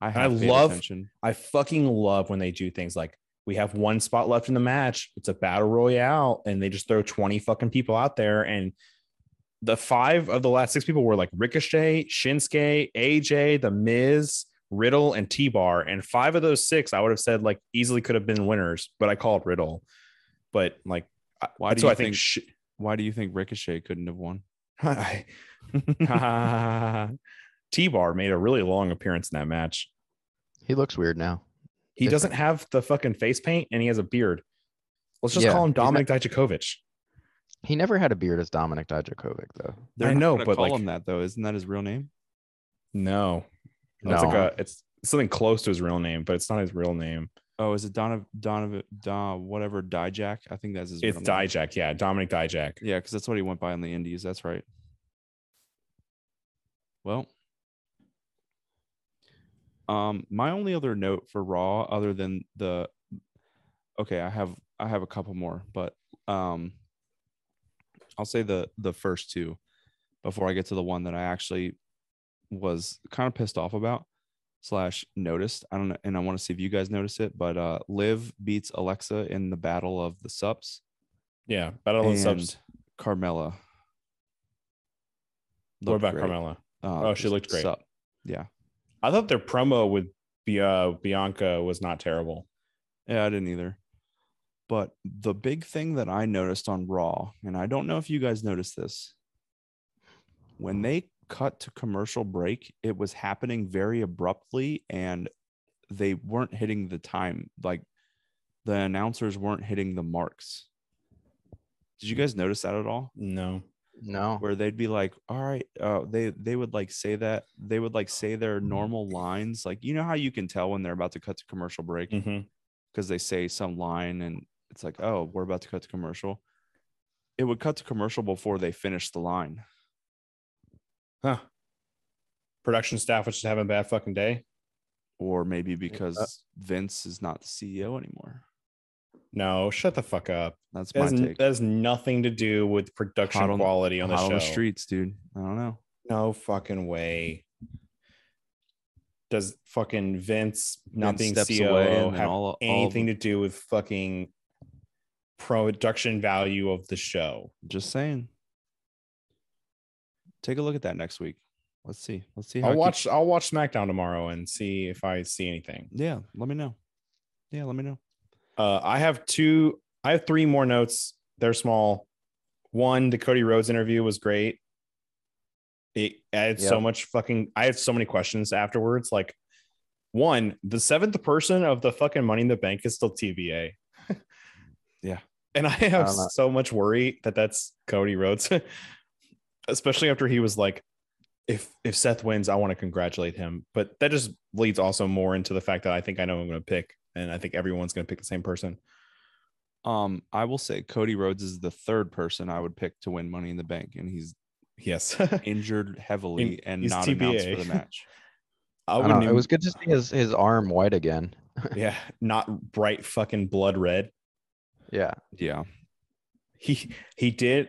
I have paid
love-
attention.
I fucking love when they do things like we have one spot left in the match. It's a battle royale, and they just throw twenty fucking people out there. And the five of the last six people were like Ricochet, Shinsuke, AJ, The Miz, Riddle, and T Bar. And five of those six, I would have said like easily could have been winners, but I called Riddle. But like, I-
Why
that's
do
who
you
I think?
think-
sh-
Why do you think Ricochet couldn't have won?
T Bar made a really long appearance in that match.
He looks weird now.
He
Different.
doesn't have the fucking face paint and he has a beard. Let's just
Yeah,
call him
he's not-
Dominic Dijakovic.
He never had a beard as Dominic Dijakovic though.
I
not
know,
gonna
but,
call
like-
him that though. Isn't that his real name?
No. It's like a it's something close to his real name, but it's not his real name.
Oh, is it Donovan Donovan Don whatever Dijak? I think that's his.
It's
real name.
Dijak, yeah. Dominic Dijak.
Yeah, because that's what he went by in the Indies. That's right. Well, um, my only other note for Raw, other than the, okay, I have I have a couple more, but um, I'll say the the first two before I get to the one that I actually was kind of pissed off about slash noticed. I don't know, and I want to see if you guys notice it, but uh, Liv beats Alexa in the Battle of the Subs
Yeah. Battle of the Subs.
and Carmella.
What
Looked
about
great.
Carmella?
Uh,
Oh, she looked great.
sup. Yeah.
I thought their promo with Bi- uh, Bianca was not terrible.
Yeah, I didn't either. But the big thing that I noticed on Raw, and I don't know if you guys noticed this, when they cut to commercial break, it was happening very abruptly and they weren't hitting the time. Like the announcers weren't hitting the marks. Did you guys notice that at all?
No.
No.
where they'd be like, "All right," uh, they they would like say that they would like say their normal lines, like you know how you can tell when they're about to cut to commercial break because
Mhm.
they say some line and it's like, "Oh, we're about to cut to commercial." It would cut to commercial before they finished the line.
Huh. Production staff was just having a bad fucking day.
Or
uh
maybe because Vince is not the CEO anymore.
No, shut the fuck up.
That's
That
my
has,
take.
that has nothing to do with production
Hot on-
quality on the
Out
show.
on the streets, dude. I don't know.
No fucking way. Does fucking Vince not
Vince steps
being COO
away and then
have
all- all of
anything
them-
to do with fucking production value of the show?
Just saying. Take a look at that next week. Let's see. Let's see how it
I'll
keeps-
watch. I'll watch SmackDown tomorrow and see if I see anything.
Yeah, let me know. Yeah, let me know.
Uh, I have two. I have three more notes. They're small. One, the Cody Rhodes interview was great. It added so
Yep.
much fucking. I had so many questions afterwards. Like, One, the seventh person of the fucking Money in the Bank is still TVA.
Yeah.
And I have
don't know.
so much worry that that's Cody Rhodes, especially after he was like, if if Seth wins, I want to congratulate him. But that just leads also more into the fact that I think I know who I'm going to pick, and I think everyone's going to pick the same person.
Um, I will say Cody Rhodes is the third person I would pick to win Money in the Bank, and he's
Yes,
injured heavily and
he's
not announced
TBA.
for the match.
I
I
don't
wouldn't.
know,
Even,
it was good to see his his arm white again.
yeah, not bright fucking blood red.
Yeah.
Yeah,
he he did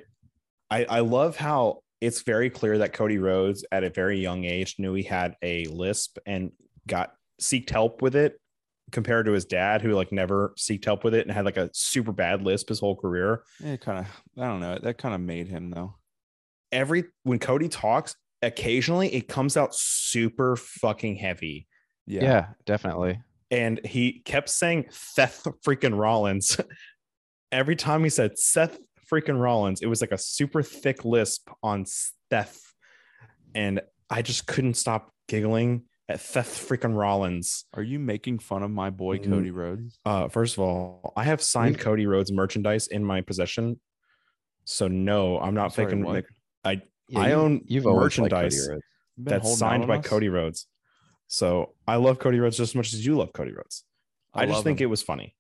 i i love how it's very clear that cody rhodes at a very young age knew he had a lisp and got seeked help with it compared to his dad who like never seeked help with it and had like a super bad lisp his whole career
it kind of. I don't know. That kind of made him though.
every when cody talks occasionally it comes out super fucking heavy
Yeah.
Yeah, definitely.
and he kept saying Seth freaking Rollins. Every time he said Seth freaking Rollins, it was like a super thick lisp on Seth. And I just couldn't stop giggling at Seth freaking Rollins.
Are you making fun of my boy
Mm.
Cody Rhodes?
Uh, first of all, I have signed Cody Rhodes merchandise in my possession. So no, I'm not
Sorry,
faking.
what?
like, I
Yeah,
I
you-
own
You've always liked Cody
merchandise
Rhodes.
You've been
that's
holding out
signed
on
by
us?
Cody Rhodes. So I love Cody Rhodes just as much as you love Cody Rhodes. I, just
love
think
him.
it was funny.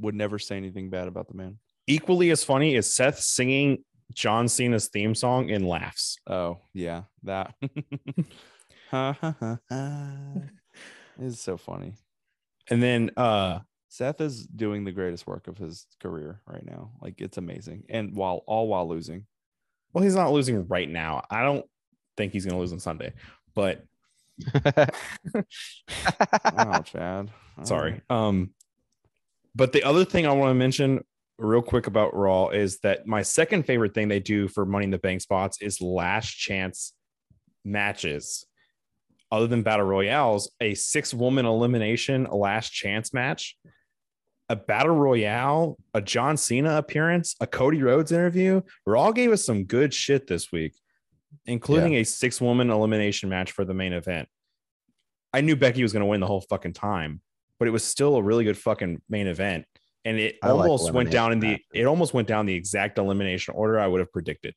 would never say anything bad about the man.
equally as funny is Seth singing John Cena's theme song in laughs.
Oh yeah, that. ha, ha, ha, ha. It's so funny.
And then uh
Seth is doing the greatest work of his career right now. Like it's amazing, and while all while losing,
well he's not losing right now. I don't think he's going to lose on Sunday. But
oh Chad, All
sorry.
right.
Um but the other thing I want to mention real quick about Raw is that my second favorite thing they do for Money in the Bank spots is last chance matches. Other than battle royales, a six woman elimination last chance match, a battle royale, a John Cena appearance, a Cody Rhodes interview. Raw gave us some good shit this week, including a six woman elimination match for the main event. I knew Becky was going to win the whole fucking time, but it was still a really good fucking main event. And it
I like
almost went down in the
elimination
it almost went down the exact elimination order I would have predicted.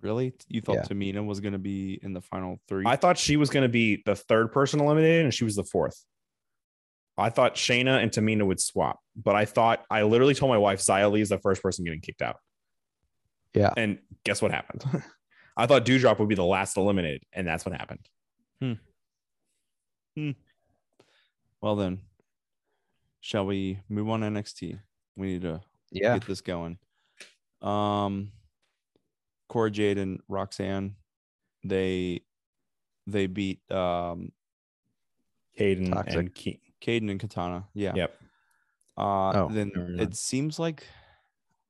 Really, you thought
Yeah.
Tamina was gonna be in the final three?
I thought she was going to be the third person eliminated, and she was the fourth. I thought Shayna and Tamina would swap, but I thought I literally told my wife Xia Lee is the first person getting kicked out.
Yeah.
and guess what happened? I thought Dewdrop would be the last eliminated, and that's what happened.
well then, shall we move on to NXT? We need to
yeah.
get this going. Um, Cora Jade and Roxanne, they they beat um
Caden
Toxic.
and Ke-
Caden and Katana. Yeah.
Yep.
Uh,
Oh,
then
never mind.
it seems like,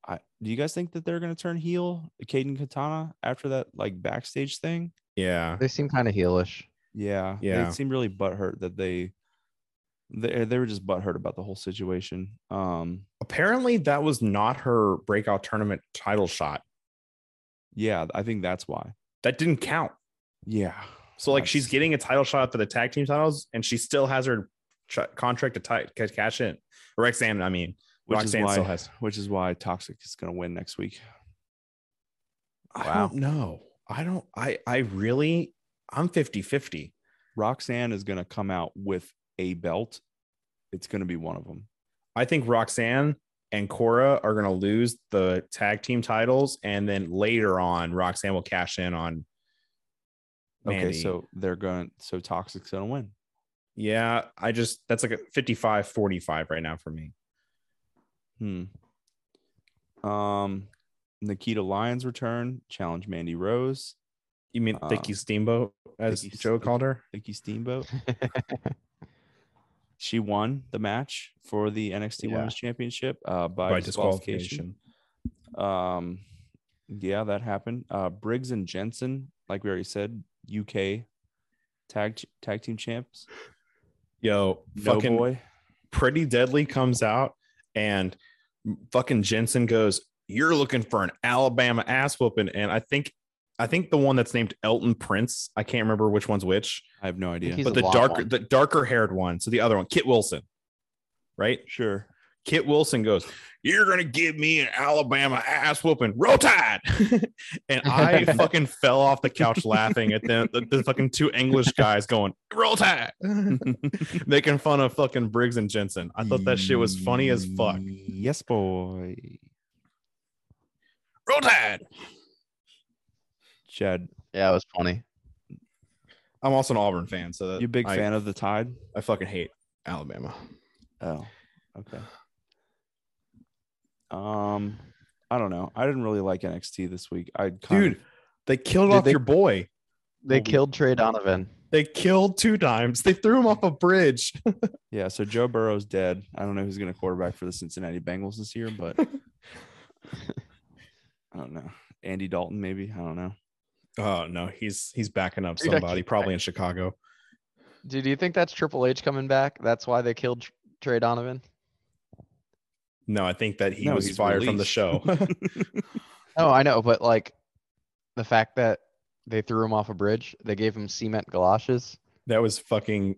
I do you guys think that they're gonna turn heel, Caden Katana, after that like backstage thing?
yeah,
They seem kind of heelish.
Yeah,
Yeah.
They seemed really butthurt that they, they they were just butthurt about the whole situation. Um,
apparently that was not her breakout tournament title shot.
yeah, I think that's why.
That didn't count.
Yeah.
So like she's
That's-
getting a title shot for the tag team titles, and she still has her tr- contract to ti- ca- cash in. Roxanne, I mean,
which
Roxanne
is why,
still has.
which is why Toxic is gonna win next week.
I don't know. I don't. I I really. I'm 50 50.
Roxanne is gonna come out with a belt. It's gonna be one of them.
I think Roxanne and Cora are gonna lose the tag team titles, and then later on, Roxanne will cash in on. Mandy.
Okay, so they're going. So Toxic's gonna win.
yeah, I just that's like a 55 45 right now for me.
Hmm. Um, Nikita Lyons return challenge Mandy Rose,
You mean
Uh,
Vicky Steamboat, as
Vicky
Joe
Ste-
called her?
Vicky Steamboat. she won the match for the NXT
Yeah.
Women's Championship uh, by, disqualification. Um, yeah, that happened. Uh, Briggs and Jensen, like we already said, UK tag ch- tag team champs.
Yo,
No
fucking
boy.
Pretty Deadly comes out and fucking Jensen goes, You're looking for an Alabama ass whooping. And I think I think the one that's named Elton Prince. I can't remember which one's which,
I have no idea.
he's-
but
a
the
long
darker
one.
the darker haired one. So the other one, Kit Wilson, right?
sure.
Kit Wilson goes, "You're gonna give me an Alabama ass whooping, roll tide," and I fucking fell off the couch laughing at the, the, the fucking two English guys going, "Roll tide," making fun of fucking Briggs and Jensen. I thought that shit was funny as fuck.
Yes, boy.
Roll tide.
Chad,
Yeah, it was funny.
I'm also an Auburn fan, so that
you big
I-
fan of the Tide?
I fucking hate Alabama.
Oh, okay. Um, I don't know. I didn't really like NXT this week. I kind
Dude, they killed
Did
off
they-
your boy.
They
Well, we-
killed Trey Donovan.
They killed two times. They threw him off a bridge.
yeah. So Joe Burrow's dead. I don't know who's going to quarterback for the Cincinnati Bengals this year, but I don't know. Andy Dalton, maybe. I don't know.
Oh no, he's he's backing up
Dude, I
somebody,
can't-
probably in Chicago.
Dude, do you think that's Triple H coming back? That's why they killed Tr- Trey Donovan.
No, I think that he
No,
was
he's
fired from the
released.
show.
Oh, I know, but like the fact that they threw him off a bridge, they gave him cement galoshes.
that was fucking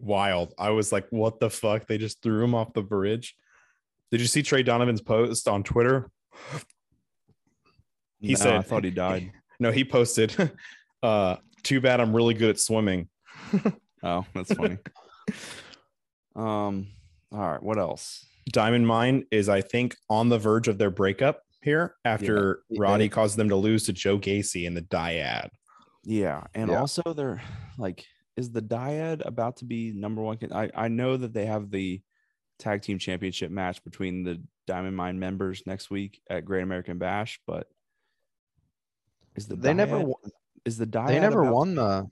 wild. I was like, what the fuck? They just threw him off the bridge. Did you see Trey Donovan's post on Twitter? He
No, I
said-
thought he died.
No, he posted, uh, too bad I'm really good at swimming.
Oh, that's funny. um, all right, what else?
Diamond Mine is, I think, on the verge of their breakup here after
Yeah.
Roddy caused them to lose to Joe Gacy in the dyad.
Yeah, and
Yeah.
also they're like, is the dyad about to be number one? con- I I know that they have the tag team championship match between the Diamond Mine members next week at Great American Bash, but is the
they never
dyad-
won,
is the dyad
they never
about-
won the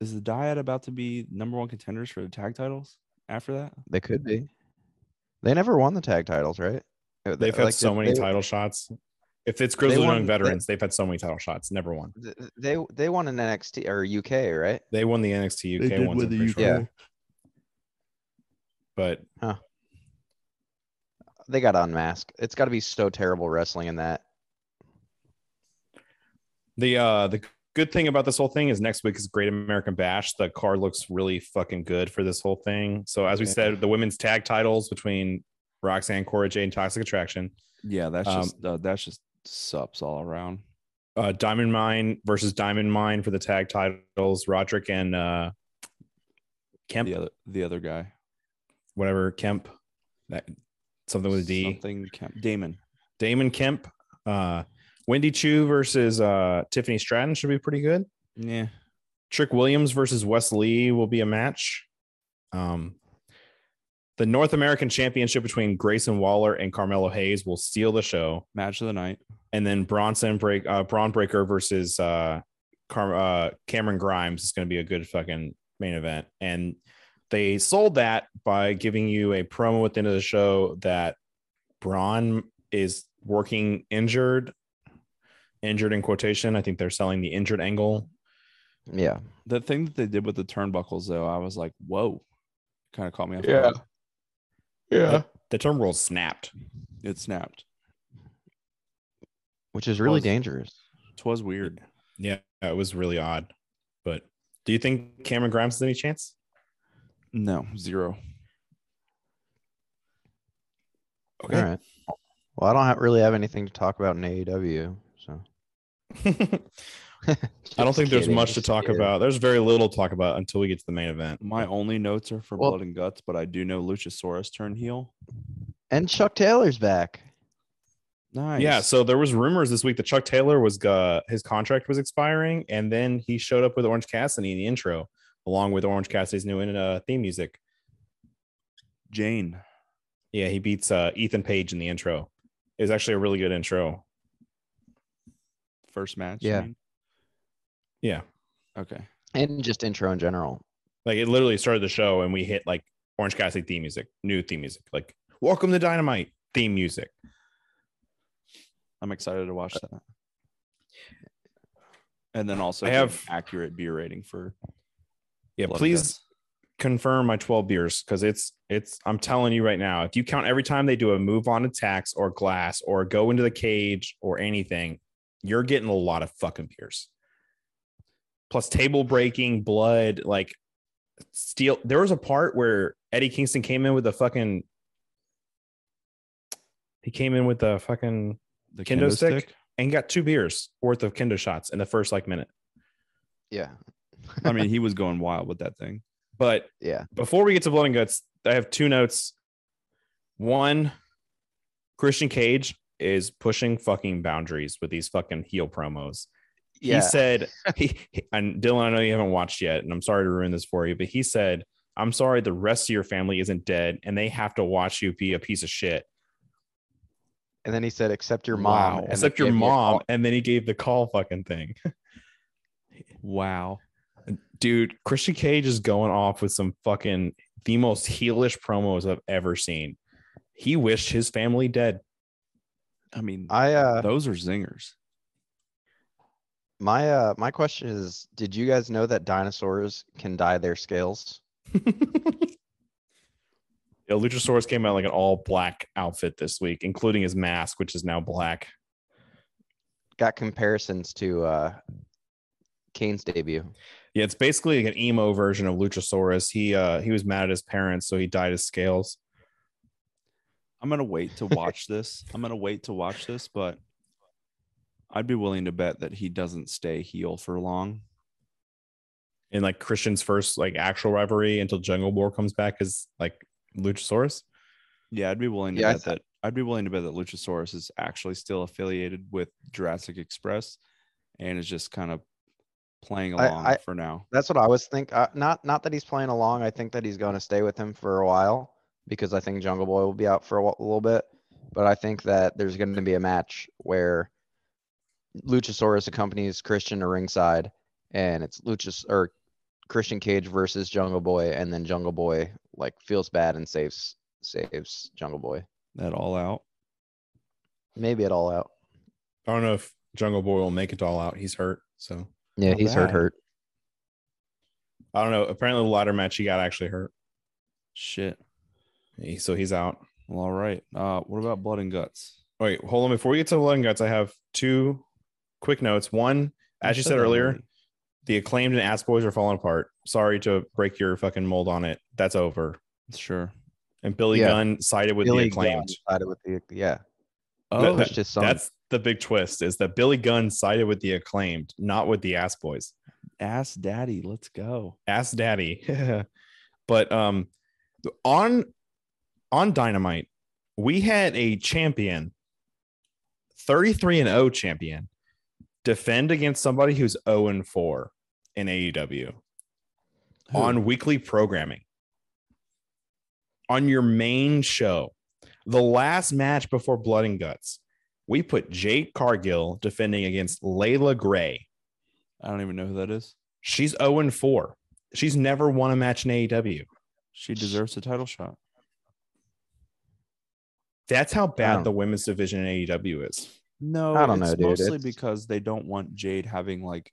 is the dyad about to be number one contenders for the tag titles after that?
they could be. They never won the tag titles, right? Uh,
They've had
like,
so
they-
many
they-
title shots. If it's Grizzly
won-
Young
they-
Veterans, they've had so many title shots, never won.
th- They they won in NXT or UK, right?
They won the NXT UK ones, I'm pretty sure.
Yeah.
but
They got unmasked. It's got to be so terrible wrestling in that.
The uh the good thing about this whole thing is next week is Great American Bash. The card looks really fucking good for this whole thing. So as we
Yeah.
said, the women's tag titles between Roxanne Cora Jade and Toxic Attraction,
Yeah, that's
Um,
just uh, that's just sups all around.
uh Diamond Mine versus Diamond Mine for the tag titles, Roderick and uh Kemp,
The other the other guy.
whatever Kemp, that something with a D.
Something Kemp- Damon.
Damon Kemp, uh Wendy Chu versus uh Tiffany Stratton should be pretty good.
Yeah.
Trick Williams versus Wes Lee will be a match. Um, the North American Championship between Grayson Waller and Carmelo Hayes will steal the show,
Match of the night.
and then Bronson break uh, Braun Breaker versus uh, Car- uh, Cameron Grimes is going to be a good fucking main event. And they sold that by giving you a promo at the end of the show that Braun is working injured, injured in quotation. I think they're selling the injured angle
Yeah.
The thing that they did with the turnbuckles, though, I was like, whoa. Kind of caught me off
Yeah.
guard.
Yeah.
the term world snapped.
It snapped.
Which is really
Was-
dangerous.
Twas weird.
Yeah, it was really odd. But do you think Cameron Grimes has any chance?
No, zero.
Okay.
All right. Well, I don't have, really have anything to talk about in AEW, so
I don't think there's much to talk about. There's very little to talk about until we get to the main event.
My only notes are for
Well-
blood and guts, but I do know Luchasaurus turned heel.
And Chuck Taylor's back.
Nice.
Yeah, so there was rumors this week that Chuck Taylor was uh, his contract was expiring, and then he showed up with Orange Cassidy in the intro, along with Orange Cassidy's new uh, theme music.
Jane.
Yeah, he beats uh, Ethan Page in the intro. It was actually a really good intro.
First match. you
Yeah.
mean?
Yeah,
Okay.
And just intro in general.
like it literally started the show, and we hit like Orange Cassidy theme music, new theme music, like "Welcome to Dynamite" theme music.
I'm excited to watch
Uh,
that. And then also
I
get
have-
an accurate beer rating for
Yeah,
Blood and
please
Guts.
confirm my 12 beers because it's it's I'm telling you right now, if you count every time they do a move on attacks or glass or go into the cage or anything, you're getting a lot of fucking beers. Plus table breaking, blood, like steel. There was a part where Eddie Kingston came in with a fucking. He came in with a fucking
The
Kendo stick? and got two beers worth of kendo shots in the first like minute.
Yeah.
I mean, he was going wild with that thing.
But
yeah.
before we get to blood and guts, I have two notes. One, Christian Cage is pushing fucking boundaries with these fucking heel promos.
Yeah.
He said, he, he- and Dylan, I know you haven't watched yet, and I'm sorry to ruin this for you, but he said, I'm sorry the rest of your family isn't dead and they have to watch you be a piece of shit.
And then he said, "Except your mom."
Wow.
and then
Except your
gave me a
mom.
call.
And then he gave the call fucking thing.
Wow.
Dude, Christian Cage is going off with some fucking the most heelish promos I've ever seen. He wished his family dead.
I mean,
I uh,
those are zingers.
my uh, my question is, did you guys know that dinosaurs can dye their scales?
Yeah, Luchasaurus came out like an all black outfit this week, including his mask, which is now black.
Got comparisons to uh, Kane's debut.
Yeah, it's basically like an emo version of Luchasaurus. He uh he was mad at his parents, so he dyed his scales.
I'm gonna wait to watch this. I'm gonna wait to watch this, but I'd be willing to bet that he doesn't stay heel for long.
In like Christian's first like actual rivalry until Jungle Boy comes back as like Luchasaurus.
Yeah, I'd be willing to
Yeah, I
bet that. I'd be willing to bet that Luchasaurus is actually still affiliated with Jurassic Express, and is just kind of playing
I-
along
I-
for now.
That's what I was think. Uh, not not that he's playing along. I think that he's going to stay with him for a while because I think Jungle Boy will be out for a wh- little bit. But I think that there's going to be a match where Luchasaurus accompanies Christian to ringside, and it's Luchas or Christian Cage versus Jungle Boy, and then Jungle Boy like feels bad and saves saves Jungle Boy.
That all out.
Maybe it all out.
I don't know if Jungle Boy will make it all out. He's hurt, so
Yeah,
Not
he's hurt
bad.
hurt.
I don't know. Apparently, the ladder match he got actually hurt,
Shit.
He- so he's out.
Well, all right. Uh, what about blood and guts?
Wait, hold on. Before we get to blood and guts, I have two quick notes. One, as you said
that
earlier,
already.
the acclaimed and ass boys are falling apart. Sorry to break your fucking mold on it. That's over.
Sure.
And Billy
Yeah.
Gunn sided with the acclaimed.
Gunn sided with the- yeah.
Oh,
that-
Pushed his son.
That's the big twist is that Billy Gunn sided with the acclaimed, not with the ass boys.
ass daddy. Let's go.
Ass daddy. but um on on Dynamite, we had a champion, 33 and 0 champion, defend against somebody who's 0 and 4 in AEW.
Who?
on weekly programming on your main show the last match before blood and guts we put jade cargill defending against layla gray
I don't even know who that is.
she's 0 and 4 she's never won a E match in aew
She deserves a title shot.
that's how
I don't-
bad the women's division in aew is
No,
I don't
it's
know, dude.
Mostly
It's-
because they don't want Jade having like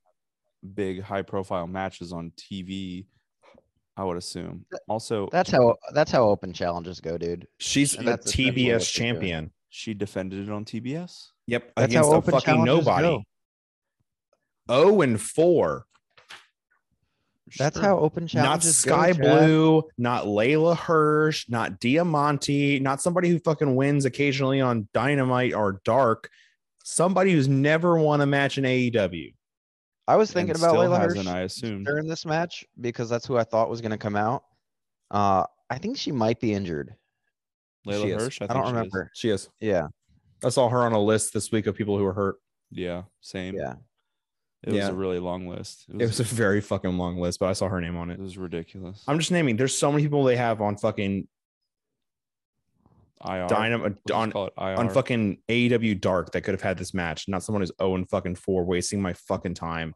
big, high-profile matches on TV. I would assume. Also,
That's how that's how open challenges go, dude.
she's
And
a
that's essentially what
tbs
they're doing.
champion
she defended it on TBS.
yep
That's
against
how
a
open
fucking
challenges
nobody 0 and 4
That's
Sure.
how open
not
challenges go,
Sky
Chad.
Blue, not Layla Hirsch, not Diamante, not somebody who fucking wins occasionally on Dynamite or Dark. Somebody who's never won a E match in AEW.
I was
And
thinking about
still
Layla
hasn't,
Hirsch
I assume.
during this match because that's who I thought was going to come out. Uh, I think she might be injured.
Layla
She is.
Hirsch. I,
I,
think
don't
she is.
remember.
She is.
Yeah,
I saw her on a list this week of people who were hurt.
Yeah, same.
yeah.
It was
Yeah.
a really long list.
It was a very fucking long list, but I saw her name on
it
it.
was ridiculous.
I'm just naming. There's so many people they have on fucking
IR.
Dynamite
Let's just
on
call it IR.
on fucking AEW Dark that could have had this match. Not someone who's 0 and fucking 4 wasting my fucking time.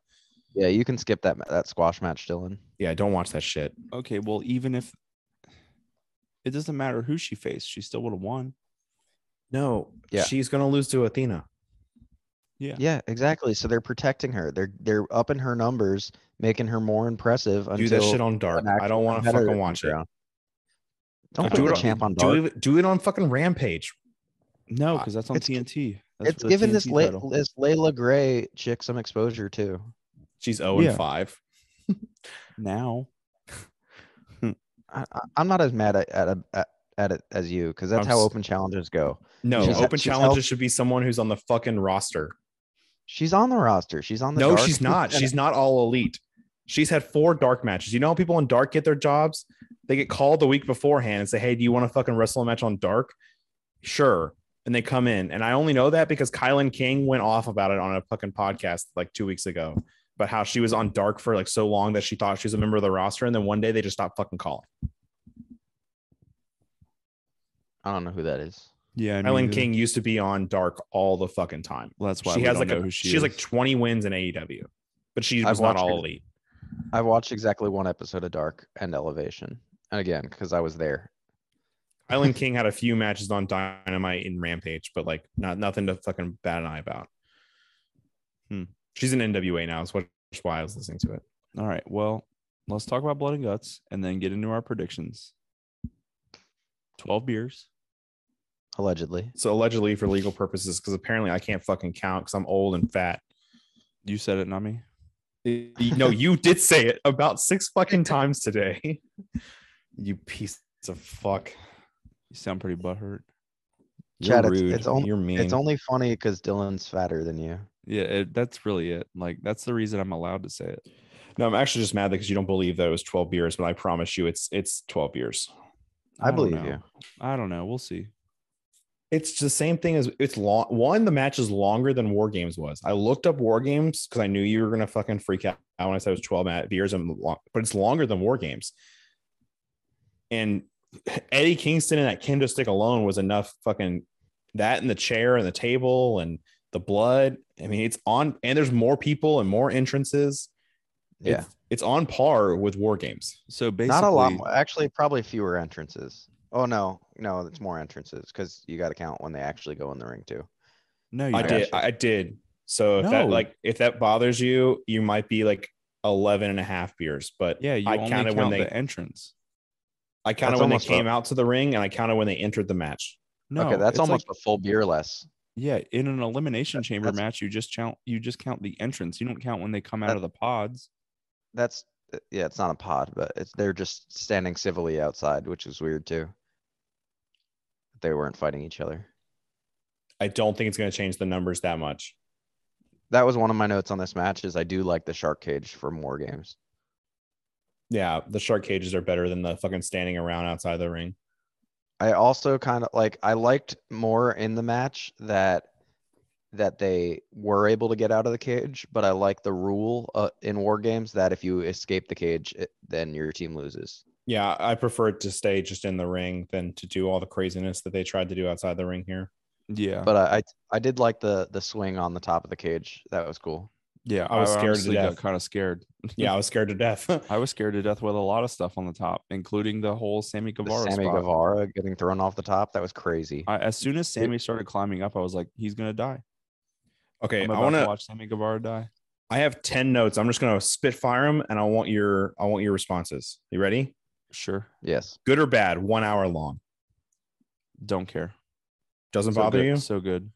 Yeah, you can skip that ma- that squash match, Dylan.
Yeah, don't watch that shit.
okay, well, even if it doesn't matter who she faced, she still would have won.
No,
Yeah.
she's gonna lose to Athena.
Yeah.
Yeah. exactly. So they're protecting her. They're they're upping her numbers, making her more impressive.
do
until
that shit on dark.
an
I
actual
don't want to
competitor
fucking
comes
watch it.
around. Don't
Do
put
it
the
on-
champ on dark.
Do it, do it on fucking Rampage.
No,
Uh,
because that's on
it's g-
TNT. That's
It's
for the
given this,
TNT
La-
title.
this Layla Gray chick some exposure too.
She's 0 and
Yeah.
5.
now.
I, I, I'm not as mad at at, at, at it as you because that's
I'm
how
s-
open challenges go.
No,
She's-
open
she's
challenges
help-
should be someone who's on the fucking roster.
She's on the roster. She's on the.
No,
dark.
she's not.
and-
She's not all elite. She's had four dark matches. You know how people on dark get their jobs? They get called the week beforehand and say, Hey, do you want to fucking wrestle a match on dark? Sure. And they come in. And I only know that because Kylan King went off about it on a fucking podcast like two weeks ago about how she was on dark for like so long that she thought she was a member of the roster. And then one day they just stopped fucking calling.
I don't know who that is.
Yeah, I mean,
Kylan
the-
King used to be on dark all the fucking time.
well, that's why
she
we
has
don't
like
know
a,
who she
she has
is.
like 20 wins in AEW, but she's
I've
not
watched
all
her-
elite.
I watched exactly one episode of Dark and Elevation, and again because I was there.
Island King had a few matches on Dynamite and Rampage, but like not nothing to fucking bat an eye about.
Hmm.
She's in NWA now, is what is why I was listening to it.
All right. Well, let's talk about blood and guts and then get into our predictions. 12 beers.
Allegedly,
So allegedly for legal purposes, because apparently I can't fucking count because I'm old and fat.
You said it, not me.
no, you did say it about six fucking times today. you piece of fuck.
You sound pretty butthurt.
You're
Chad, it's-
rude.
it's only-
You're mean.
it's only funny because Dylan's fatter than you.
Yeah, it, that's really it. Like, that's the reason I'm allowed to say it.
no, I'm actually just mad because you don't believe that it was 12 beers, but I promise you, it's it's 12 beers.
I,
don't
believe
know.
you.
I don't know. We'll see.
it's the same thing as it's long. One, the match is longer than War Games was. I looked up War Games because I knew you were gonna fucking freak out when I said it was twelve ma- beers and long, but it's longer than War Games. And Eddie Kingston and that kendo stick alone was enough. Fucking that and the chair and the table and the blood. I mean, it's on, and there's more people and more entrances.
Yeah,
It's- it's on par with War Games.
So basically,
not a lot. More, actually, probably fewer entrances. Oh no, no, it's more entrances because you got to count when they actually go in the ring too.
No, you
I
don't.
did. I did. So if that
No.
like if that bothers you, you might be like 11 and a half beers, but
Yeah, you
I
only
counted
count
when they
the entrance.
I counted
That's
when they
almost
came
a-
out to the ring and I counted when they entered the match.
No,
okay, that's
it's like-
almost a full beer less.
yeah. In an elimination chamber
that's-
match, you just count. You just count the entrance. You don't count when they come out
That-
of the pods.
That's uh, yeah, it's not a pod, but it's they're just standing civilly outside, which is weird too. They weren't fighting each other.
I don't think it's going to change the numbers that much.
That was one of my notes on this match. Is I do like the shark cage for more games.
Yeah, the shark cages are better than the fucking standing around outside the ring.
I also kind of like I liked more in the match that that they were able to get out of the cage, but I like the rule uh, in war games that if you escape the cage, it, then your team loses.
Yeah, I prefer it to stay just in the ring than to do all the craziness that they tried to do outside the ring here.
Yeah,
But I I, I did like the the swing on the top of the cage. That was cool.
yeah.
I was scared to
honestly got
death.
kind of scared.
Yeah, I was scared to death.
I was scared to death with a lot of stuff on the top, including the whole Sammy
The
Guevara
Sammy
spot.
Guevara getting thrown off the top. That was crazy.
I, as soon as Sammy started climbing up, I was like, "He's gonna die."
okay,
I'm
I
about
want
to
to
watch Sammy Guevara die.
I have 10 notes. I'm just going to spitfire them and I want your I want your responses. You ready?
Sure,
yes.
Good or bad? 1 hour long.
don't care.
Doesn't
So
bother
good-
you?
So good.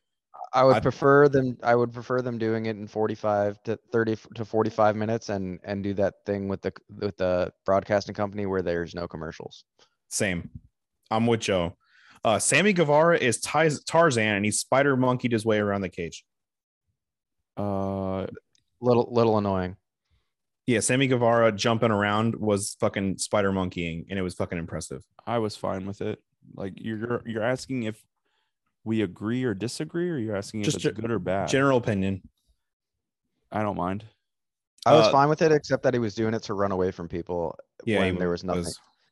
I would
I-
prefer them I would prefer them doing it in 45 to 30 f- to 45 minutes and and do that thing with the c- with the broadcasting company where there's no commercials.
Same. I'm with Joe. Uh, Sammy Guevara is Tiz- Tarzan and he spider monkeyed his way around the cage.
Uh,
Little little annoying.
Yeah, Sammy Guevara jumping around was fucking spider monkeying and it was fucking impressive.
I was fine with it. Like you're you're asking if we agree or disagree, or you're asking
Just
if
ge-
it's good or bad.
General opinion.
I don't mind.
I was
Uh,
fine with it, except that he was doing it to run away from people
Yeah,
when
he
there was nothing.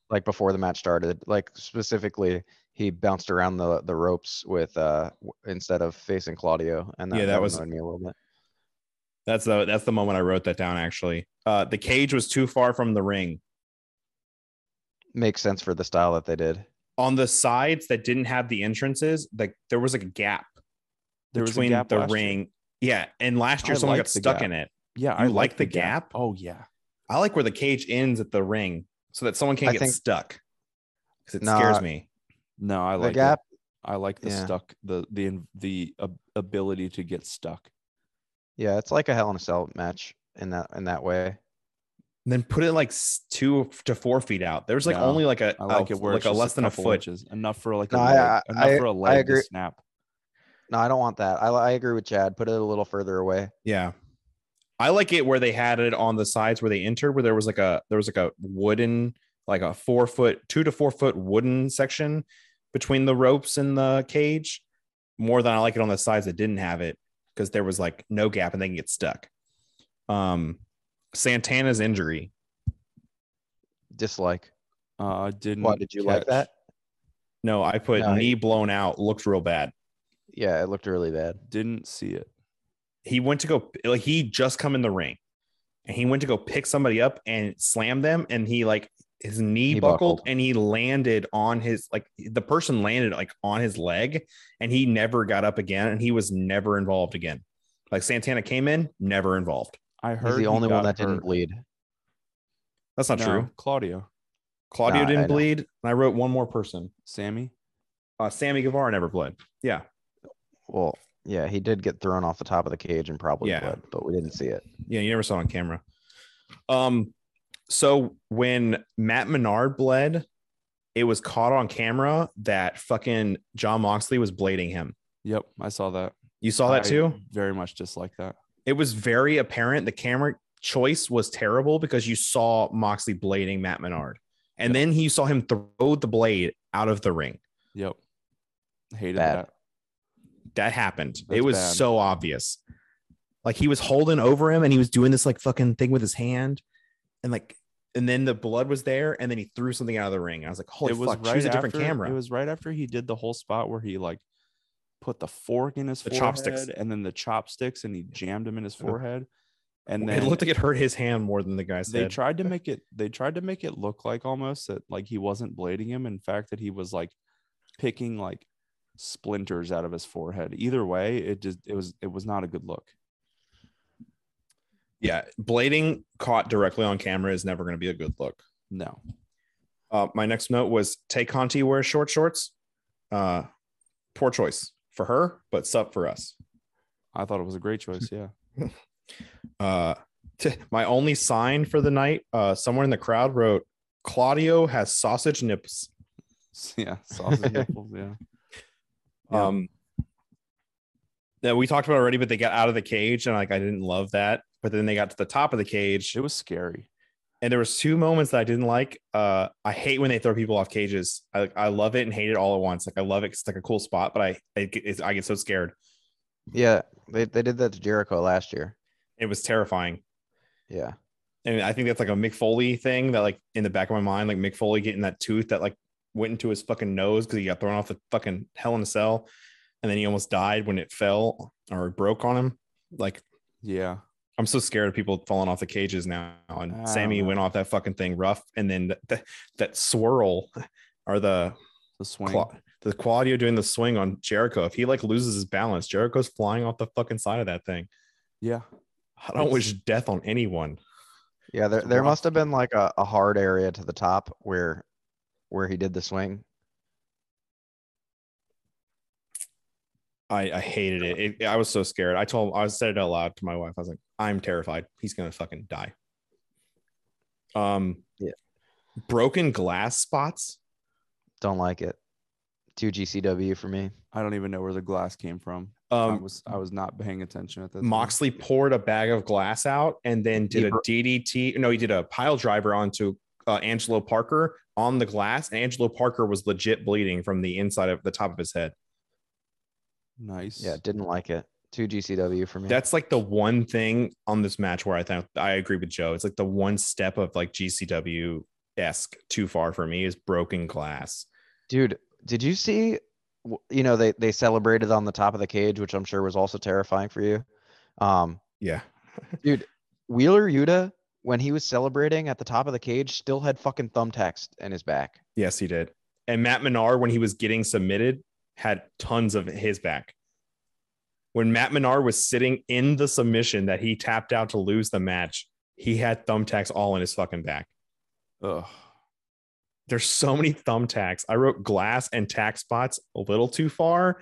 Like before the match started, like specifically, he bounced around the the ropes with uh w- instead of facing Claudio, and that,
Yeah, that was-
annoyed me a little bit.
That's the that's the moment I wrote that down actually. Uh, the cage was too far from the ring.
Makes sense for the style that they did.
On the sides that didn't have the entrances, like there was like a gap
There was
between
a gap
the
last year.
ring. Yeah, and last year
I
someone got
liked the
stuck
gap.
in it.
Yeah, I
You like the gap?
Oh yeah.
I like where the cage ends at the ring so that someone can't
I
get
think-
stuck because it
Nah,
scares me.
No, I
The
like
gap,
I like the
Yeah.
stuck the the in- the ab- ability to get stuck.
Yeah, it's like a Hell in a Cell match in that in that way.
And then put it like s- two to four feet out. There's like
No,
only like a
I like
a-
it where
Oh, like
it's
a
just
less than a
couple
foot.
inches, enough for like a
No, I-
leg,
I-
enough
I-
for a
I
leg
agree.
to snap.
No, I don't want that. I, I agree with Chad. Put it a little further away.
Yeah. I like it where they had it on the sides where they entered, where there was like a there was like a wooden, like a four foot, two to four foot wooden section between the ropes and the cage. More than I like it on the sides that didn't have it because there was like no gap and they can get stuck. Um Santana's injury.
Dislike.
Uh, I didn't.
Why did you like
catch-
that?
No, I put
No,
knee blown out, looked real bad.
Yeah, it looked really bad.
Didn't see it.
He went to go like he just come in the ring and he went to go pick somebody up and slam them and he like his knee
He
buckled,
buckled.
and he landed on his like the person landed like on his leg and he never got up again and he was never involved again like santana came in never involved
I
He's
heard
the
he
only
got
one that didn't
hurt.
bleed.
that's not
No,
true
Claudio,
claudio
Nah, I
didn't
know.
bleed and i wrote one more person
Sammy.
uh sammy guevara never bled yeah
Well, yeah, he did get thrown off the top of the cage and probably
Yeah.
bled, but we didn't see it.
yeah you never saw it on camera um so when matt menard bled it was caught on camera that fucking john moxley was blading him
Yep, I saw that.
you saw that
I
too
Very much dislike that.
it was very apparent the camera choice was terrible because you saw Moxley blading Matt Menard. And then he saw him throw the blade out of the ring.
Yep, hated
Bad.
that.
That happened.
That's
it was
bad.
so obvious. Like he was holding over him and he was doing this like fucking thing with his hand. And like, and then the blood was there. And then he threw something out of the ring. I was like, holy
it was
fuck,
right
choose a
after,
different camera.
It was right after he did the whole spot where he like put the fork in his
The
forehead
chopsticks.
and then the chopsticks and he jammed him in his
Yeah.
forehead. And then
it looked like it hurt his hand more than the guy's
they
head.
tried to make it they tried to make it look like almost that like he wasn't blading him in fact that he was like picking like splinters out of his forehead either way it just it was it was not a good look
yeah. Blading caught directly on camera is never going to be a good look.
no
Uh, my next note was Tay Conti wears short shorts. Uh, poor choice for her, but sub for us.
i thought it was a great choice yeah
Uh, t- my only sign for the night, uh, someone in the crowd wrote, Claudio has sausage nips.
yeah sausage nipples yeah Yeah.
Um, that we talked about already, but they got out of the cage and like I didn't love that. But then they got to the top of the cage,
it was scary
and there was two moments that I didn't like. Uh, I hate when they throw people off cages. I, I love it and hate it all at once. Like I love it; 'cause it's like a cool spot, but I I get, I get so scared.
Yeah, they, they did that to Jericho last year.
It was terrifying.
Yeah.
and I think that's like a Mick Foley thing that like in the back of my mind, like Mick Foley getting that tooth that like went into his fucking nose because he got thrown off the fucking hell in a cell, and then he almost died when it fell or broke on him. Like
yeah
I'm so scared of people falling off the cages now. And
I don't
Sammy
know.
went off that fucking thing rough, and then th- th- that swirl or the
the swing
cla- the Claudio doing the swing on Jericho. If he like loses his balance, Jericho's flying off the fucking side of that thing.
yeah
I don't
It's-
wish death on anyone.
Yeah, there,
It's
there
rough.
must have been like a, a hard area to the top where where he did the swing.
I, I hated it. it. I was so scared. I told I said it out loud to my wife. I was like, I'm terrified. He's gonna fucking die. Um
Yeah.
broken glass spots.
Don't like it. Two GCW for me.
i don't even know where the glass came from i
Um
was i was not paying attention at that time.
Moxley poured a bag of glass out and then did a
Deeper-
DDT. No, he did a pile driver onto uh, Angelo Parker on the glass. And Angelo Parker was legit bleeding from the inside of the top of his head.
nice
Yeah, didn't like it. Two GCW for me.
That's like the one thing on this match where I think I agree with Joe. It's like the one step of like GCW esque too far for me is broken glass.
Dude, did you see? w- You know, they they celebrated on the top of the cage, which I'm sure was also terrifying for you. Um,
Yeah.
Wheeler Yuta, when he was celebrating at the top of the cage, still had fucking thumbtacks in his back.
Yes, he did. And Matt Menard, when he was getting submitted, had tons of his back. When Matt Menard was sitting in the submission that he tapped out to lose the match, he had thumbtacks all in his fucking back.
Ugh.
there's so many thumbtacks. I wrote glass and tack spots a little too far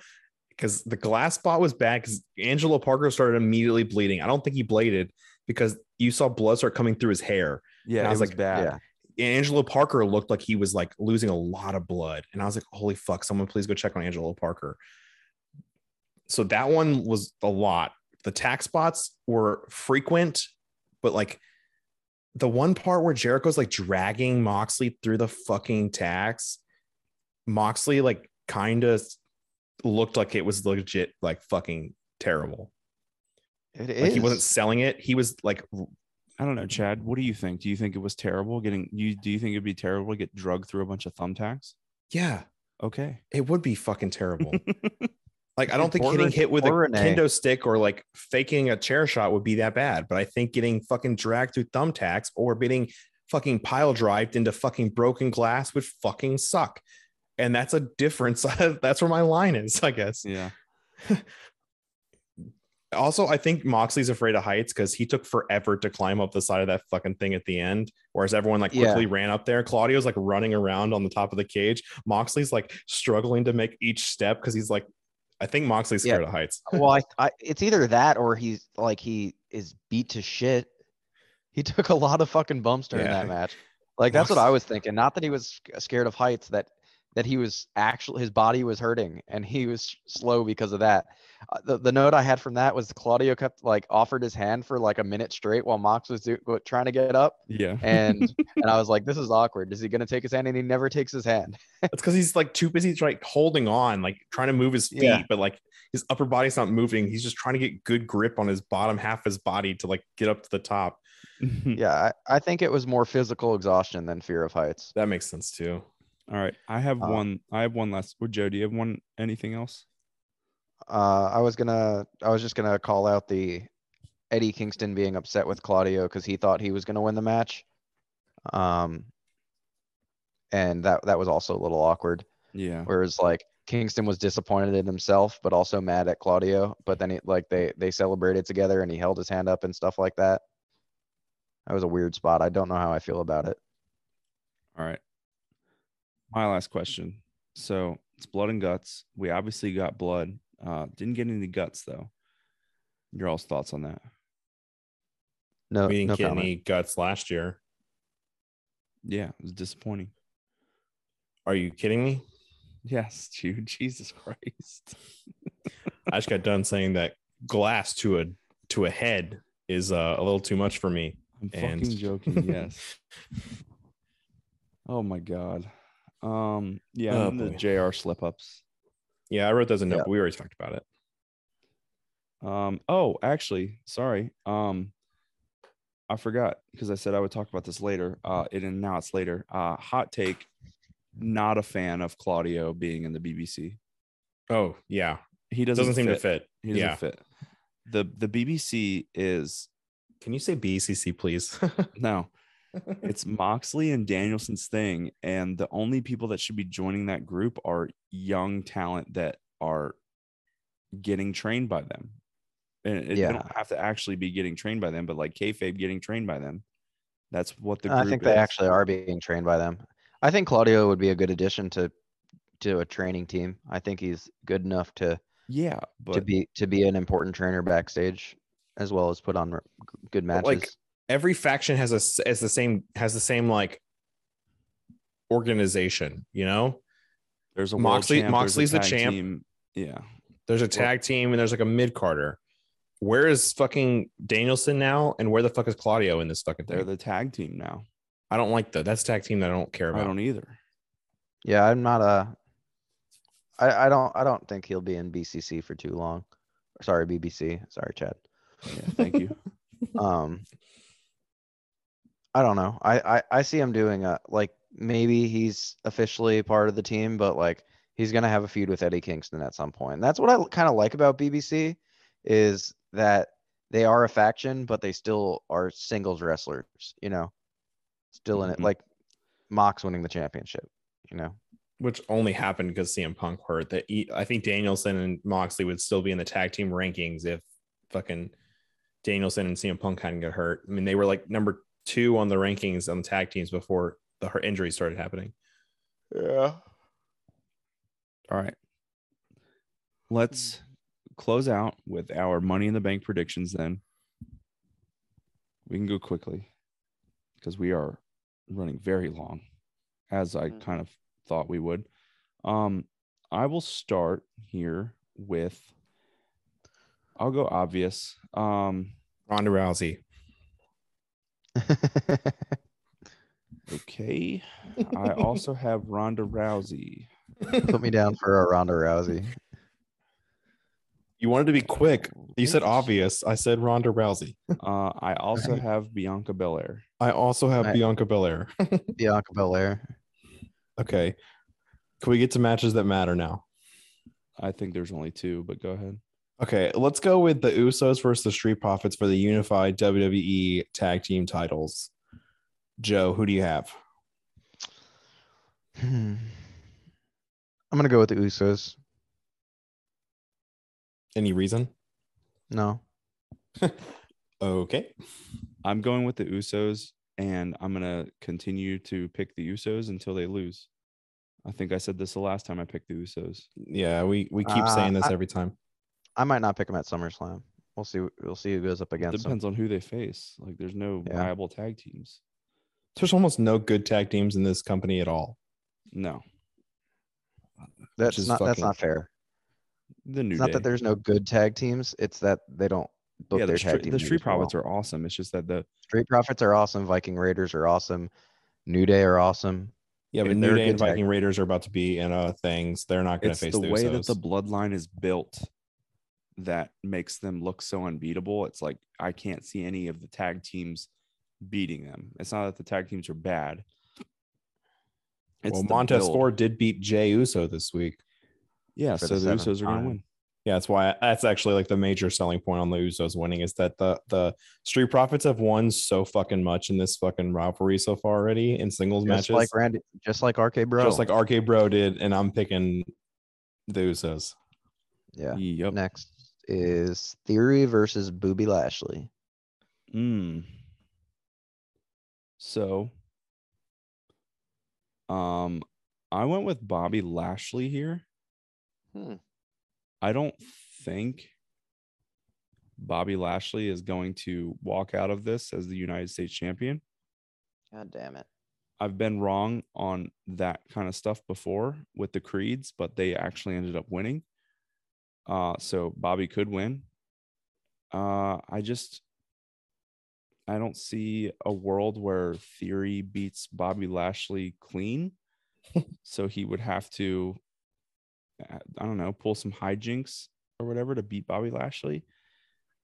because the glass spot was bad because Angelo Parker started immediately bleeding. I don't think he bladed because you saw blood start coming through his hair.
Yeah,
And I
it
was
was
like,
bad.
yeah.
And Angelo Parker looked like he was like losing a lot of blood. And I was like, holy fuck, someone please go check on Angelo Parker. So that one was a lot. The tax spots were frequent, but like the one part where Jericho's like dragging Moxley through the fucking tax, Moxley like kind of looked like it was legit, like fucking terrible.
It
Like he wasn't selling it. He was like
I don't know, Chad. What do you think? Do you think it was terrible getting you? Do you think it'd be terrible to get drugged through a bunch of thumbtacks?
Yeah,
Okay.
it would be fucking terrible. like I don't think
Border-
getting hit with a
Border neck.
kendo stick or like faking a chair shot would be that bad, but I think getting fucking dragged through thumbtacks or being fucking pile drived into fucking broken glass would fucking suck. And that's a difference. that's where my line is, I guess.
Yeah.
Also, I think Moxley's afraid of heights because he took forever to climb up the side of that fucking thing at the end. Whereas everyone like
Yeah.
quickly ran up there. Claudio's like running around on the top of the cage. Moxley's like struggling to make each step because he's like, I think Moxley's
Yeah.
scared of heights.
well, I, I, it's either that or he's like he is beat to shit.
He took a lot of fucking bumps during
Yeah.
that match. Like that's what
Mox-
I was thinking. Not that he was sc- scared of heights, that that he was actually his body was hurting and he was s- slow because of that. Uh, the, the note I had from that was Claudio kept like offered his hand for like a minute straight while Mox was do- go- trying to get up,
Yeah.
and and I was like, this is awkward. Is he gonna take his hand? And he never takes his hand.
That's because he's like too busy like holding on, like trying to move his feet,
Yeah.
but like his upper body's not moving. He's just trying to get good grip on his bottom half of his body to like get up to the top.
yeah, I, I think it was more physical exhaustion than fear of heights.
That makes sense too.
All right. I have
Uh,
one. I have one last. Well, Joe, do you have one? Anything else?
Uh, I was gonna, I was just gonna call out the Eddie Kingston being upset with Claudio because he thought he was gonna win the match, um, and that that was also a little awkward.
Yeah.
Whereas like Kingston was disappointed in himself, but also mad at Claudio. But then he like they they celebrated together and he held his hand up and stuff like that. That was a weird spot. I don't know how I feel about it.
All right. My last question. So it's blood and guts. We obviously got blood. Uh, didn't get any guts though. Your all's thoughts on that?
No,
We didn't
no
get
comment.
any guts last year.
Yeah, it was disappointing.
Are you kidding me?
Yes, dude. Jesus Christ.
I just got done saying that glass to a to a head is uh, a little too much for me.
I'm
And-
fucking joking. Yes. oh my god. Um. Yeah.
Oh,
and the
boy.
Jr. slip ups.
Yeah, I wrote those in note,
Yeah.
but we already talked about it.
Um, oh, actually, sorry. Um, I forgot because I said I would talk about this later. Uh, it and now it's later. Uh, hot take. Not a fan of Claudio being in the BBC.
Oh yeah,
He
it
doesn't,
doesn't, seem
fit.
to fit.
He doesn't
yeah.
fit. The the BBC is
Can you say BCC please?
no. It's Moxley and Danielson's thing, and the only people that should be joining that group are young talent that are getting trained by them. And it-
Yeah.
they don't have to actually be getting trained by them, but like kayfabe getting trained by them. That's what the
I
group
think they
is.
actually are being trained by them. I think Claudio would be a good addition to to a training team. I think he's good enough to
yeah,
to
but
be to be an important trainer backstage as well as put on r- g- good
But,
matches.
like, every faction has a s- has the same has the same like organization. You know,
there's a world
Moxley-
champ, there's a
Moxley's the
tag
champ.
team. Yeah,
there's a tag team and there's like a mid Carter. Where is fucking Danielson now? And where the fuck is Claudio in this fucking
they're
thing?
the tag team now.
I don't like that. That's a tag team that I don't care about.
I don't either.
yeah, I'm not a. I I don't I don't think he'll be in BCC for too long. Sorry, BBC. Sorry, Chad.
Yeah, thank you.
um i don't know I, I i see him doing a like maybe he's officially part of the team but like he's gonna have a feud with eddie kingston at some point that's what i kind of like about bbc is that they are a faction but they still are singles wrestlers you know still in it
Mhm.
like mox winning the championship you know
which only happened because CM Punk hurt. That he- I think Danielson and Moxley would still be in the tag team rankings if fucking Danielson and CM Punk hadn't got hurt. I mean, they were like number two on the rankings on the tag teams before the hurt injuries started happening.
Yeah.
All right. Let's close out with our money in the bank predictions then. We can go quickly because we are running very long as I
Mhm.
kind of thought we would. Um I will start here with I'll go obvious. Um
Ronda Rousey.
okay. I also have Ronda Rousey.
Put me down for a Ronda Rousey.
You wanted to be quick. You said obvious. I said Ronda Rousey.
Uh I also have Bianca Belair.
I also have
I-
Bianca Belair.
Bianca Belair.
okay. Can we get to matches that matter now?
I think there's only two, but go ahead.
Okay, let's go with the Usos versus the Street Profits for the unified WWE tag team titles. Joe, who do you have?
Hmm. I'm gonna go with the Usos.
Any reason?
No.
Okay.
I'm going with the Usos, and I'm gonna continue to pick the Usos until they lose. I think I said this the last time I picked the Usos.
Yeah, we we keep
Uh,
saying this
I-
every time.
I might not pick him at SummerSlam. We'll see. We'll see who goes up against him.
Depends on who they face. Like, there's no
Yeah.
viable tag teams.
There's almost no good tag teams in this company at all.
No,
That's
is
not. That's
fucking-
not fair.
the New
It's not
Day.
that there's no good tag teams. It's that they don't book
yeah,
their
the,
tag
street,
team.
the Street Profits are awesome. It's just that the
Street Profits are awesome. Viking Raiders are awesome. New Day are awesome.
Yeah, but
And
New
they're a
Day
good
and
tag
Viking Raiders are about to be in uh things. They're not going to
it's
face
the way that
Usos.
the bloodline is built that makes them look so unbeatable. It's like I can't see any of the tag teams beating them. It's not that the tag teams are bad. It's
well,
the
Montez
build.
Ford did beat Jay Uso this week.
Yeah,
for
so
the
the
seventh
Usos are going
time.
to win.
Yeah, that's why that's actually like the major selling point on the Usos winning is that the the Street Profits have won so fucking much in this fucking rivalry so far already in singles
Just
matches.
like Randy. Just like RK Bro.
Just like RK Bro did, and I'm picking the Usos.
yeah.
Yep.
Next is Theory versus Booby Lashley.
Mm. So, um, I went with Bobby Lashley here.
Hmm.
I don't think Bobby Lashley is going to walk out of this as the United States champion.
God damn it.
I've been wrong on that kind of stuff before with the creeds, but they actually ended up winning. Uh, so Bobby could win. Uh, I just, I don't see a world where Theory beats Bobby Lashley clean. so he would have to, uh, I don't know, pull some hijinks or whatever to beat Bobby Lashley.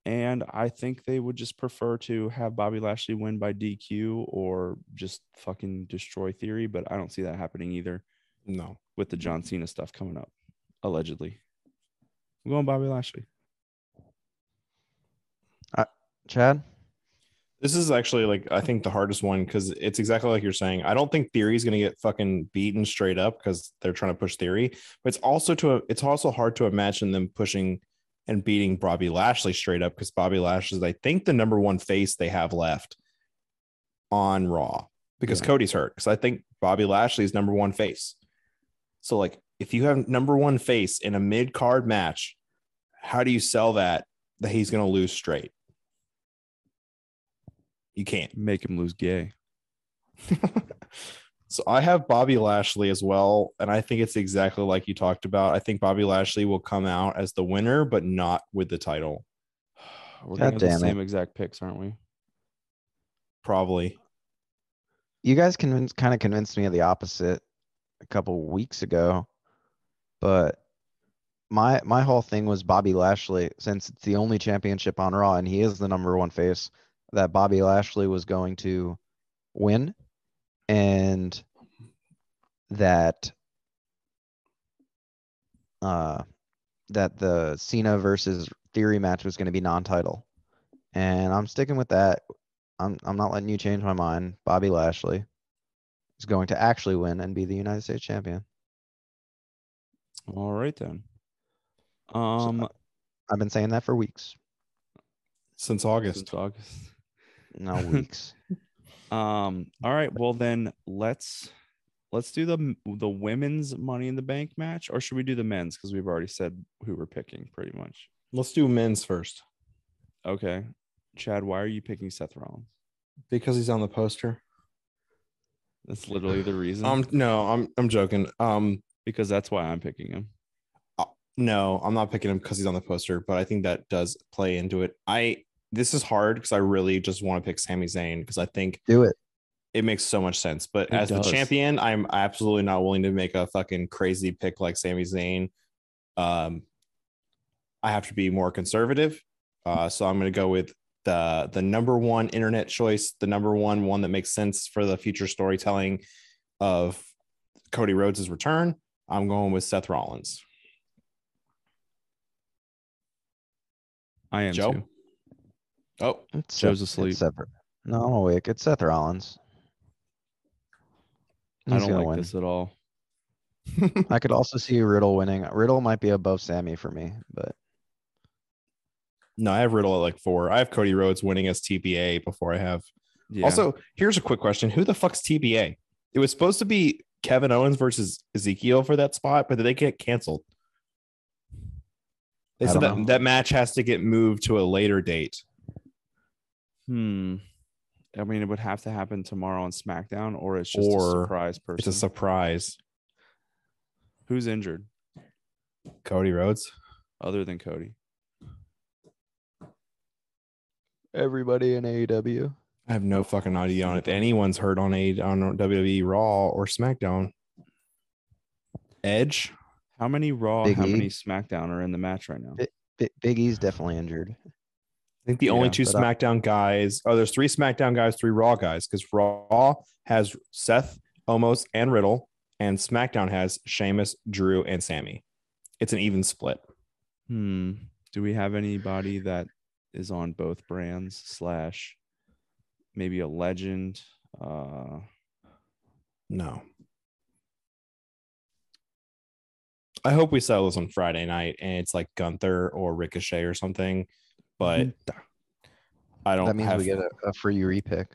And I think they would just prefer to have Bobby Lashley win by DQ or just fucking destroy Theory, but I don't see that happening either
No.
with the John Cena stuff coming up, allegedly. I'm going Bobby Lashley.
Chad.
This is actually like I think the hardest one because it's exactly like you're saying. I don't think Theory's gonna get fucking beaten straight up because they're trying to push Theory, but it's also to it's also hard to imagine them pushing and beating Bobby Lashley straight up because Bobby Lashley is I think the number one face they have left on Raw because
Yeah.
Cody's hurt because I think Bobby Lashley is number one face. So like if you have number one face in a mid card match, how do you sell that that he's gonna lose straight? You can't.
Make him lose gay.
so I have Bobby Lashley as well, and I think it's exactly like you talked about. I think Bobby Lashley will come out as the winner, but not with the title,
We're going
God
to have
damn
the
it.
same exact picks, aren't we?
probably.
you guys convinced kind of convinced me of the opposite a couple weeks ago but my my whole thing was bobby lashley since it's the only championship on raw and he is the number one face that bobby lashley was going to win and that uh that the cena versus theory match was going to be non-title and i'm sticking with that I'm I'm not letting you change my mind. Bobby Lashley is going to actually win and be the United States champion.
All right, then.
So,
Um,
I've been saying that for weeks.
Since August,
since August.
Now weeks.
Um, all right, well then let's Let's do the the women's Money in the Bank match, or should we do the men's? Because we've already said who we're picking, pretty much.
Let's do men's first
Okay, Chad, why are you picking Seth Rollins?
because he's on the poster.
That's literally the reason.
Um, no, I'm I'm joking. Um,
because that's why I'm picking him.
no, I'm not picking him because he's on the poster, but I think that does play into it. I this is hard because I really just want to pick Sami Zayn because I think
Do it.
it makes so much sense. But
It
as
does.
the champion, I'm absolutely not willing to make a fucking crazy pick like Sami Zayn. Um, I have to be more conservative. Uh, so I'm going to go with the the number one internet choice, the number one one that makes sense for the future storytelling of Cody Rhodes' return. I'm going with Seth Rollins.
I am
Joe?
too.
Oh,
It's
Joe's
Seth-
asleep.
It's Seth. No, I'm awake. It's Seth Rollins.
I
He's
don't
gonna
like
win.
this at all.
I could also see Riddle winning. Riddle might be above Sammy for me, but
no, I have Riddle at like four. I have Cody Rhodes winning as TBA before I have
Yeah.
Also, here's a quick question: Who the fuck's TBA? It was supposed to be Kevin Owens versus Ezekiel for that spot, but did they get canceled? They
I don't
said that,
know.
that match has to get moved to a later date.
hmm. I mean, it would have to happen tomorrow on SmackDown, or it's just a
Or
surprise
It's
person.
a surprise.
Who's injured
Cody Rhodes.
other than Cody?
everybody in E AEW.
I have no fucking idea on if anyone's heard on a on WWE Raw or SmackDown. Edge.
How many Raw,
Big
how
E.
many SmackDown are in the match right now?
It- Bi- Big E's definitely injured.
I think the
Yeah,
only two
but uh, I-
SmackDown guys. Oh, there's three SmackDown guys, three Raw guys, because Raw has Seth, Omos, and Riddle, and SmackDown has Sheamus, Drew, and Sammy. It's an even split.
Hmm. Do we have anybody that is on both brands slash maybe a legend? Uh,
No. I hope we settle this on Friday night and it's like Gunther or Ricochet or something, but I
Mm-hmm.
don't
That means
have
we get a, a free repick.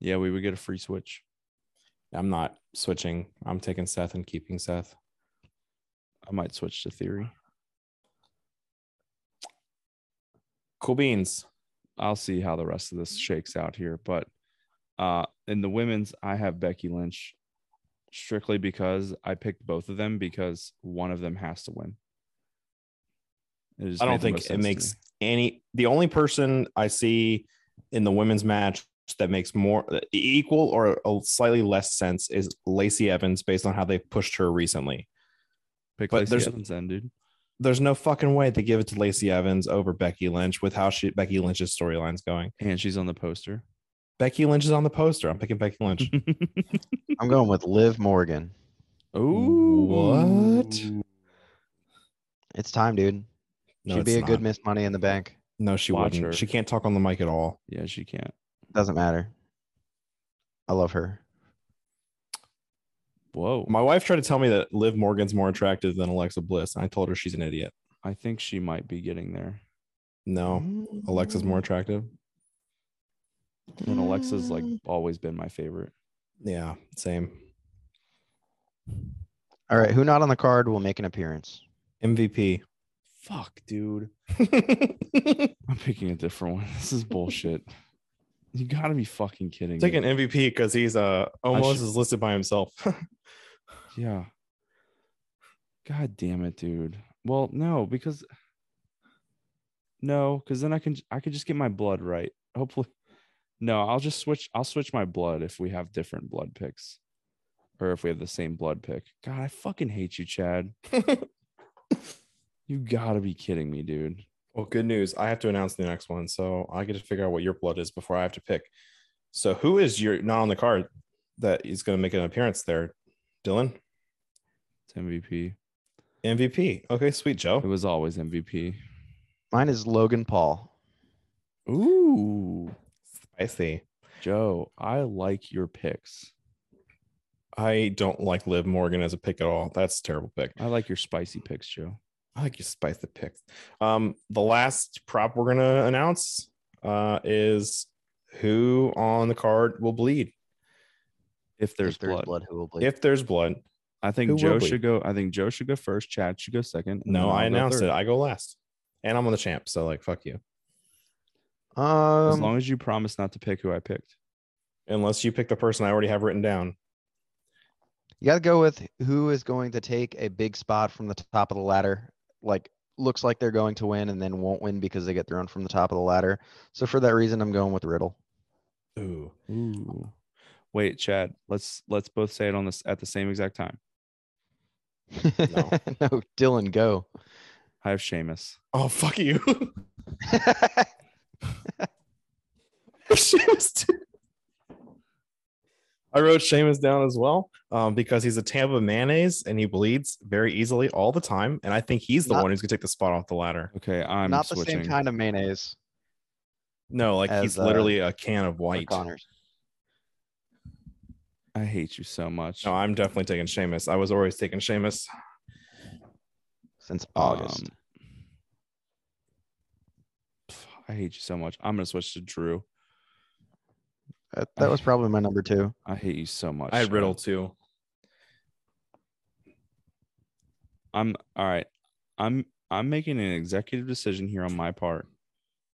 yeah, we would get a free switch.
I'm not switching. I'm taking Seth and keeping Seth.
I might switch to theory.
Cool beans.
I'll see how the rest of this shakes out here. But uh, in the women's, I have Becky Lynch strictly because I picked both of them because one of them has to win. It just
I
made
don't
the most
think it
sense to
makes
me.
any. The only person I see in the women's match that makes more uh, e-, equal or a slightly less sense is Lacey Evans based on how they pushed her recently.
Pick
but
Lacey
there's-
Evans then, dude.
There's no fucking way they give it to Lacey Evans over Becky Lynch with how she Becky Lynch's storyline's going.
And she's on the poster.
Becky Lynch is on the poster. I'm picking Becky Lynch.
I'm going with Liv Morgan.
What?
Ooh.
It's time, dude.
No,
She'd be
it's
a good
not.
Miss Money in the Bank.
No, she
Watch
wouldn't.
her.
She can't talk on the mic at all.
Yeah, she can't.
Doesn't matter. I love her.
Whoa.
My wife tried to tell me that Liv Morgan's more attractive than Alexa Bliss, and I told her she's an idiot.
I think she might be getting there.
No, Alexa's
Mm.
more attractive.
And Alexa's like always been my favorite.
Yeah, same.
All right, who not on the card will make an appearance?
MVP.
Fuck, dude. I'm picking a different one. This is bullshit. you gotta be fucking kidding me.
Take an MVP because he's uh almost
should-
is listed by himself.
Yeah. God damn it, dude. Well, no, because no, because then I can I could just get my blood right. Hopefully, no, I'll just switch. I'll switch my blood if we have different blood picks, or if we have the same blood pick. God, I fucking hate you, Chad. you gotta be kidding me, dude.
well, good news. I have to announce the next one, so I get to figure out what your blood is before I have to pick. So who is your not on the card that is going to make an appearance there? Dylan,
It's MVP.
MVP. Okay, sweet
It
Joe.
was always MVP.
Mine is Logan Paul.
Ooh,
I see.
Joe, I like your picks.
I don't like Liv Morgan as a pick at all. That's a terrible pick.
I like your spicy picks, Joe.
I like you spice the picks. Um, the last prop we're gonna announce uh is who on the card will bleed.
If there's,
if there's
blood.
who will bleed?
If there's blood,
I think
Who will
Joe
bleed?
should go. I think Joe should go first. Chad should go second. and
no,
then
I
I'll go
announced
third.
it. I go last, and I'm on the champ. So like, fuck you.
As
um,
long as you promise not to pick who I picked.
Unless you pick the person I already have written down.
you got to go with who is going to take a big spot from the top of the ladder. Like looks like they're going to win and then won't win because they get thrown from the top of the ladder. So for that reason, I'm going with Riddle.
Ooh,
Ooh. Wait, Chad. Let's let's both say it on this at the same exact time.
no. Dylan, go.
I have Seamus.
oh fuck you. Seamus. too. I wrote Seamus down as well um, because he's a Tampa mayonnaise and he bleeds very easily all the time. And I think he's the
Not-
one who's gonna take the spot off the ladder.
Okay, I'm
Not the
switching.
same kind of mayonnaise.
No, like
As,
he's
uh,
literally a can of
for
white.
Connors.
I hate you so much. Um,
No, I'm definitely taking Seamus. I was always taking Seamus.
Since August.
Um, I hate you so much. I'm gonna switch to Drew.
that, that was probably my number two.
I hate you so much.
I had
Sean.
Riddle too.
I'm all right. I'm I'm making an executive decision here on my part.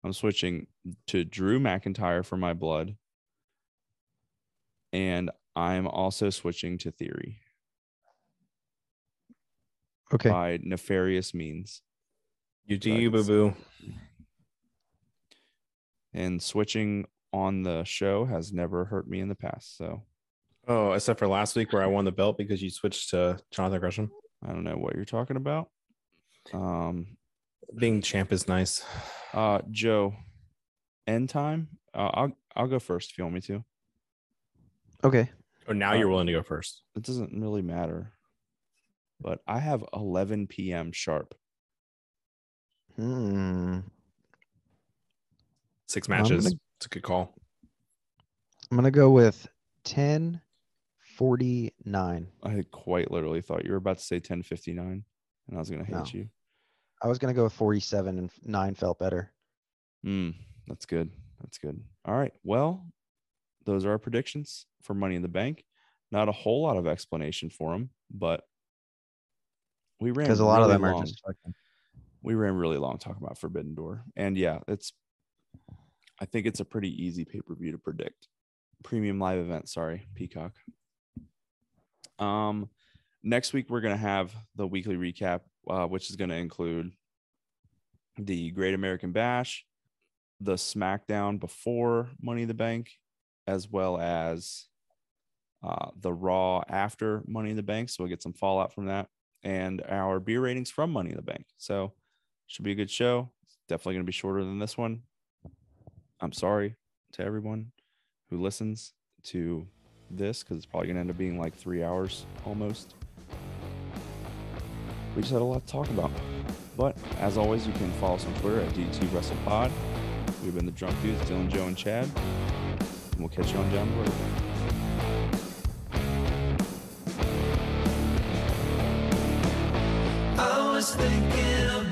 I'm switching to Drew McIntyre for my blood. And I'm also switching to theory
Okay.
by nefarious means.
You do
Right.
you boo boo.
And switching on the show has never hurt me in the past. So
Oh, except for last week where I won the belt because you switched to Jonathan Gresham.
I don't know what you're talking about. Um
Being champ is nice.
uh Joe, end time. Uh, I'll I'll go first if you want me to.
Okay.
Or Oh,
Uh,
now you're willing to go first.
it doesn't really matter. But I have 11 p.m. sharp.
Hmm.
Six
I'm
matches.
gonna-
It's a good call.
I'm gonna go with ten forty-nine.
I quite literally thought you were about to say 10:59, and I was gonna hate
No.
you.
I was gonna go with forty-seven, and f- nine felt better.
Mm, that's good. That's good. All right. Well, those are our predictions for Money in the Bank. Not a whole lot of explanation for them, but we ran
Because a lot of
really
them are
long.
just fucking.
we ran really long talking about Forbidden Door, and yeah, it's. I think it's a pretty easy pay per view to predict. Premium live event, sorry, Peacock. Um, next week we're gonna have the weekly recap, uh, which is gonna include the Great American Bash, the SmackDown before Money in the Bank, as well as uh, the Raw after Money in the Bank. So we'll get some fallout from that and our beer ratings from Money in the Bank. So should be a good show. It's definitely going to be shorter than this one. I'm sorry to everyone who listens to this because it's probably going to end up being like three hours almost. We just had a lot to talk about. But as always, you can follow us on Twitter at DT WrestlePod. We've been the Drunk Dudes, Dylan, Joe, and Chad. And we'll catch you on down the road.
I was thinking about Oh, Oh,